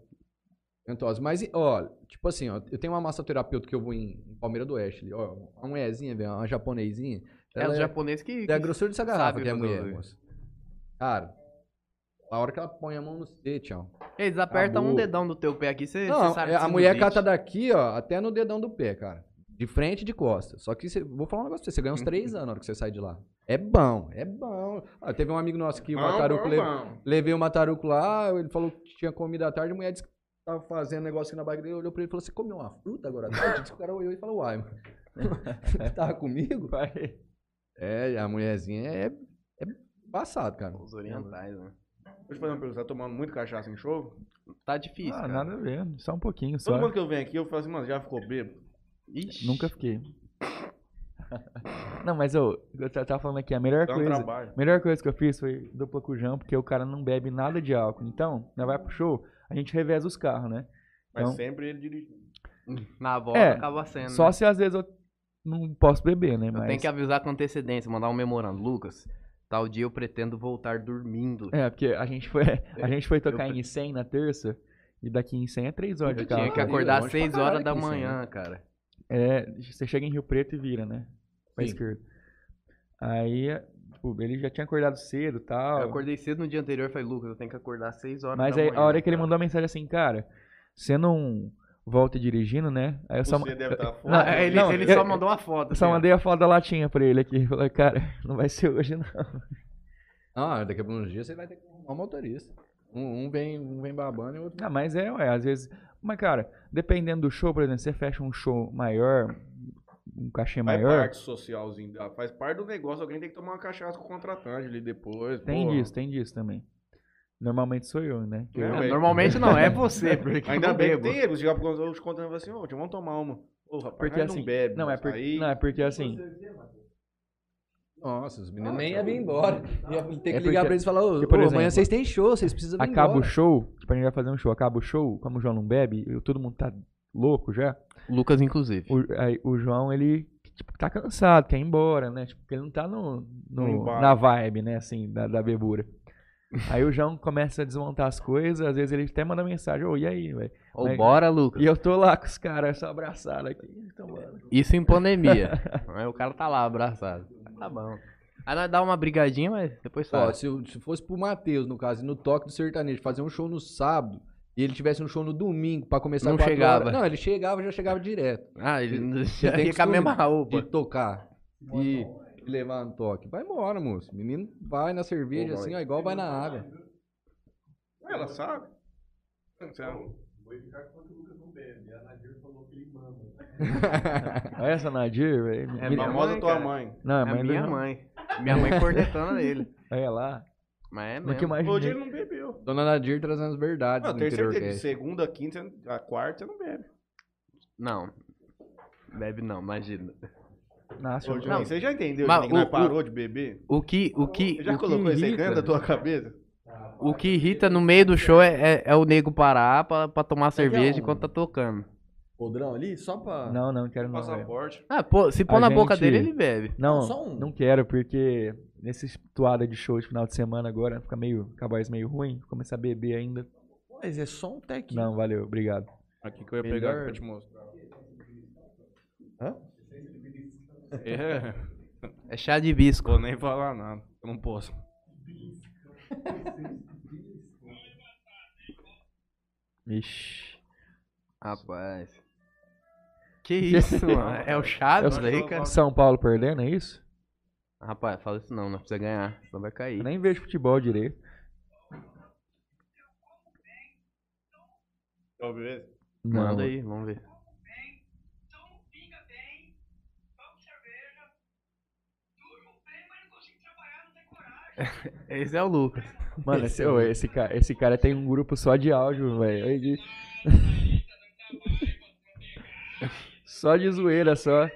Ventosa. Mas, e- ó, tipo assim, ó, eu tenho uma massoterapeuta que eu vou em em Palmeira do Oeste, ali, ó, uma mulherzinha, velho, uma japonesinha.
É os japoneses que.
É a grossura dessa garrafa
sabe
que é a
fazer
mulher,
os-
moça. Cara, a hora que ela põe a mão no C, tchau.
Eles apertam um
Acabou.
dedão do teu pé aqui, você,
Não,
você sabe
é-
que
a
você
mulher
não
cata daqui, ó, até no dedão do pé, cara. De frente e de costa. Só que, você, vou falar um negócio pra você, você ganha
Uhum.
uns três anos na hora que você sai de lá. É bom, é bom. Ah, teve um amigo nosso que o
Bom,
Mataruco
bom,
levou,
bom.
Levei o mataruco lá, ele falou que tinha comido à tarde, a mulher disse que tava fazendo negócio aqui na barriga dele, olhou pra ele e falou, você comeu uma fruta agora à tarde? Disse que o cara olhou e falou, uai, mano, você tava comigo?
Vai.
É, a mulherzinha é, é passado, cara.
Os orientais, né?
Deixa eu te fazer uma pergunta. Você tá tomando muito cachaça em show?
Tá difícil,
ah,
cara.
nada a ver, só um pouquinho só.
Todo mundo que eu venho aqui, eu falo assim, mano, já ficou bêbado?
Ixi.
Nunca fiquei. não, mas eu, eu ta- tava falando aqui, a melhor
Dá um
coisa.
trabalho.
A melhor coisa que eu fiz foi dupla com o Jão, porque o cara não bebe nada de álcool. Então, nós vai pro show, a gente reveza os carros, né?
Mas
Então-
sempre ele dirigindo.
Na volta
É,
acaba sendo.
Só
né?
se às vezes eu não posso beber, né?
Eu
Mas...
tenho que avisar com antecedência, mandar um memorando. Lucas, tal dia eu pretendo voltar dormindo.
É, porque a gente foi, a gente foi tocar em 100 na terça, e daqui em 100 é 3 horas de
Eu
carro.
tinha que
caralho,
acordar
longe
às
pra
6
caralho
horas da
aqui, isso aí,
manhã, cara.
É, você chega em Rio Preto e vira, né? Pra
Sim.
esquerda. Aí tipo, ele já tinha acordado cedo e tal.
Eu acordei cedo no dia anterior e falei, Lucas, eu tenho que acordar 6 horas
Mas
da
aí,
manhã,
a hora que ele
cara."
mandou a mensagem assim, cara, você não volta dirigindo, né? Aí eu só,
Você deve estar
Não,
fora.
Ah, ele
não,
ele
eu-
só mandou uma foto.
eu só
assim, ó.
mandei a foto da latinha pra ele aqui. Falei, cara, não vai ser hoje, não.
Ah, daqui a uns dias você vai ter que arrumar um motorista. Um, um vem, um vem babando e o outro.
Ah, mas é, ué, às vezes. Mas, cara, dependendo do show, por exemplo, você fecha um show maior, um cachê
Faz
maior.
parte socialzinho, da- faz parte do negócio. Alguém tem que tomar uma cachaça com o contratante ali depois.
Tem
pô.
disso, tem disso também. Normalmente sou eu, né? Que eu-
É,
É,
ué.
normalmente não, é você, porque eu
Ainda
não
bem que
bebo.
tem ele. Chegar pro contratante os contratantes e falar assim, ô, tio, vamos tomar uma. Ô, rapaz,
Porque
nós
assim-
não bebe.
Não, é
mas
porque,
aí-
não, é porque assim.
Nossa, os
Ah,
meninos nem iam vir embora. Ia ter que ligar
É porque-
pra eles e falar, ô,
porque, por
ô, amanhã
exemplo,
vocês têm show, vocês precisam vir
Acaba o
embora.
show, tipo, a gente vai fazer um show, acaba o show, como o João não bebe, eu- todo mundo tá louco já.
Lucas, inclusive.
O, aí o João, ele, tipo, tá cansado, quer ir embora, né? Tipo, porque ele não tá no, no-
No embalo.
na vibe, né, assim, da, da bebura. Aí o João começa a desmontar as coisas, às vezes ele até manda mensagem, ô, e aí, velho?
Ou
Mas-
bora, Lucas.
E eu tô lá com os caras, só abraçado aqui. tomando.
Isso em pandemia. Aí o cara tá lá abraçado. Tá bom. Aí nós dá uma brigadinha, mas depois
Ó,
só.
se, eu- se fosse pro Matheus, no caso, e no toque do sertanejo, fazer um show no sábado e ele tivesse um show no domingo pra começar
Não
quatro
chegava.
horas- Não, ele chegava, já chegava direto
Ah, ele
Ele tem
fica com a mesma
costume
roupa.
de tocar e levar no toque. Vai embora, moço. Menino vai na cerveja assim, ó, igual vai na água.
Ela sabe. Você é não-
Olha essa Nadir, velho.
É
Mira-
A
Minha
famosa
mãe,
tua
cara.
mãe.
Não,
É
Ah, mas
minha
não-
mãe. Minha mãe cornetando ele.
Olha É lá.
Mas é
Nunca
mesmo.
Hoje ele
imaginei.
não bebeu.
Dona Nadir trazendo as verdades
Não,
do
tenho
interior
certeza.
cast.
De segunda, a quinta, você não- a quarta, você não bebe.
Não. Bebe não, imagina.
Nossa,
Ô, Johnny,
Não.
Você já entendeu
Mas
que ninguém
o- o-
parou de beber?
O que, o que,
Você já
o que
colocou isso aí
irrita-
dentro da tua cabeça?
O que irrita no meio do show é, é, é o nego parar pra, pra tomar cerveja
um-
enquanto tá tocando.
podrão ali, só pra.
não, não quero não. é. velho.
Passaporte.
Ah, pô, se pôr
A
na boca
gente-
dele, ele bebe.
Não,
Só um.
não quero, porque nesse toada de show de final de semana agora, fica meio, acabar meio ruim, começar a beber ainda.
Mas é só um tec.
Não, valeu, obrigado.
Aqui que eu ia
Melhor-
pegar pra te mostrar. Hã? É,
É chá de hibisco.
vou nem falar nada. Eu não posso.
Ixi.
Rapaz. Que isso, mano? É o chá
Eu
isso daí, cara?
São Paulo perdendo, é isso?
Rapaz, fala isso não, nós precisa ganhar, senão vai
Eu
cair.
nem vejo futebol direito.
Talvez.
Não.
Manda aí, vamos ver. Esse é o Lucas.
Mano, esse, ô, esse ca- esse cara tem um grupo só de áudio, velho. Aí de- Só de zoeira, só.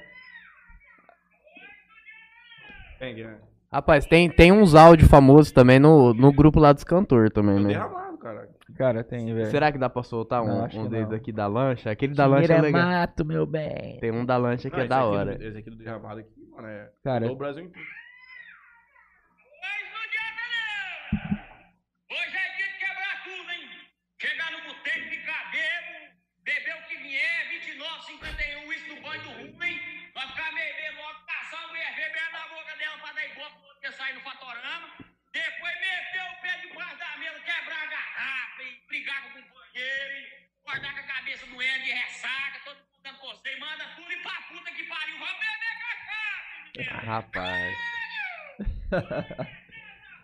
Tem que, né?
Rapaz, tem, tem uns áudios famosos também no, no grupo lá dos cantores também,
Tô
né?
derramado, caralho.
Cara, tem, velho.
Será que dá pra soltar um,
Não, acho
um
que
deles
não.
aqui da lancha? Aquele da lancha é
Dinheiro
legal.
mato, meu bem.
Tem um da lancha que
Não,
é
Ah, esse
da
aqui do-
hora.
Esse aqui do derramado aqui, mano, é...
Cara,
O Brasil inteiro.
Mas não adianta não! Hoje é dia de quebrar tudo, hein? Chegar no boteco, ficar bebo, beber o que vier, 29, 51, isso no banho do ruim, vai ficar meio bebo, logo passar a mulher beber na boca dela pra dar igual pra você sair no fatorama, depois meter o pé debaixo da mesa, quebrar a garrafa e brigar com o companheiro, e acordar com a cabeça doendo de ressaca, todo mundo dando conselho, manda tudo e pra puta que pariu, vamos beber cachaça, menino!
Rapaz.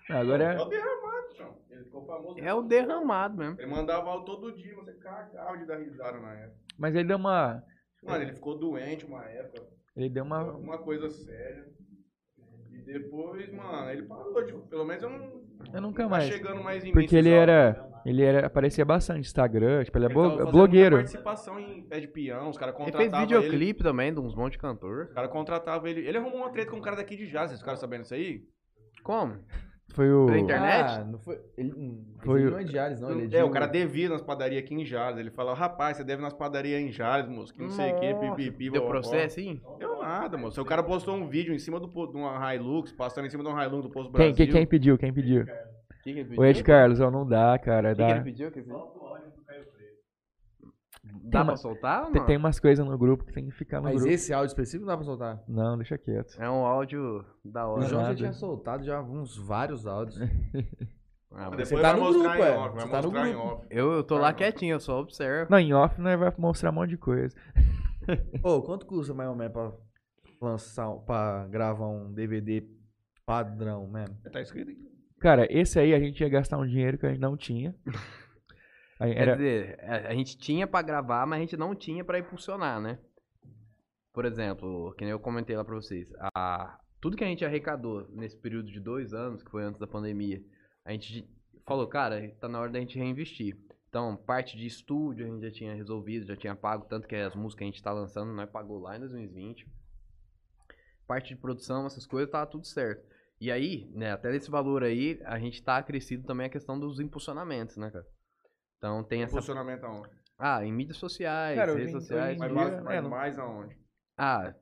agora
É o derramado, João. Ele ficou famoso.
É o derramado mesmo.
Ele mandava aula todo dia, você cagava de dar risada na época.
Mas ele deu uma.
Mano, ele ficou doente uma época.
Ele deu uma.
Uma coisa séria. E depois, mano, ele parou, tipo, pelo menos eu não.
Eu nunca
tá
mais.
chegando mais em mim,
Porque ele
esses áudios.
era. Ele era. Aparecia bastante no Instagram, tipo, ele é
Ele
blo-
tava fazendo
blogueiro.
muita participação em pé de peão, os caras
Ele fez
contratavam ele.
videoclipe também de uns monte de cantor.
Os caras contratavam ele. Ele arrumou uma treta com um cara daqui de Jazz, vocês ficaram sabendo isso aí?
Como?
Foi o.
Pela internet?
Ah, não foi. Ele,
Foi
foi
o-
não é de Ares, não. Ele é, de
é, o cara devia nas padarias aqui em Jales. Ele falava, rapaz, você deve nas padarias em Jales, moço, que não sei o que,
Nossa,
pipipi.
Deu
vovó."
processo, hein?
Deu nada,
é
moço. O cara postou um vídeo em cima do, po- de uma Hilux, passando em cima de um Hilux do Posto
Quem,
Brasil.
quem, quem pediu? Quem pediu?
O que, que ele
O Ed Carlos, ó, não dá, cara.
O que, que
Dá.
ele pediu? O que ele pediu? Dá pra
uma-
soltar ou
Tem,
não?
tem umas coisas no grupo que tem que
um
ficar no
Mas
grupo.
esse áudio específico não dá pra soltar.
Não, deixa quieto.
É um áudio da
O
hora.
João já
nada.
tinha soltado já uns vários áudios.
Ah, mas
Depois
tá
vai
no
mostrar
grupo,
em
é.
off, vai
Você tá no
mostrar em
grupo.
off.
eu, eu tô lá quietinho, eu só observo.
Não, em off nós vai mostrar um monte de coisa.
Ô, quanto custa mais ou menos pra lançar, um- pra gravar um DVD padrão mesmo?
Tá escrito aqui.
Cara, esse aí a gente ia gastar um dinheiro que a gente não tinha. Aí
Quer
era,
dizer, a a gente tinha pra gravar, mas a gente não tinha pra impulsionar, né? Por exemplo, que nem eu comentei lá pra vocês, a... tudo que a gente arrecadou nesse período de dois anos, que foi antes da pandemia, a gente falou, cara, tá na hora da gente reinvestir. Então, parte de estúdio a gente já tinha resolvido, já tinha pago, tanto que as músicas que a gente tá lançando, nós pagou lá em 2020. Parte de produção, essas coisas, tava tudo certo. E aí, né, até nesse valor aí, a gente tá acrescido também a questão dos impulsionamentos, né, cara? Então tem essa
Funcionamento aonde?
ah, em mídias sociais,
Cara,
redes
hoje em-
sociais.
hoje
Mas
em
tudo.
dia-
é mais,
é,
mas
não-
mais aonde?
Ah,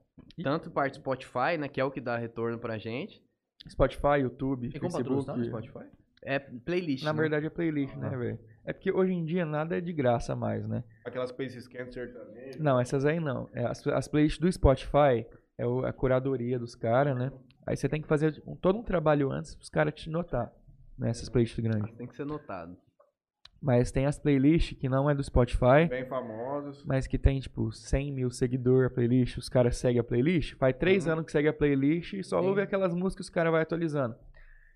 tanto parte do Spotify, né? Que é o que dá retorno pra gente.
Spotify, YouTube,
Tem como
Facebook.
patrocinar no Spotify?
É playlist.
Na
né?
verdade é playlist, né, velho? É porque hoje em dia nada é de graça mais, né?
Aquelas Space Scans sertanejas.
Não, essas aí não. É, as, as playlists do Spotify é o- a curadoria dos caras, né? Aí você tem que fazer um- todo um trabalho antes pros caras te notar, né? Essas playlists grandes.
Tem que ser notado.
Mas tem as playlists que não é do Spotify,
Bem famosos.
mas que tem, tipo, 100 mil seguidores a playlist, os caras seguem a playlist. Faz três
Uhum.
anos que segue a playlist e só ouve aquelas músicas que os caras vão atualizando.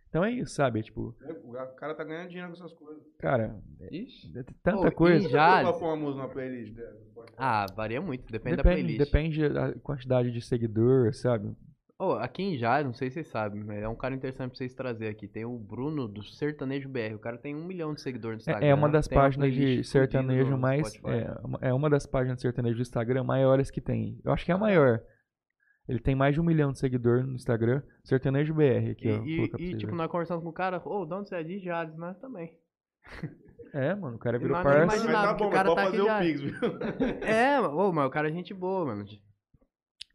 Então é isso, sabe? É, Tipo,
O cara tá ganhando dinheiro com essas coisas.
cara,
Ixi.
é tanta
Pô, e
coisa.
já-
Qual foi uma música na playlist dela?
Ah, varia muito, depende, da
Depende,
playlist.
depende da quantidade de seguidor, sabe?
Ô, aqui em Jales, não sei se vocês sabem, mas é um cara interessante pra vocês trazer aqui. Tem o Bruno do Sertanejo BR. O cara tem um milhão de seguidores no Instagram.
É, é uma das
tem uma
páginas de
playlist explodindo
sertanejo
no
mais.
Spotify.
É, uma- é uma das páginas de sertanejo do Instagram maiores que tem. Eu acho que é a maior. Ele tem mais de um milhão de seguidores no Instagram. Sertanejo BR aqui,
E,
ó. vou
e-
colocar pra
e,
vocês
tipo,
verem.
nós conversando com o cara, ô, de onde você é? De Jales, nós também.
É, mano, o cara virou
nós não
parça.
imaginava
Mas tá
que o
bom,
cara
mas
tá
pode
aqui
fazer o
já.
Pix, viu?
É, ô, mas o cara é gente boa, mano.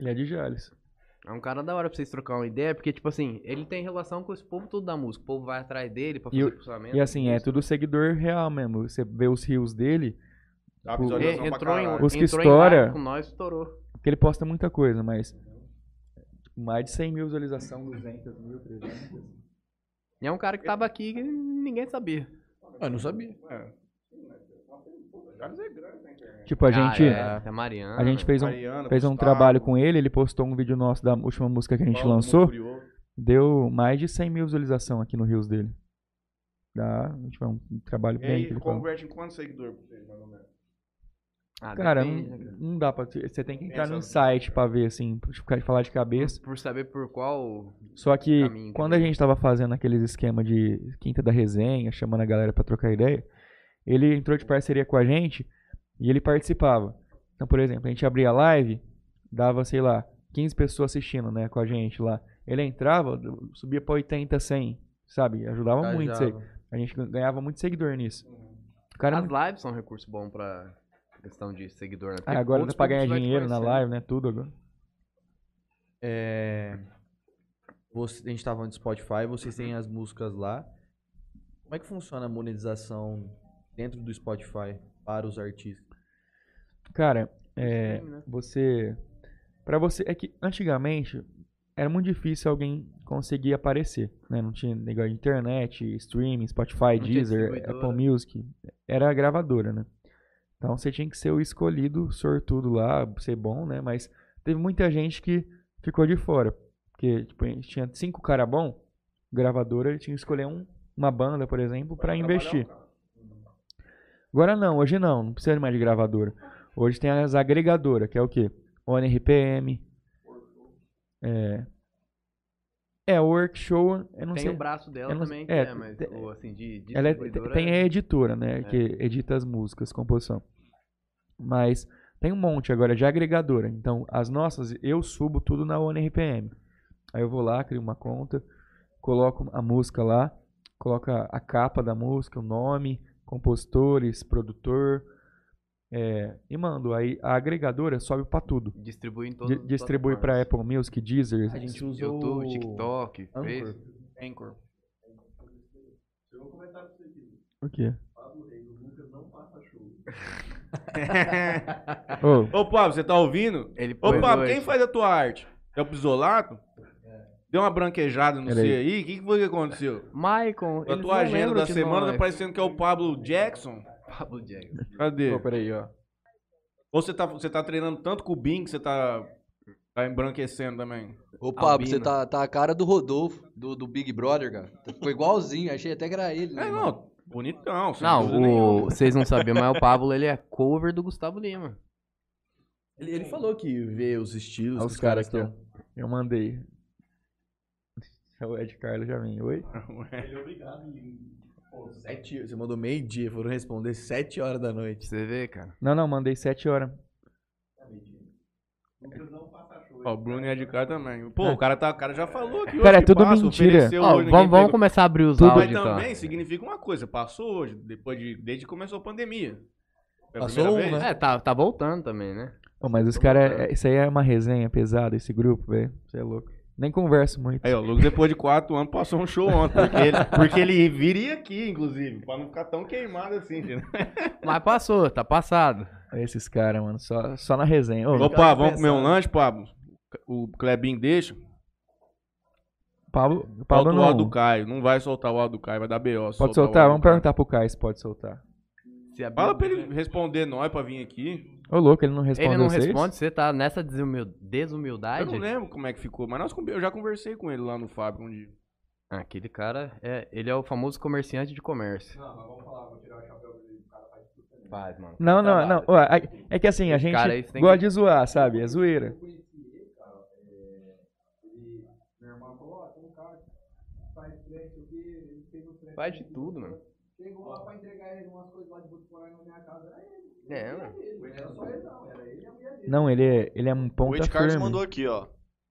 Ele é de Jales.
É um cara da hora pra vocês trocar uma ideia, porque, tipo assim, ele tem relação com esse povo todo da música. O povo vai atrás dele pra
E
fazer
o-
funcionamento.
E assim, é tudo seguidor real mesmo. Você vê os rios dele,
Dá
Tipo,
E-
visualização pra
entrou em,
caralho.
Os que
entrou em
estoura-
live com nós, estourou.
porque ele posta muita coisa, mas. Mais de 100 mil visualizações, 200 mil, 300.
E é um cara que tava aqui que ninguém sabia.
É,
Ah,
Eu não sabia.
Tipo, a gente.
Ah, é, é Mariana.
A gente fez um,
né, Mariana,
fez um
Gustavo,
trabalho com ele, ele postou um vídeo nosso da última música que a gente
Paulo
lançou.
Curió.
Deu mais de 100 mil visualizações aqui no Rios dele. Dá, tipo, é um trabalho
E
bem que
aí,
ele faz.
converte em quantos seguidores pra vocês, mais ou menos?
Ah,
Cara,
depende,
não,
né, cara?
não dá pra. Você tem que entrar
Pensa
num
no-
site pra ver, assim, pra ficar- falar de cabeça.
Por saber por qual.
Só que
Caminho,
quando a
caminho.
gente tava fazendo aqueles esquema de quinta da resenha, chamando a galera pra trocar ideia, ele entrou de parceria com a gente e ele participava. Então, por exemplo, a gente abria a live, dava, sei lá, 15 pessoas assistindo, né, com a gente lá. Ele entrava, subia pra 80, 100, sabe? Ajudava muito isso aí. A gente ganhava muito seguidor nisso. O cara é
As
muito...
lives são um recurso bom pra questão de seguidor, né?
Ah, agora dá pra ganhar dinheiro na
live.
live, né, tudo agora.
É, você- a gente tava falando de Spotify, vocês têm as músicas lá. Como é que funciona a monetização dentro do Spotify para os artistas?
Cara, é,
né?
você para você é que antigamente era muito difícil alguém conseguir aparecer, né? Não tinha negócio de internet, streaming, Spotify,
Não tinha
Deezer,
distribuidora.
Apple Music, era a gravadora, né? Então você tinha que ser o escolhido, sortudo lá, ser bom, né? Mas teve muita gente que ficou de fora, porque tipo, a gente tinha cinco cara bom, gravadora tinha que escolher um, uma banda, por exemplo, para
um
investir. Agora não, hoje não, não precisa mais de gravadora. Hoje tem as agregadoras, que é o quê? ONRPM. É. É, Workshow, eu não
Tem um
sei.
o braço dela
eu não-
também,
é,
que é, mas.
tem-
ou, assim, de. de
Ela é-
distribuidora
tem
é-
a editora, né? Que edita as músicas, composição. Mas tem um monte agora de agregadora. Então, as nossas, eu subo tudo na ONRPM. Aí eu vou lá, crio uma conta, coloco a música lá, coloco a- a capa da música, o nome, compositores, produtor. é, e mando. Aí a agregadora sobe pra tudo.
Distribui em todos
Di- distribui pra Apple Music, Deezer.
A gente usa
Assim, YouTube,
o...
TikTok,
Anchor.
Facebook.
Anchor.
O quê? Ô,
Ô, Pablo, você tá ouvindo?
Ele
Ô,
pôs
Pablo,
dois.
quem faz a tua arte? É o Pisolato? Deu uma branquejada no C
Peraí.
aí? O que, que foi que aconteceu?
Maicon,
A
eles
tua
não
agenda
lembram
da
de
semana tá
nós.
parecendo que é o Pablo Jackson?
Pablo Jack.
Cadê?
ô, peraí, ó.
Ou você tá, você tá treinando tanto com o Bing que você tá, tá embranquecendo também?
Ô, Pablo,
Albino.
você tá, tá a cara do Rodolfo, do, do Big Brother, cara. Ficou igualzinho, achei até que era ele. Né,
É,
mano?
não, bonitão. sem dúvida
Não, o-
nenhuma.
vocês não sabiam, mas o Pablo ele é cover do Gustavo Lima.
Ele, ele falou que vê os estilos
Olha
que
os caras aqui, ó. Eu mandei. O Ed Carlos já vem. Oi?
Pô, sete- você mandou meio-dia, foram responder sete horas da noite.
Você vê, cara.
Não, não, mandei 7 horas.
Ó, o Bruno é de cá também. Pô, o cara, tá, o cara já falou que hoje
Cara, é
que
tudo
passa,
mentira.
ofereceu
Ó,
hoje,
vamos,
ninguém
vamos
pegou.
começar a abrir os
Tudo
Mas
áudios, então.
também significa uma coisa, passou hoje, depois de, desde que começou a pandemia. Pela
Passou
primeira
um,
vez.
então.
né?
É, tá, tá voltando também, né?
Ô, mas os caras. Isso aí é uma resenha pesada, esse grupo, velho. Você é louco. Nem converso muito.
Aí, ó, o Lucas, depois de quatro anos, passou um show ontem. Porque ele, porque ele viria aqui, inclusive, pra não ficar tão queimado assim, entendeu?
Mas passou, tá passado.
Olha Esses caras, mano. Só, só na resenha. Ô,
Ô, Pablo, vamos comer um lanche, Pablo? O Clebinho deixa.
Pablo, Pablo
Solta o áudio
não.
do Caio. Não vai soltar o áudio do Caio, vai dar B.O. se
Pode
o
soltar?
áudio
Vamos
do Caio.
perguntar pro Caio se pode soltar.
Se abrir-
Fala pra ele responder nós pra vir aqui.
Ô, louco, ele não respondeu
Ele não
vocês?
responde, você tá nessa desumil- desumildade.
Eu não lembro como é que ficou, mas nós, conver- eu já conversei com ele lá no Fábio um dia.
Ah, Aquele cara, é, ele é o famoso comerciante de comércio. Não, mas vamos falar, vou tirar o chapéu Faz, mano.
Não, não, não. Ó, é- É que assim, a
Tá Esse
gente
cara aí, você tem
gosta
que-
de zoar, sabe? É zoeira.
Faz de tudo, mano. É, mano.
Não, ele é, ele é um
O
ponta
Tá
Ed Carlos
firme.
mandou aqui, ó.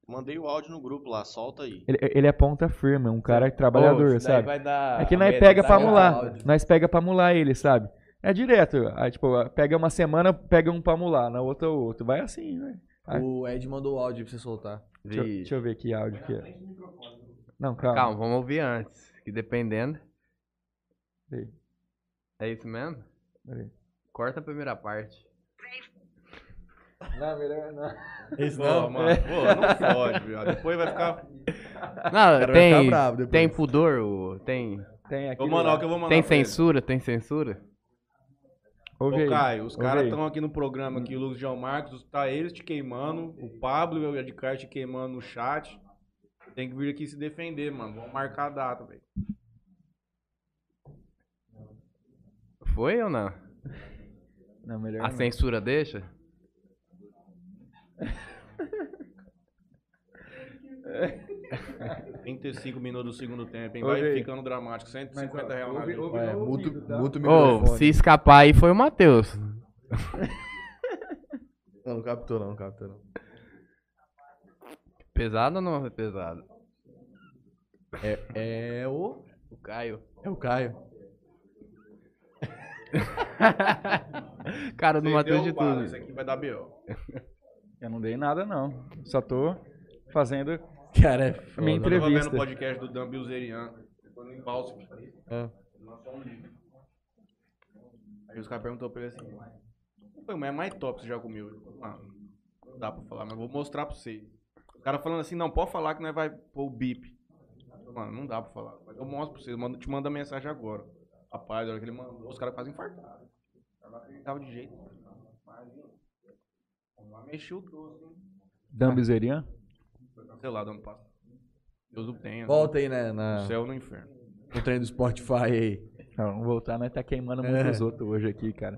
Mandei o áudio no grupo lá, solta aí.
Ele, ele é ponta firme, um cara trabalhador, sabe?
Vai dar...
É que nós pega pra
vai
mular.
dar tá áudio.
Nós pega pra mular ele, sabe? É direto. Aí, tipo, pega uma semana, pega um pra mular, na outra o outro. Vai assim, né? Ah.
O Ed mandou o áudio pra você soltar.
Deixa, eu-
Vi.
deixa eu ver que áudio que é. Não, calma.
Calma, vamos ouvir antes. Que dependendo.
Peraí.
É isso mesmo?
Peraí.
Corta a primeira parte.
Não, melhor não.
Esse
Pô, mano, pô, não pode, viu? Depois vai ficar.
cara
Não,
vai ficar
tem,
bravo depois.
tem pudor, o- tem,
Tem aqui.
Vou mandar o que eu vou mandar.
tem
pra ele.
censura, tem censura.
Ouve
Ô,
aí.
Caio, os
ouve
caras
aí.
estão aqui no programa aqui, o Lucas João Marcos, tá eles te queimando, o Pablo e o Edgar te queimando no chat. Tem que vir aqui se defender, mano. Vamos marcar a data, velho.
Foi ou não?
Não, melhor
A
um
não.
censura deixa?
É 35 minutos do segundo tempo, hein?
Ô,
Vai
velho.
ficando dramático. 150 reais. na
ouve,
vez.
ouve
É,
no
muto,
ouvido, tá?
muto o
Ô,
microfone.
se escapar aí foi o Matheus.
Não, não captou não, não captou não.
Pesado ou não é pesado?
É o...
O Caio.
É o Caio.
Cara do
Vocês
Matheus de
derrubaram,
tudo.
um Isso aqui vai dar B.O.
Eu não dei nada, não. Só tô fazendo
Cara, é
a
foda.
minha
Eu tava vendo o
entrevista.
podcast do Dan Bilzerian. Quando em assim, tipo, Bálsamo.
É.
um Aí os caras perguntou pra ele assim: Foi, mas é mais top que você já comeu. Ele falou, "Ah, não dá pra falar, mas vou mostrar pra você. O cara falando assim: Não, pode falar que nós vai pôr o bip. Mano, não dá pra falar. Mas Eu mostro pra você, eu mando- te mando a mensagem agora. Rapaz, a hora que ele mandou, os caras quase infartaram. O cara não acreditava de jeito. Mas um mexeu o doce, hein?
Dambizerian?
Sei lá, do ano passado. Deus o tenha.
Volta aí né,
No
na,
céu ou no inferno.
no trem do Spotify aí.
Não, vamos voltar, nós tá queimando muito
É.
os outros hoje aqui, cara.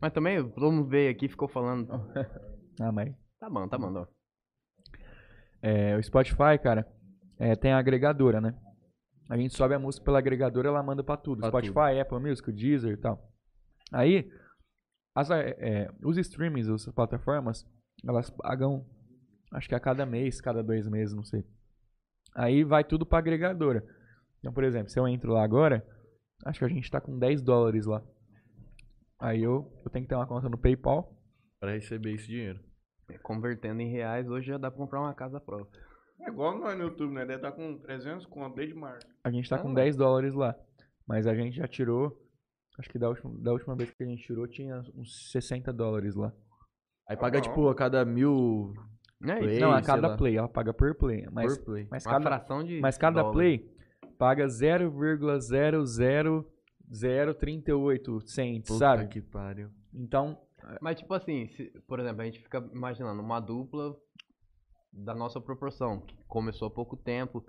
Mas também todo mundo veio aqui e ficou falando.
Ah, mas.
Tá bom, tá bom. Não.
É, o Spotify, cara, é, tem a agregadora, né? A gente sobe a música pela agregadora, ela manda pra tudo.
Pra
Spotify, Apple Music, Deezer e tal. Aí, as, é, é, os streamings, as plataformas, elas pagam, acho que a cada mês, cada dois meses, não sei. Aí vai tudo pra agregadora. Então, por exemplo, se eu entro lá agora, acho que a gente tá com 10 dólares lá. Aí eu, eu tenho que ter uma conta no PayPal.
Pra receber esse dinheiro.
Convertendo em reais, hoje já dá pra comprar uma casa própria.
É igual nós no YouTube, né?
tá
Deve estar com 300 conto desde março.
A gente tá
Ah,
com
não.
10 dólares lá. Mas a gente já tirou Acho que da última, da última vez que a gente tirou tinha uns 60 dólares lá.
Aí paga, tipo, a cada mil
É isso.
play,
Não, a
sei
cada
lá,
play, ela paga por play. Mas,
por play.
mas
Uma
cada,
fração de.
mas cada
dólar.
play paga 0,00038 cents,
Puta
sabe?
que pariu.
Então,
Mas, tipo assim, se- por exemplo, a gente fica imaginando uma dupla da nossa proporção, que começou há pouco tempo,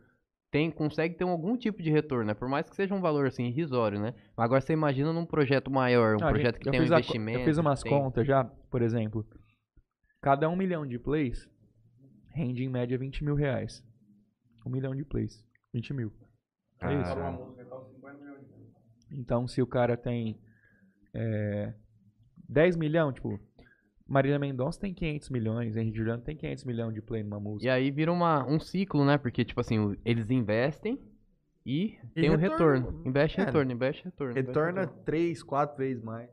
tem, consegue ter algum tipo de retorno, né? Por mais que seja um valor, assim, irrisório, né? Mas agora você imagina num projeto maior, um
Ah,
projeto
gente,
que
eu
tem um
fiz a co-
investimento.
Eu fiz umas
tem-
contas já, por exemplo. Cada um milhão de plays rende em média 20 mil reais. Um milhão de plays. 20 mil. É isso. Então, se o cara tem é, 10 milhão, tipo, Marília Mendonça tem 500 milhões, Henrique Juliano tem 500 milhões de play numa música.
E aí vira uma, um ciclo, né? Porque, tipo assim, o- eles investem e,
E
tem um
retorno.
retorno. Investe,
É.
retorno, investe, retorno. investe,
Retorna
retorno.
três, quatro vezes mais.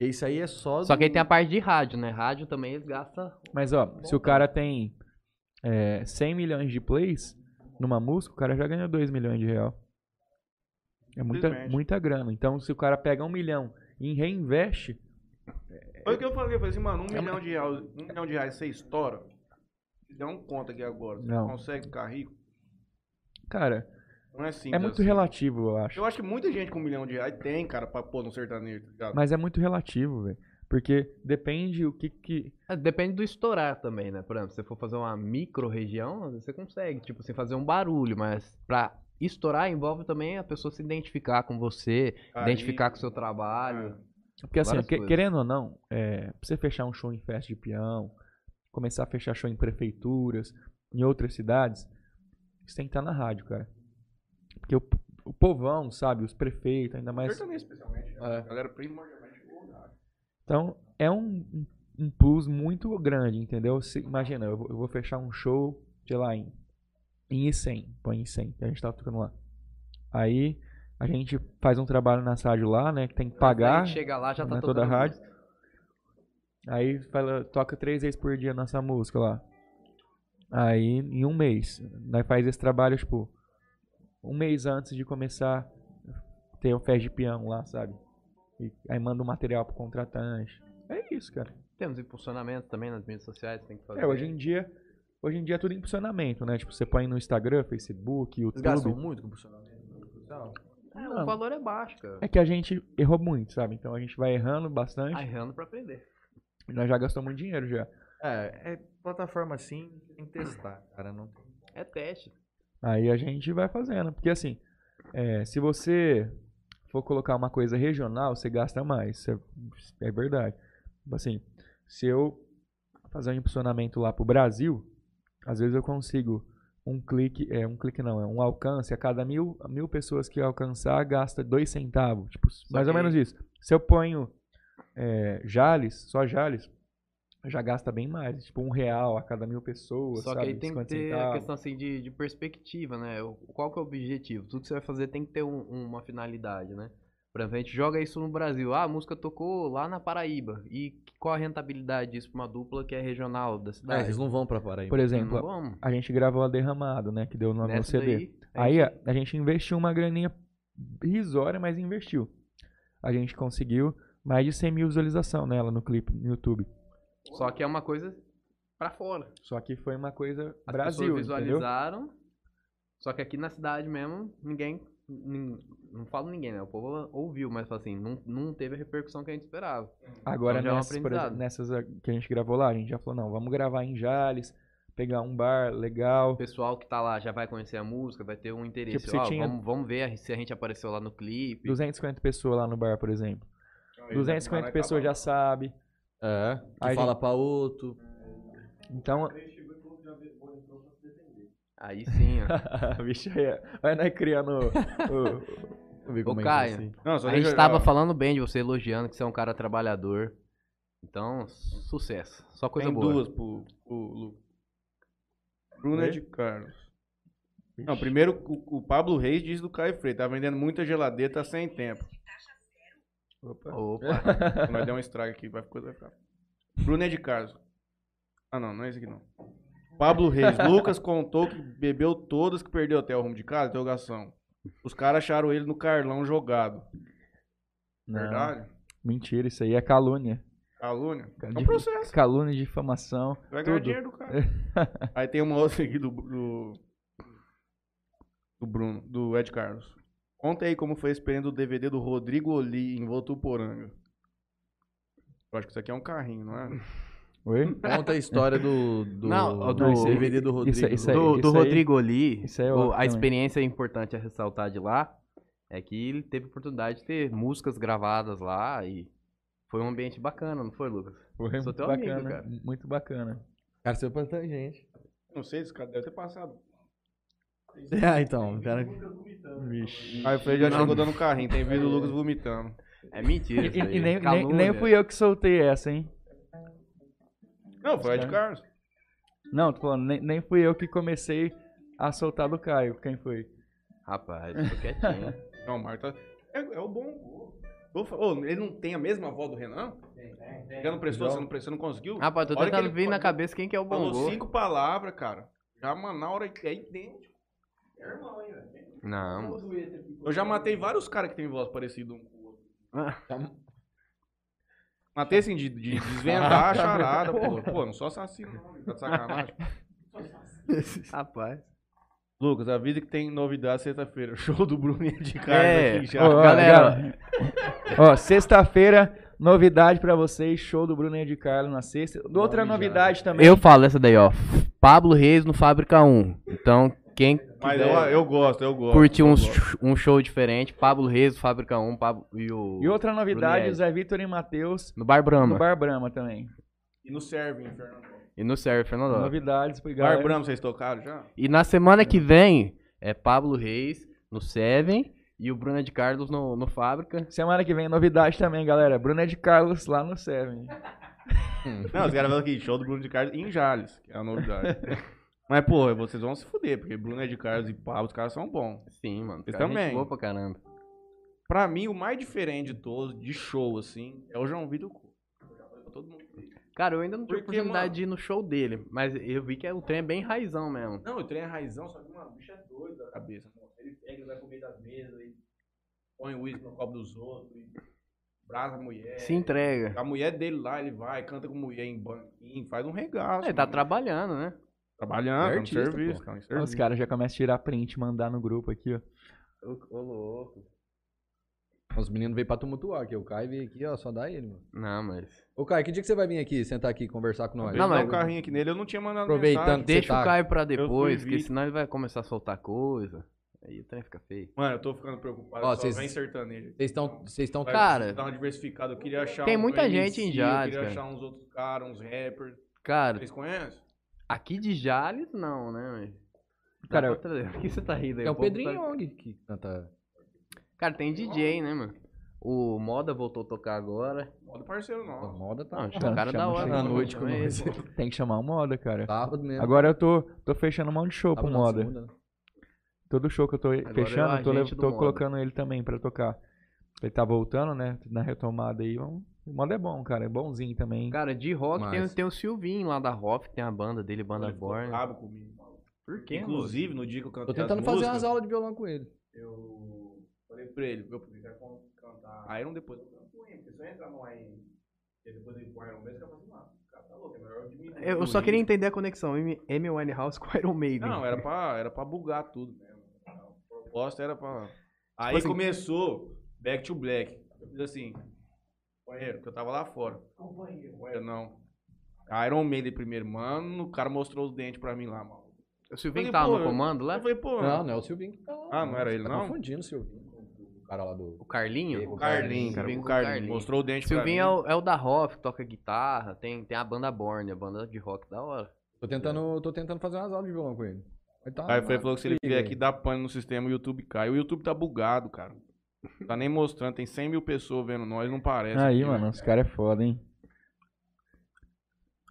E Isso aí é só.
Só que aí
do-
tem a parte de rádio, né? Rádio também eles gastam.
Mas, ó, se o cara tem é, 100 milhões de plays numa música, o cara já ganhou 2 milhões de real. É muita,
Simplesmente.
muita grana. Então, se o cara pega um milhão e reinveste,
É.
Foi o que eu falei, eu falei assim,
É
mano, um, milhão, de reais, um milhão de reais você estoura, se der um conta aqui agora, você
Não.
consegue ficar rico?
cara,
Não é simples
é muito
assim.
relativo, eu acho.
Eu acho que muita gente com um milhão de reais tem, cara, pra pôr no sertanejo, tá ligado?
Mas é muito relativo, velho. Porque depende o que que...
É, Depende do estourar também, né? Por exemplo, se você for fazer uma micro região, às vezes você consegue, tipo assim, fazer um barulho, mas pra estourar envolve também a pessoa se identificar com você,
Ah,
Aí-
identificar com o seu trabalho.
Porque assim,
Várias
que-
coisas.
querendo ou não, é, pra você fechar um show em festa de peão, começar a fechar show em prefeituras, em outras cidades, você tem que estar na rádio, cara. Porque o, o povão, sabe, os prefeitos, ainda mais.
Sertanejo especialmente, né?
É.
a galera primordialmente.
Então, é um, um- um plus muito grande, entendeu? Se- imagina, eu vou, eu vou fechar um show, sei lá, em, em Icem, põe Icem, que a gente tava tocando lá. Aí, a gente faz um trabalho na rádio lá, né, que tem que pagar.
Aí chega lá, já tá
né,
tocando
toda a rádio.
música.
Aí fala, toca três vezes por dia nossa música lá. Aí, em um mês, nós faz esse trabalho, tipo, um mês antes de começar ter o fest de piano lá, sabe? E aí manda o material pro contratante. É isso, cara.
Temos impulsionamento também nas mídias sociais, tem que fazer.
É, hoje em dia, hoje em dia é tudo em funcionamento, né? Tipo, você põe no Instagram, Facebook,
Eles gastam
YouTube.
muito com funcionamento.
É, o valor é baixo, cara.
É que a gente errou muito, sabe? Então a gente vai errando bastante.
Tá errando pra aprender.
E nós já gastamos muito dinheiro já.
É, é plataforma assim, tem que testar, cara. Não tem.
É teste.
Aí a gente vai fazendo. Porque assim, é, se você for colocar uma coisa regional, você gasta mais. Isso é, isso é verdade. Tipo Assim, se eu fazer um impulsionamento lá pro Brasil, às vezes eu consigo um clique, é um clique não, é um alcance. A cada mil, mil pessoas que eu alcançar, gasta dois centavos. Tipo, mais ou
que-
menos isso. Se eu ponho é, Jales, só Jales, já gasta bem mais. Tipo, um real a cada mil pessoas.
Só
sabe?
que aí tem que
50
ter a
centavos.
questão assim de, de perspectiva, né? O- Qual que é o objetivo? Tudo que você vai fazer tem que ter um- uma finalidade, né? Por exemplo, a gente joga isso no Brasil. Ah, a música tocou lá na Paraíba. E que- qual a rentabilidade disso pra uma dupla que é regional da
É,
cidade? Então,
eles não vão pra Paraíba.
Por exemplo,
Não vamos.
a gente gravou a Derramado, né? Que deu no no
Nessa
CD.
daí, é a
Aí
gente-
a, a gente investiu uma graninha irrisória, mas investiu. A gente conseguiu mais de 100 mil visualizações nela no clipe no YouTube.
Só que é uma coisa pra fora.
Só que foi uma coisa
As
Brasil,
pessoas
entendeu?
visualizaram. então Só que aqui na cidade mesmo, ninguém. nin- não falo ninguém, né? O povo ouviu, mas fala assim, não, não teve a repercussão que a gente esperava.
Agora
Então já é um
nessas, por exemplo,
aprendizado.
nessas a- que a gente gravou lá, a gente já falou, não, vamos gravar em Jales, pegar um bar
O
legal.
pessoal que tá lá já vai conhecer a música, vai ter um interesse.
Tipo, se
Ó,
tinha-
vamos, vamos ver a- se a gente apareceu lá no clipe.
250 pessoas lá no bar, por exemplo.
é,
tá
250 pessoas já sabe.
É.
Aí
Que fala pra outro.
Então,
Aí sim, ó.
bicho, aí, é- aí nós criando o-
Deixa eu ver
Ô,
como é que
Caio.
assim,
é isso aí.
Não, só
a
deixa
gente
eu-
tava falando bem de você, elogiando que você é um cara trabalhador. Então, sucesso. Só coisa
Tem
boa.
duas pro, pro Lu. Bruna de Carlos. Não, primeiro o, o Pablo Reis diz do Caio Freire. Tá vendendo muita geladeira, tá sem tempo.
Opa.
Vai dar um estrago aqui, vai ficar. vai ficar. Bruna de Carlos. Ah, não, não é esse aqui não. Pablo Reis. Lucas contou que bebeu todas que perdeu até o rumo de casa? Interrogação. Os caras acharam ele no Carlão jogado.
Não.
Verdade?
Mentira, isso aí é calúnia.
Calúnia. É um
De-
processo.
Calúnia, difamação.
Vai ganhar
tudo.
dinheiro do cara. Aí tem uma outra aqui do, do. do Bruno, do Ed Carlos. Conta aí como foi a experiência do DVD do Rodrigo Oli em Votuporanga. Eu acho que isso aqui é um carrinho, não é?
Oi?
Conta a história do, do,
Não,
do
não, isso aí-
DVD do Rodrigo.
isso aí- isso aí-
do, do
aí-
Rodrigo Oli,
isso aí é
o-
outro
a
também.
experiência importante a ressaltar de lá é que ele teve a oportunidade de ter músicas gravadas lá e foi um ambiente bacana, não foi, Lucas?
Foi
Sou
é muito
teu amigo,
bacana.
cara.
Muito bacana.
Cara, seu
é
plantão, gente.
Não sei, esse cara deve ter passado.
É,
Ah, então, cara.
Vixe.
Aí o Fred já chegou dando carrinho, tem vídeo do Lucas vomitando.
É mentira.
E,
isso aí,
e nem, nem,
calúnia.
nem fui eu que soltei essa, hein?
Não, foi o Ed Carlos.
Não, tô falando, nem, nem fui eu que comecei a soltar do Caio. Quem foi?
Rapaz, tô quietinho.
Não, o Mário tá. É, é o bom. Vou fa- Ô, ele não tem a mesma avó do Renan? Tem, tem. Já não prestou? Você não prestou, não conseguiu?
Rapaz, tô
Olha que
tentando
ele
ver
né?
na
falou-
cabeça quem que é o
Falou
Bongo.
cinco palavras, cara. Já Manaura é idêntico.
Não, moço.
Eu já matei vários caras que tem voz parecida um com o outro. Matei assim, de, de desvendar a charada, pô. Pô, não sou assassino, não. Tá de sacanagem.
rapaz.
Lucas, avisa que tem novidade sexta-feira. Show do Bruno e de Carlos
É,
aqui já.
Ó, ó,
galera.
Ó, sexta-feira, novidade pra vocês. Show do Bruno e de Carlos na sexta.
Nome já.
Outra novidade também.
Eu falo essa daí, ó. Pablo Reis no Fábrica 1. Então, quem
Mas eu, eu gosto, eu gosto.
curtiu
eu
um,
gosto.
sh- um show diferente, Pablo Reis no Fábrica 1 Pablo, e o...
E outra novidade,
Brunelli.
Zé Vitor e Matheus
No Bar Brahma.
no Bar Brama também.
E no Serving, Fernando.
E no Sérgio Fernando. Lopes.
Novidades, obrigado.
Bar Brahma, vocês tocaram já?
E na semana que vem é Pablo Reis no Seven e o Bruno de Carlos no, no Fábrica.
Semana que vem, novidade também, galera. Bruno é de Carlos lá no Seven.
Não, os caras falam aqui, show do Bruno de Carlos em Jales, que é a novidade. Mas, pô, vocês vão se fuder, porque Bruno é de Carlos e Pablo, os caras são bons.
Sim, mano.
Vocês
cara, gente
também.
boa pra caramba.
Pra mim, o mais diferente de todos, de show, assim, é o João Vitor Cu. Todo mundo.
Cara, eu ainda não tive
Porque,
oportunidade
mano-
de ir no show dele, mas eu vi que é, o trem é bem raizão mesmo.
Não, eu treino a raizão, só que, mano, o bicho é doido da cabeça. mano. Ele pega, ele vai comer das mesas, e põe o uísque no copo dos outros, e brasa a mulher.
Se entrega.
A mulher dele lá, ele vai, canta com mulher em banquinho, faz um
Ah,
regaço.
Ele tá
mano.
trabalhando, né?
trabalhando, é um
artista,
serviço, tá um
Os
serviço.
caras já começam a tirar print e mandar no grupo aqui, ó.
Ô, louco.
Os meninos veio pra tumultuar aqui. O Caio veio aqui, ó, só dá ele, mano.
Não, mas.
Ô, Caio, que dia que você vai vir aqui, sentar aqui e conversar com nós?
Não,
mas-
mas... um carrinho aqui nele, eu não tinha mandado
Aproveitando
mensagem.
Você
Deixa
tá-
o Caio pra
fui
depois, porque
visto.
senão ele vai começar a soltar coisa. Aí o trem fica feio.
Mano, eu tô ficando preocupado.
Ó,
só
vocês-
vem sertanejo.
Vocês estão. Vocês estão.
Vai
Cara,
dar uma diversificada. Eu queria achar
tem
um
muita
MC,
gente em
Eu
Jales,
queria
cara.
achar uns outros caras, uns rappers.
Cara,
Vocês conhecem?
aqui de Jales, não, né, mas. Dá
Cara,
pra trazer. Por que você tá rindo aí?
É o
povo tá-
Pedrinho Young que canta.
Cara, tem DJ, né, mano? O Moda voltou a tocar agora.
Modo parceiro
A
não.
moda
Não,
tá.
o é um cara
chama-
da hora. né,
chama
mano.
à noite
Chama
com
ele, pô.
Tem que chamar o moda, cara.
Sábado mesmo.
Agora eu tô, tô fechando mão de show
Sábado
pro
não,
moda.
segunda, né?
Todo show que eu tô
é o
fechando, eu tô,
agente
lev-
do
tô
Moda.
colocando ele também pra tocar. Ele tá voltando, né? Na retomada aí. vamos- O moda é bom, cara. É bonzinho também.
Cara, de rock tem,
Mas-
o- tem o Silvinho lá da Rock, tem a banda dele, Banda
Ele ficou
Born.
brabo comigo.
Por quê?
ah, Inclusive, no dia que eu cantei
Tô tentando
as
fazer
músicas,
umas aulas de violão com ele.
Eu falei pra ele, meu, porque vai cantar Iron depois. Eu canto Iron, porque se eu entrar no Iron, e depois eu ir pro Iron mesmo, eu falo assim, mano, o cara tá louco, é melhor eu diminuir.
Eu, eu só queria entender a conexão M. M. Winehouse com Iron Maiden.
Não, era pra, era pra bugar tudo mesmo. A proposta era pra. Aí
assim-
começou Back to Black. Eu fiz assim, companheiro, que eu tava lá fora. Companheiro. Companheiro, não. Iron Maiden primeiro, mano. O cara mostrou os dentes pra mim lá, mano.
O Silvinho
Falei,
tava
pô,
tá no
eu-
comando lá?
Eu falei, pô,
Não, não é o Silvinho que tá lá.
Ah, não era
Você
ele,
tá
não?
confundindo o Silvinho com o cara lá do.
O Carlinho?
o Carlinho, cara.
Silvinho
O
com
Carlinho. Mostrou o dente pra mim.
Silvinho é o, é o da Hoff, toca guitarra, tem, tem a banda Born, a banda de rock da hora.
Tô tentando, tô tentando fazer umas aulas de violão com ele. Ele tá-
Aí ele falou que se ele
Liga
vier
aí.
aqui dar pane no sistema, o YouTube cai. O YouTube tá bugado, cara. Tá nem mostrando, tem 100 mil pessoas vendo nós, não parece.
Aí,
aqui, né?
mano, os caras é foda, hein?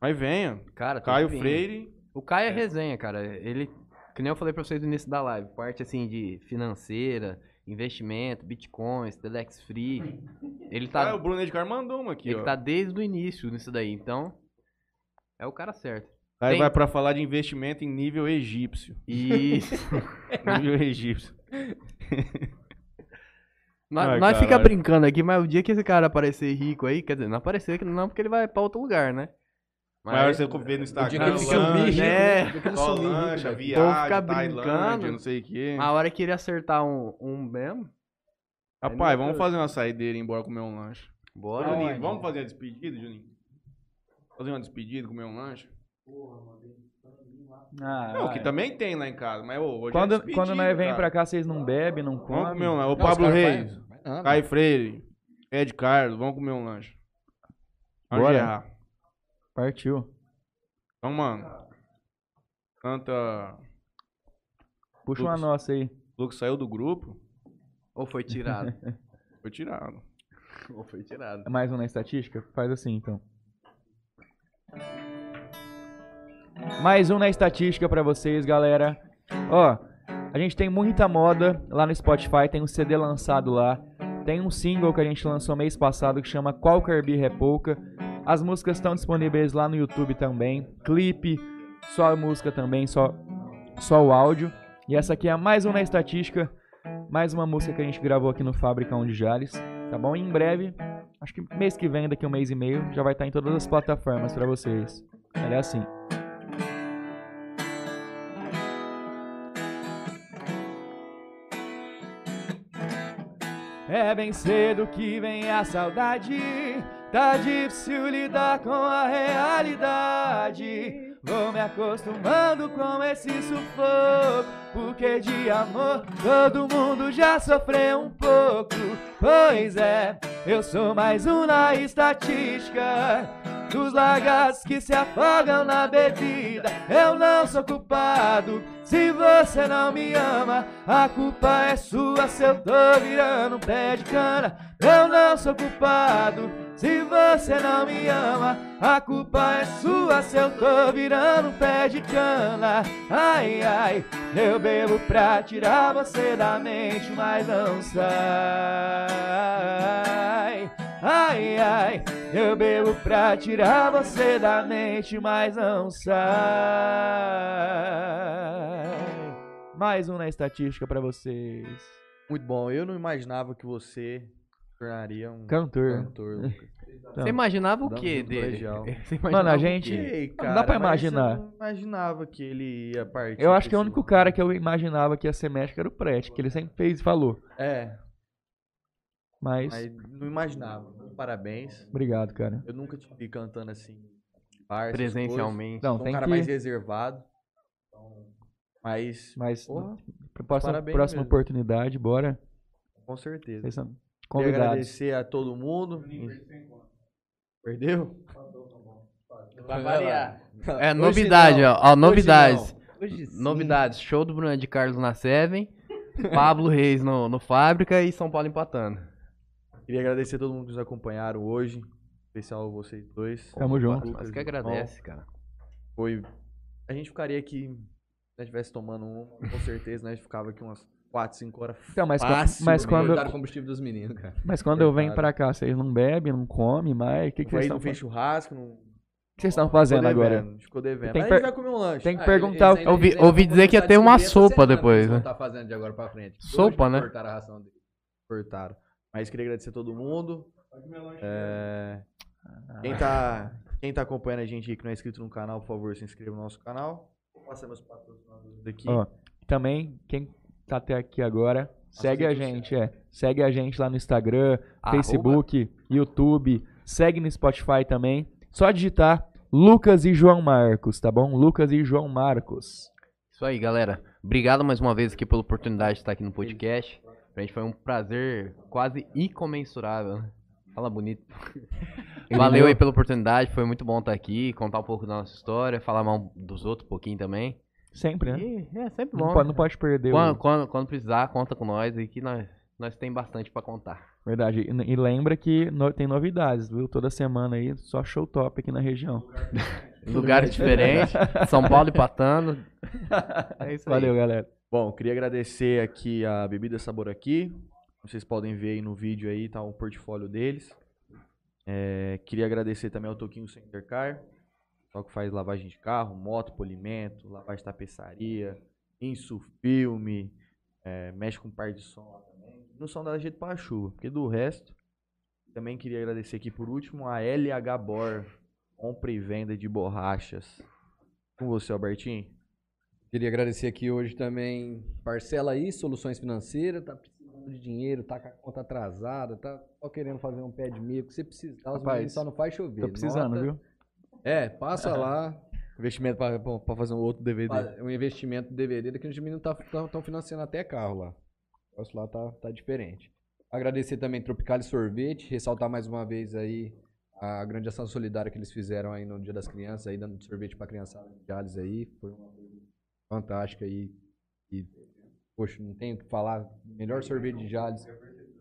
Aí venha.
Cara, tem
Caio
que vir.
Freire.
O Caio é, resenha, cara. Ele, que nem eu falei pra vocês no início da live, parte assim de financeira, investimento, bitcoins, Telex Free. Ele tá,
Ah, o Bruno Edgar mandou uma aqui,
ele
ó.
tá desde o início nisso daí, então é o cara certo.
Aí
Tem-
vai pra falar de investimento em nível egípcio.
E
nível egípcio.
Nós,
Ai,
nós fica
caralho.
brincando aqui, mas o dia que esse cara aparecer rico aí, quer dizer, não aparecer que não, porque ele vai pra outro lugar, né?
Mas você vê no
assim, "Ah,
Instagram,
ele
sumir
lanche,
rico,
né?
Tem aquele sorriso
Solange, a
rico, velho.
viagem,
ficar brincando. Ah,
Tailândia, não sei o quê.
a hora que ele acertar um, um mesmo,
Rapaz, vamos fazer uma saideira e ir embora comer um lanche.
bora.
Juninho, vamos fazer a despedida, Juninho? Fazer uma despedida, comer um lanche?
Ah,
Não, que
vai.
também tem lá em casa, mas ô, hoje é
Quando,
despedida,
quando nós vem
cara.
pra cá, vocês não bebem, não comem.
Vamos comer um lanche. Ô,
Não, os
Pablo
cara vai-
Reis,
vai nada.
Caio Freire, Ed Carlos, vamos comer um lanche. Vamos
Bora.
gerrar.
Partiu.
Então, mano, canta...
Puxa uma
Lucas.
nossa aí.
O Lucas saiu do grupo,
Ou foi tirado.
foi tirado.
Ou foi tirado.
Mais um na estatística? Faz assim, então. Mais um na estatística pra vocês, galera. Ó, a gente tem muita moda lá no Spotify, tem um CD lançado lá. Tem um single que a gente lançou mês passado que chama Qualquer Birra é Pouca. As músicas estão disponíveis lá no YouTube também. Clipe, só a música também, só, só o áudio. E essa aqui é mais um na estatística. Mais uma música que a gente gravou aqui no Fabricão de Jales, tá bom? E em breve acho que mês que vem, daqui a um mês e meio, já vai estar em todas as plataformas pra vocês. Ela é assim. É bem cedo que vem a saudade. Tá difícil lidar com a realidade. Vou me acostumando com esse sufoco. Porque de amor todo mundo já sofreu um pouco. Pois é, eu sou mais um na estatística. Dos lagartos que se afogam na bebida, eu não sou culpado. Se você não me ama, a culpa é sua se eu tô virando um pé de cana. Eu não sou culpado. Se você não me ama, a culpa é sua se eu tô virando um pé de cana. Ai, ai, eu bebo pra tirar você da mente, mas não sai. Ai, ai, eu bebo pra tirar você da mente, mas não sai. Mais um na estatística pra vocês.
Muito bom. Eu não imaginava que você se tornaria um
Cantor.
cantor. Lucas.
Então,
Você imaginava o
Damos
quê
um
dele?
colegial.
Você imaginava
Mano, a
o
gente-
quê?
Ei,
Não dá pra
mas você
imaginar.
não imaginava que ele ia partir.
Eu acho que o
pra
único
esse-
cara que eu imaginava que ia ser médico era o Pret, que ele sempre fez e falou.
É,
Mas,
mas não imaginava. Parabéns.
obrigado, cara.
Eu nunca te vi cantando assim. bar, essas
Presencialmente.
coisas.
Não,
Sou um
tem
cara
que...
mais reservado. então, Mas,
Mas
porra,
próxima,
parabéns
próxima
mesmo.
oportunidade, bora.
com certeza.
Vocês são
Queria
convidados.
agradecer a todo mundo. Perdeu?
tá
Então
Vai variar.
É novidade, ó. ó novidades. novidades. Show do Bruno de Carlos na Seven. Pablo Reis no, no Fábrica e São Paulo empatando.
Queria agradecer a todo mundo que nos acompanharam hoje. em Especial vocês dois.
Tamo junto.
Mas que agradece, cara.
Foi. A gente ficaria aqui. Se nós estivesse tomando um, com certeza, nós ficava aqui umas 4, 5 horas.
Então, mas, qua-
Fácil,
mas
meu.
quando,
Cortaram o combustível dos meninos, cara.
mas quando eu venho
Coitado.
pra cá, vocês não bebem, não comem, mas o que, que vocês
Aí
estão
não
fa-
fez churrasco, não.
o que vocês estão
ficou
fazendo
devendo,
agora?
é.
Ficou devendo.
Tem
Mas
per-
a gente vai comer um lanche.
Tem que
Ah,
perguntar.
eles ainda-
Ouvi-
eles ainda
ouvi
vão
dizer que ia
começar a
ter uma
descobrir essa
sopa
semana
depois,
que eles vão
né?
tá fazendo de agora pra frente. Hoje
Sopa, né?
Cortaram a ração dele.
Cortaram. Mas queria agradecer a todo mundo. É, Quem, tá... Quem tá acompanhando a gente aí que não é inscrito no canal, por favor, se inscreva no nosso canal. Passa meus patrocinadores aqui.
Ó, também, quem tá até aqui agora, segue a
redes
gente, é. Segue a gente lá no Instagram,
Arroba.
Facebook, YouTube, segue no Spotify também. Só digitar Lucas e João Marcos, tá bom? Lucas e João Marcos.
Isso aí, galera. Obrigado mais uma vez aqui pela oportunidade de estar aqui no podcast. Pra gente foi um prazer quase incomensurável. né? Fala bonito. Valeu aí pela oportunidade, foi muito bom estar aqui, contar um pouco da nossa história, falar mal dos outros um pouquinho também.
Sempre, né?
E é sempre
Não
bom.
pode,
né?
não pode perder. o-
Quando, quando- quando precisar, conta com nós e que nós, nós tem bastante pra contar.
Verdade. E e lembra que no- tem novidades, viu? Toda semana aí, só show top aqui na região.
Lugares diferentes, São Paulo empatando. É isso aí.
Valeu, galera.
Bom, queria agradecer aqui a Bebida Sabor Aqui. Como Vocês podem ver aí no vídeo aí, tá o portfólio deles. É, queria agradecer também ao Toquinho Center Car, só que faz lavagem de carro, moto, polimento, lavagem de tapeçaria, insulfilme, é, mexe com par de som lá também.
não são da jeito pra chuva. Porque do resto, também queria agradecer aqui por último a LH Bor, compra e venda de borrachas. Com você, Albertinho.
Queria agradecer aqui hoje também Parcela aí, Soluções Financeiras, tá precisando de dinheiro, tá com a conta atrasada, tá só querendo fazer um pé de mico, se precisar, Então, os
Rapaz,
meninos só não faz chover.
Tô precisando,
Nota-
viu?
É, passa lá,
Investimento pra, pra- pra fazer um outro DVD.
fa- um investimento do DVD, daqui os meninos estão tá, tão financiando até carro lá. O negócio lá tá, tá diferente. Agradecer também Tropical Sorvete, ressaltar mais uma vez aí a grande ação solidária que eles fizeram aí no Dia das Crianças, aí dando sorvete pra criançada de Jales aí, foi uma coisa fantástica aí. E, poxa, não tenho o que falar, melhor sorvete de Jales,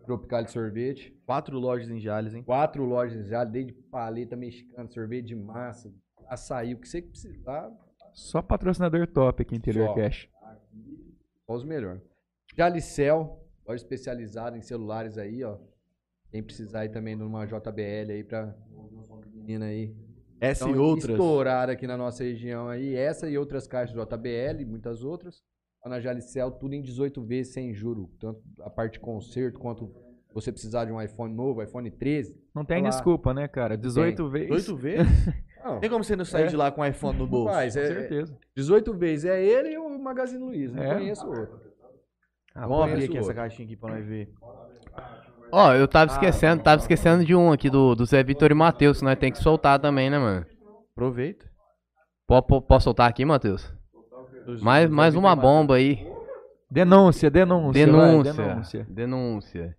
Tropical Sorvete.
Quatro lojas em Jales, hein?
Quatro lojas já, desde paleta mexicana, sorvete de massa, açaí, o que você precisar,
Só patrocinador top aqui, Interior
Só.
Cash.
só os melhores. Jalicel, loja especializada em celulares aí, ó. Quem precisar aí também de uma JBL aí pra menina aí.
Essa e outras.
Estourar aqui na nossa região aí, essa e outras caixas JBL, muitas outras. Lá na Jalicel, tudo em 18 vezes sem juro. Tanto a parte de conserto quanto você precisar de um iPhone novo, iPhone 13.
Não tem
Olha lá.
desculpa, né, cara? 18 vezes.
Oito vezes?
Não, É.
Tem como você não sair de lá com o iPhone no bolso?
rapaz,
Com
é,
certeza.
18 vezes é ele e o Magazine Luiza. Não
É.
conheço outro.
Vamos abrir
conheço
aqui
o
essa
outro.
caixinha aqui pra nós ver.
Ó, eu tava esquecendo, tava esquecendo de um aqui do, do Zé Vitor e Matheus, que nós tem que soltar também, né, mano?
Aproveita.
Po- po- Posso soltar aqui, Matheus?
Dos-
Mais,
dos
mais
amigos
uma
da
bomba aí.
Denúncia, denúncia. vai,
Denúncia.
denúncia.
Denúncia.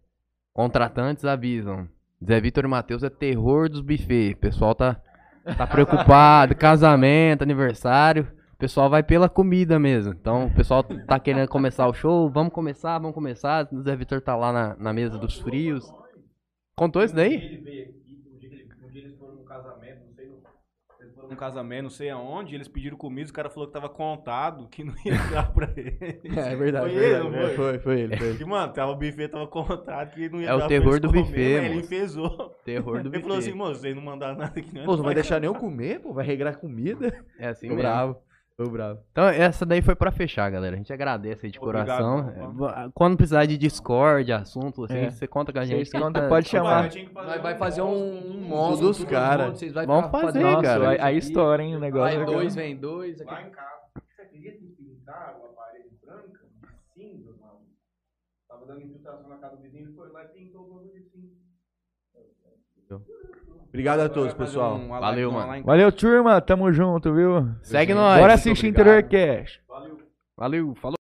Contratantes avisam. Zé Vitor e Matheus é terror dos buffets. O pessoal tá, tá preocupado. Casamento, aniversário. O pessoal vai pela comida mesmo. Então, o pessoal tá querendo começar o show. Vamos começar, vamos começar. O Zé Vitor tá lá na, na mesa dos frios. Contou isso daí?
Ele veio aqui, um dia, que ele- um dia eles foram num casamento, não sei. Eles foram num casamento, não sei aonde, eles pediram comida, o cara falou que tava contado, que não ia dar pra ele. Foi
É verdade, verdade,
ele, não
verdade. Foi, foi ele. Foi ele.
Que, mano, tava, o buffet tava contado, que não ia
É o
dar
terror
pra eles
do
comer,
buffet,
mas Ele
moço.
enfesou.
Terror do
Ele falou assim,
buffet.
moço, vocês não mandaram nada aqui, não. é
Pô, não vai deixar nem eu comer, pô. Vai regrar comida.
É assim
Tô
mesmo.
bravo. Tô bravo.
Então, essa daí foi pra fechar, galera. A gente agradece aí de
Obrigado,
coração.
mano.
É, Quando precisar de Discord, assunto, assim,
É.
você conta com a gente.
Vocês
que a gente
contam,
tá-
pode
Mano,
chamar.
eu tinha que
Nós vai fazer um
monstro
monstro
dos cara.
Vocês vai
Vamos
ficar
fazer,
fazendo
Nossa,
cara.
aí-
isso
aí
aqui.
estoura, hein, o negócio. né,
Vai dois, vem dois. Aqui.
Lá em casa. Você acredita que pintaram a parede branca de cinza, mano? Tava dando infiltração na casa do vizinho, ele foi lá e pintou o bagulho de cinza.
Obrigado a todos, pessoal.
um
Valeu, mano.
Valeu, turma. Tamo junto, viu?
Segue nós.
Bora assistir Interior Cash.
Valeu, falou.